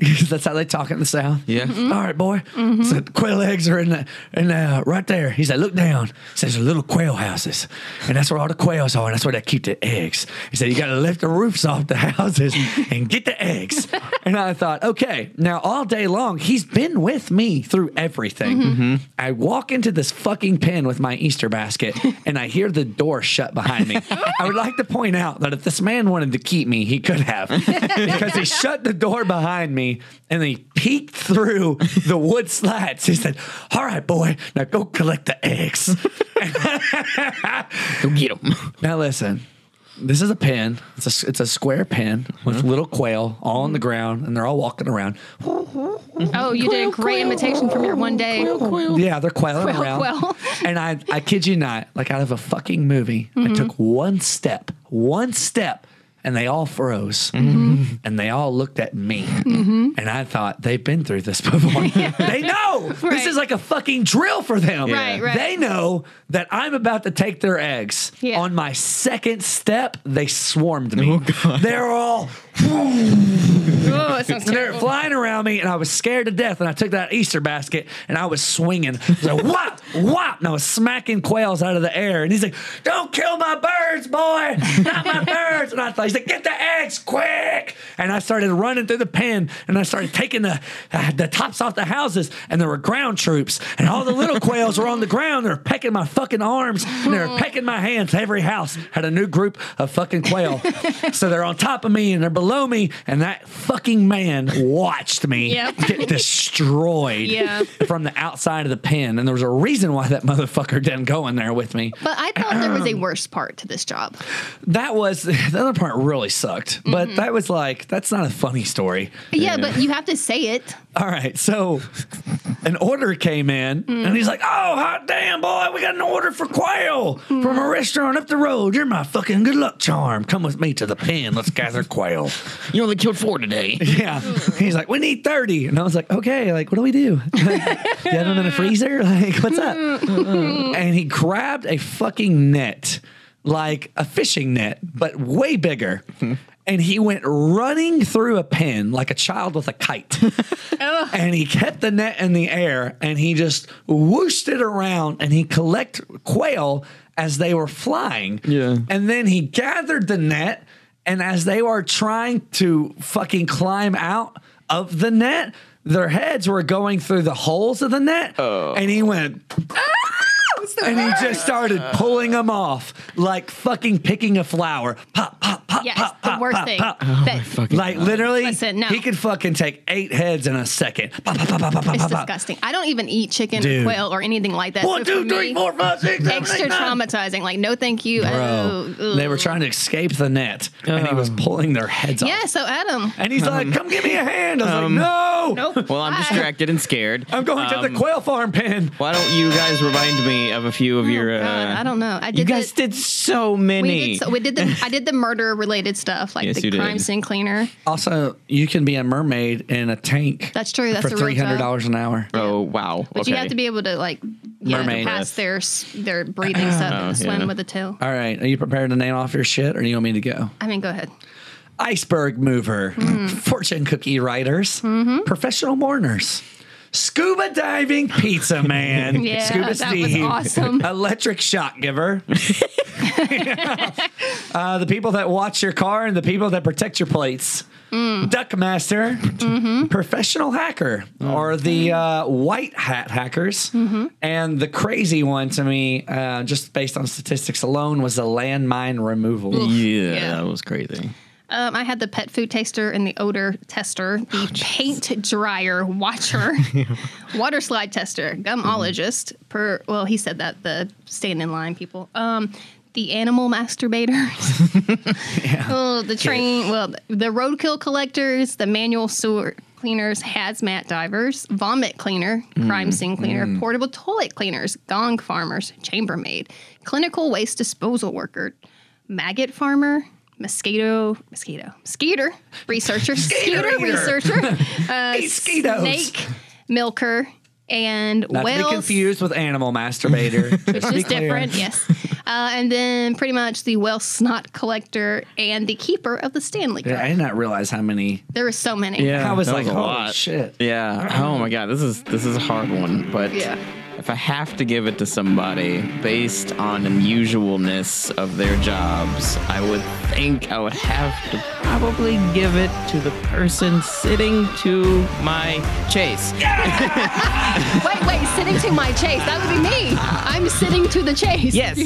Speaker 1: 'Cause That's how they talk in the South.
Speaker 3: Yeah. Mhm.
Speaker 1: "All right, boy. So the quail eggs are in the in the, uh, right there. He's like, look down. Says there's little quail houses, and that's where all the quails are, and that's where they keep the eggs. He said you got to lift the roofs off the houses and get the eggs. and I thought, okay, now all day long he's been with me through everything. I walk into this fucking pen with my Easter basket, and I hear the door shut behind me. I would like to point out that if this man wanted to keep me, he could have because he shut the door behind me and he peeked through the wood slats. He said, All right, boy, now go collect the eggs.
Speaker 3: Go get them.
Speaker 1: now listen, This is a pen. It's a it's a square pen with little quail all on the ground, and they're all walking around.
Speaker 2: Oh, you did a great imitation from your one day.
Speaker 1: Yeah, they're quailing
Speaker 2: Quail,
Speaker 1: around.
Speaker 2: quail.
Speaker 1: And I I kid you not, like out of a fucking movie,
Speaker 2: Mm-hmm.
Speaker 1: I took one step, one step, and they all froze,
Speaker 2: Mm-hmm.
Speaker 1: Mm-hmm. and they all looked at me, and I thought they've been through this before. They know this
Speaker 2: Right.
Speaker 1: is like a fucking drill for them.
Speaker 2: Right, right.
Speaker 1: They know that I'm about to take their eggs.
Speaker 2: Yeah.
Speaker 1: On my second step, they swarmed me.
Speaker 4: Oh, God.
Speaker 1: They're all
Speaker 2: Oh, it sounds
Speaker 1: and they're
Speaker 2: terrible.
Speaker 1: flying around me, and I was scared to death. And I took that Easter basket and I was swinging. I was like, whop, whop. And I was smacking quails out of the air. And he's like, Don't kill my birds, boy. Not my birds. And I thought, He's like, Get the eggs quick. And I started running through the pen and I started taking the, uh, the tops off the houses. And there were ground troops. And all the little quails were on the ground. They were pecking my fucking arms and they were pecking my hands. Every house had a new group of fucking quail. so they're on top of me and they're below me. And that fucking man watched me
Speaker 2: Yep.
Speaker 1: get destroyed
Speaker 2: Yeah.
Speaker 1: from the outside of the pen. And there was a reason why that motherfucker didn't go in there with me.
Speaker 2: But I thought there was a worse part to this job.
Speaker 1: That was the other part really sucked. But
Speaker 2: Mm-hmm.
Speaker 1: that was like, that's not a funny story.
Speaker 2: Yeah, but you have to say it.
Speaker 1: All right, so an order came in, and he's like, "Oh, hot damn, boy, we got an order for quail from a restaurant up the road. You're my fucking good luck charm. Come with me to the pen. Let's gather quail."
Speaker 3: You only killed four today.
Speaker 1: Yeah, he's like, "We need 30. and I was like, "Okay, like, what do we do? do you have them in the freezer? Like, what's up?" and he grabbed a fucking net, like a fishing net, but way bigger. And he went running through a pen like a child with a kite. and he kept the net in the air and he just whooshed it around and he collect quail as they were flying.
Speaker 4: Yeah.
Speaker 1: And then he gathered the net and as they were trying to fucking climb out of the net, their heads were going through the holes of the net. And he went
Speaker 2: Ah!
Speaker 1: and he just started pulling them off like fucking picking a flower. Pop, pop, pop,
Speaker 2: Yeah,
Speaker 1: pop,
Speaker 2: it's the
Speaker 1: pop,
Speaker 2: worst
Speaker 1: pop,
Speaker 2: thing.
Speaker 1: pop.
Speaker 2: That-
Speaker 1: Like literally,
Speaker 2: Listen, no.
Speaker 1: he could fucking take eight heads in a second. Pop, pop, pop, pop, pop, pop,
Speaker 2: it's
Speaker 1: pop.
Speaker 2: disgusting. I don't even eat chicken
Speaker 1: Dude.
Speaker 2: or quail or anything like that.
Speaker 1: One,
Speaker 2: so for
Speaker 1: two, three,
Speaker 2: me,
Speaker 1: four, five, six, seven,
Speaker 2: Extra
Speaker 1: eight, nine.
Speaker 2: traumatizing. Like, no thank you.
Speaker 1: Bro, Um,
Speaker 2: Oh,
Speaker 1: they
Speaker 2: ugh.
Speaker 1: were trying to escape the net, and he was pulling their heads
Speaker 2: Yeah,
Speaker 1: off.
Speaker 2: so Adam.
Speaker 1: And he's like, "Come give me a hand." I was like, "No,
Speaker 2: Nope.
Speaker 3: Well, I'm
Speaker 2: Bye.
Speaker 3: distracted and scared.
Speaker 1: I'm going to the quail farm pen."
Speaker 3: Why don't you guys remind me of a few of
Speaker 2: Oh,
Speaker 3: your?
Speaker 2: God,
Speaker 3: uh,
Speaker 2: I don't know. I did
Speaker 3: You guys
Speaker 2: the-
Speaker 3: did so
Speaker 2: We
Speaker 3: many.
Speaker 2: did, so we did the I did the murder related stuff like
Speaker 3: Yes,
Speaker 2: the
Speaker 3: you did.
Speaker 2: crime scene cleaner.
Speaker 1: Also, you can be a mermaid in a tank.
Speaker 2: That's true. That's
Speaker 1: for
Speaker 2: a real
Speaker 1: three hundred dollars an hour.
Speaker 3: oh wow.
Speaker 2: But you have
Speaker 3: Okay.
Speaker 2: to be able to like yeah,
Speaker 1: Mermaid.
Speaker 2: pass their s- their breathing stuff and swim
Speaker 3: Oh, yeah.
Speaker 2: with the tail.
Speaker 1: All right, are you prepared to name off your shit, or do you want me to go?
Speaker 2: I mean, go ahead.
Speaker 1: iceberg mover,
Speaker 2: Mm-hmm.
Speaker 1: fortune cookie writers, professional mourners, scuba diving pizza man,
Speaker 2: Yeah,
Speaker 1: scuba
Speaker 2: that was awesome.
Speaker 1: electric shock giver. uh, the people that watch your car and the people that protect your plates.
Speaker 2: Mm.
Speaker 1: Duck master,
Speaker 2: Mm-hmm.
Speaker 1: professional hacker, or the uh, white hat hackers,
Speaker 2: Mm-hmm.
Speaker 1: and the crazy one to me, uh, just based on statistics alone, was the landmine removal.
Speaker 3: Yeah,
Speaker 2: Yeah.
Speaker 3: that was crazy.
Speaker 2: Um, I had the pet food taster and the odor tester,
Speaker 3: Oh,
Speaker 2: the paint dryer watcher, water slide tester, gumologist. Per well, he said that the stand in line people. Um, the animal masturbators, oh, the train, well, the roadkill collectors, the manual sewer cleaners, hazmat divers, vomit cleaner, crime scene cleaner, portable toilet cleaners, gong farmers, chambermaid, clinical waste disposal worker, maggot farmer, mosquito, mosquito, skeeter researcher, skeeter
Speaker 1: Skeeter.
Speaker 2: researcher, uh,
Speaker 1: Eat skeetos.
Speaker 2: snake milker, and
Speaker 1: Not to be
Speaker 2: whales.
Speaker 1: confused with animal masturbator. Just
Speaker 2: Which
Speaker 1: be
Speaker 2: is
Speaker 1: clear.
Speaker 2: different, yes. Uh, and then pretty much the whale snot collector and the keeper of the Stanley Cup.
Speaker 1: Yeah, I did not realize how many.
Speaker 2: There were so many.
Speaker 3: Yeah,
Speaker 1: I was
Speaker 3: that
Speaker 1: like,
Speaker 3: a
Speaker 1: holy
Speaker 3: lot.
Speaker 1: shit.
Speaker 3: Yeah. Oh my god, this is this is a hard one, but
Speaker 2: Yeah.
Speaker 3: if I have to give it to somebody based on unusualness of their jobs, I would think I would have to probably give it to the person sitting to my chase.
Speaker 2: Wait, wait, sitting to my chase. That would be me. I'm sitting to the chase.
Speaker 3: Yes.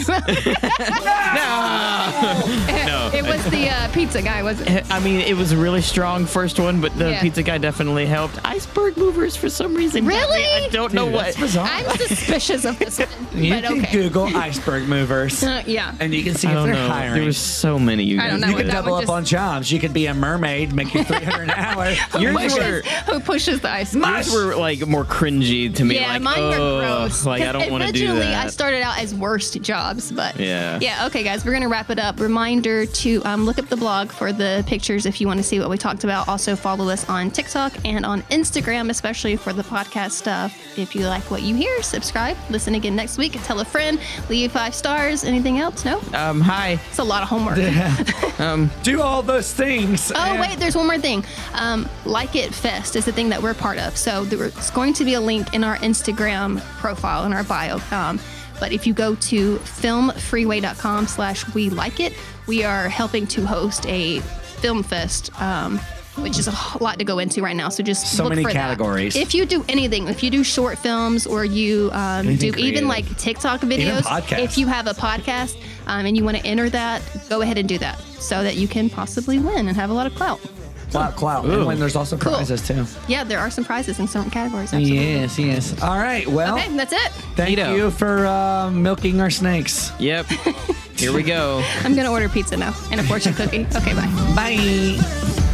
Speaker 3: No!
Speaker 2: It was the uh, pizza guy, was it?
Speaker 3: I mean, it was a really strong first one, but the
Speaker 2: Yeah.
Speaker 3: pizza guy definitely helped. Iceberg movers for some reason. got me.
Speaker 2: Really?
Speaker 3: I don't know
Speaker 1: Dude,
Speaker 3: what.
Speaker 1: That's bizarre.
Speaker 2: I'm suspicious of this one.
Speaker 1: You
Speaker 2: but
Speaker 1: can
Speaker 2: okay.
Speaker 1: Google iceberg movers,
Speaker 2: Uh, yeah.
Speaker 1: and you can see
Speaker 3: I
Speaker 1: if
Speaker 3: don't
Speaker 1: they're
Speaker 3: know.
Speaker 1: hiring.
Speaker 3: There was so many you
Speaker 2: I
Speaker 3: guys.
Speaker 2: don't know
Speaker 1: you
Speaker 2: what
Speaker 1: could
Speaker 2: that
Speaker 1: double
Speaker 2: one
Speaker 1: up
Speaker 2: just-
Speaker 1: on jobs. You could be a mermaid, make you 300 an hour.
Speaker 2: Who
Speaker 1: You're
Speaker 2: pushes, who pushes the ice?
Speaker 3: Yours were like more cringy to me.
Speaker 2: Yeah,
Speaker 3: like,
Speaker 2: mine
Speaker 3: "Ugh,"
Speaker 2: were gross.
Speaker 3: Like I
Speaker 2: 'Cause
Speaker 3: don't want to do
Speaker 2: Originally, I
Speaker 3: that.
Speaker 2: started out as worst jobs, but
Speaker 3: Yeah.
Speaker 2: yeah. Okay, guys, we're gonna wrap it up. Reminder to um, look up the blog for the pictures if you want to see what we talked about. Also, follow us on TikTok and on Instagram, especially for the podcast stuff. If you like what you hear, subscribe. Listen again next week. Tell a friend. Leave five stars. Anything else? No,
Speaker 3: um, hi.
Speaker 2: it's a lot of homework.
Speaker 1: Do all those things.
Speaker 2: Oh
Speaker 1: and-
Speaker 2: wait, there's one more thing. Um, like It Fest is the thing that we're part of. So there's going to be a link in our Instagram profile in our bio. Um, but if you go to filmfreeway.com slash we like it, we are helping to host a film fest. Um, which is a h- lot to go into right now, so just
Speaker 1: So
Speaker 2: look
Speaker 1: many
Speaker 2: for that.
Speaker 1: categories.
Speaker 2: If you do anything, if you do short films or you um, do
Speaker 1: Anything
Speaker 2: even
Speaker 1: creative.
Speaker 2: like TikTok videos,
Speaker 1: podcasts.
Speaker 2: if you have a podcast um, and you want to enter that, go ahead and do that so that you can possibly win and have a lot of clout.
Speaker 1: Clout, clout.
Speaker 3: Ooh.
Speaker 1: And when there's also
Speaker 2: Cool.
Speaker 1: prizes, too.
Speaker 2: Yeah, there are some prizes in certain categories. Absolutely.
Speaker 3: Yes, yes.
Speaker 1: All right. Well,
Speaker 2: Okay, that's it.
Speaker 1: thank
Speaker 3: Neato.
Speaker 1: you for uh, milking our snakes.
Speaker 3: Yep. Here we go.
Speaker 2: I'm going to order pizza now and a fortune cookie. Okay, bye.
Speaker 1: Bye.
Speaker 4: Thank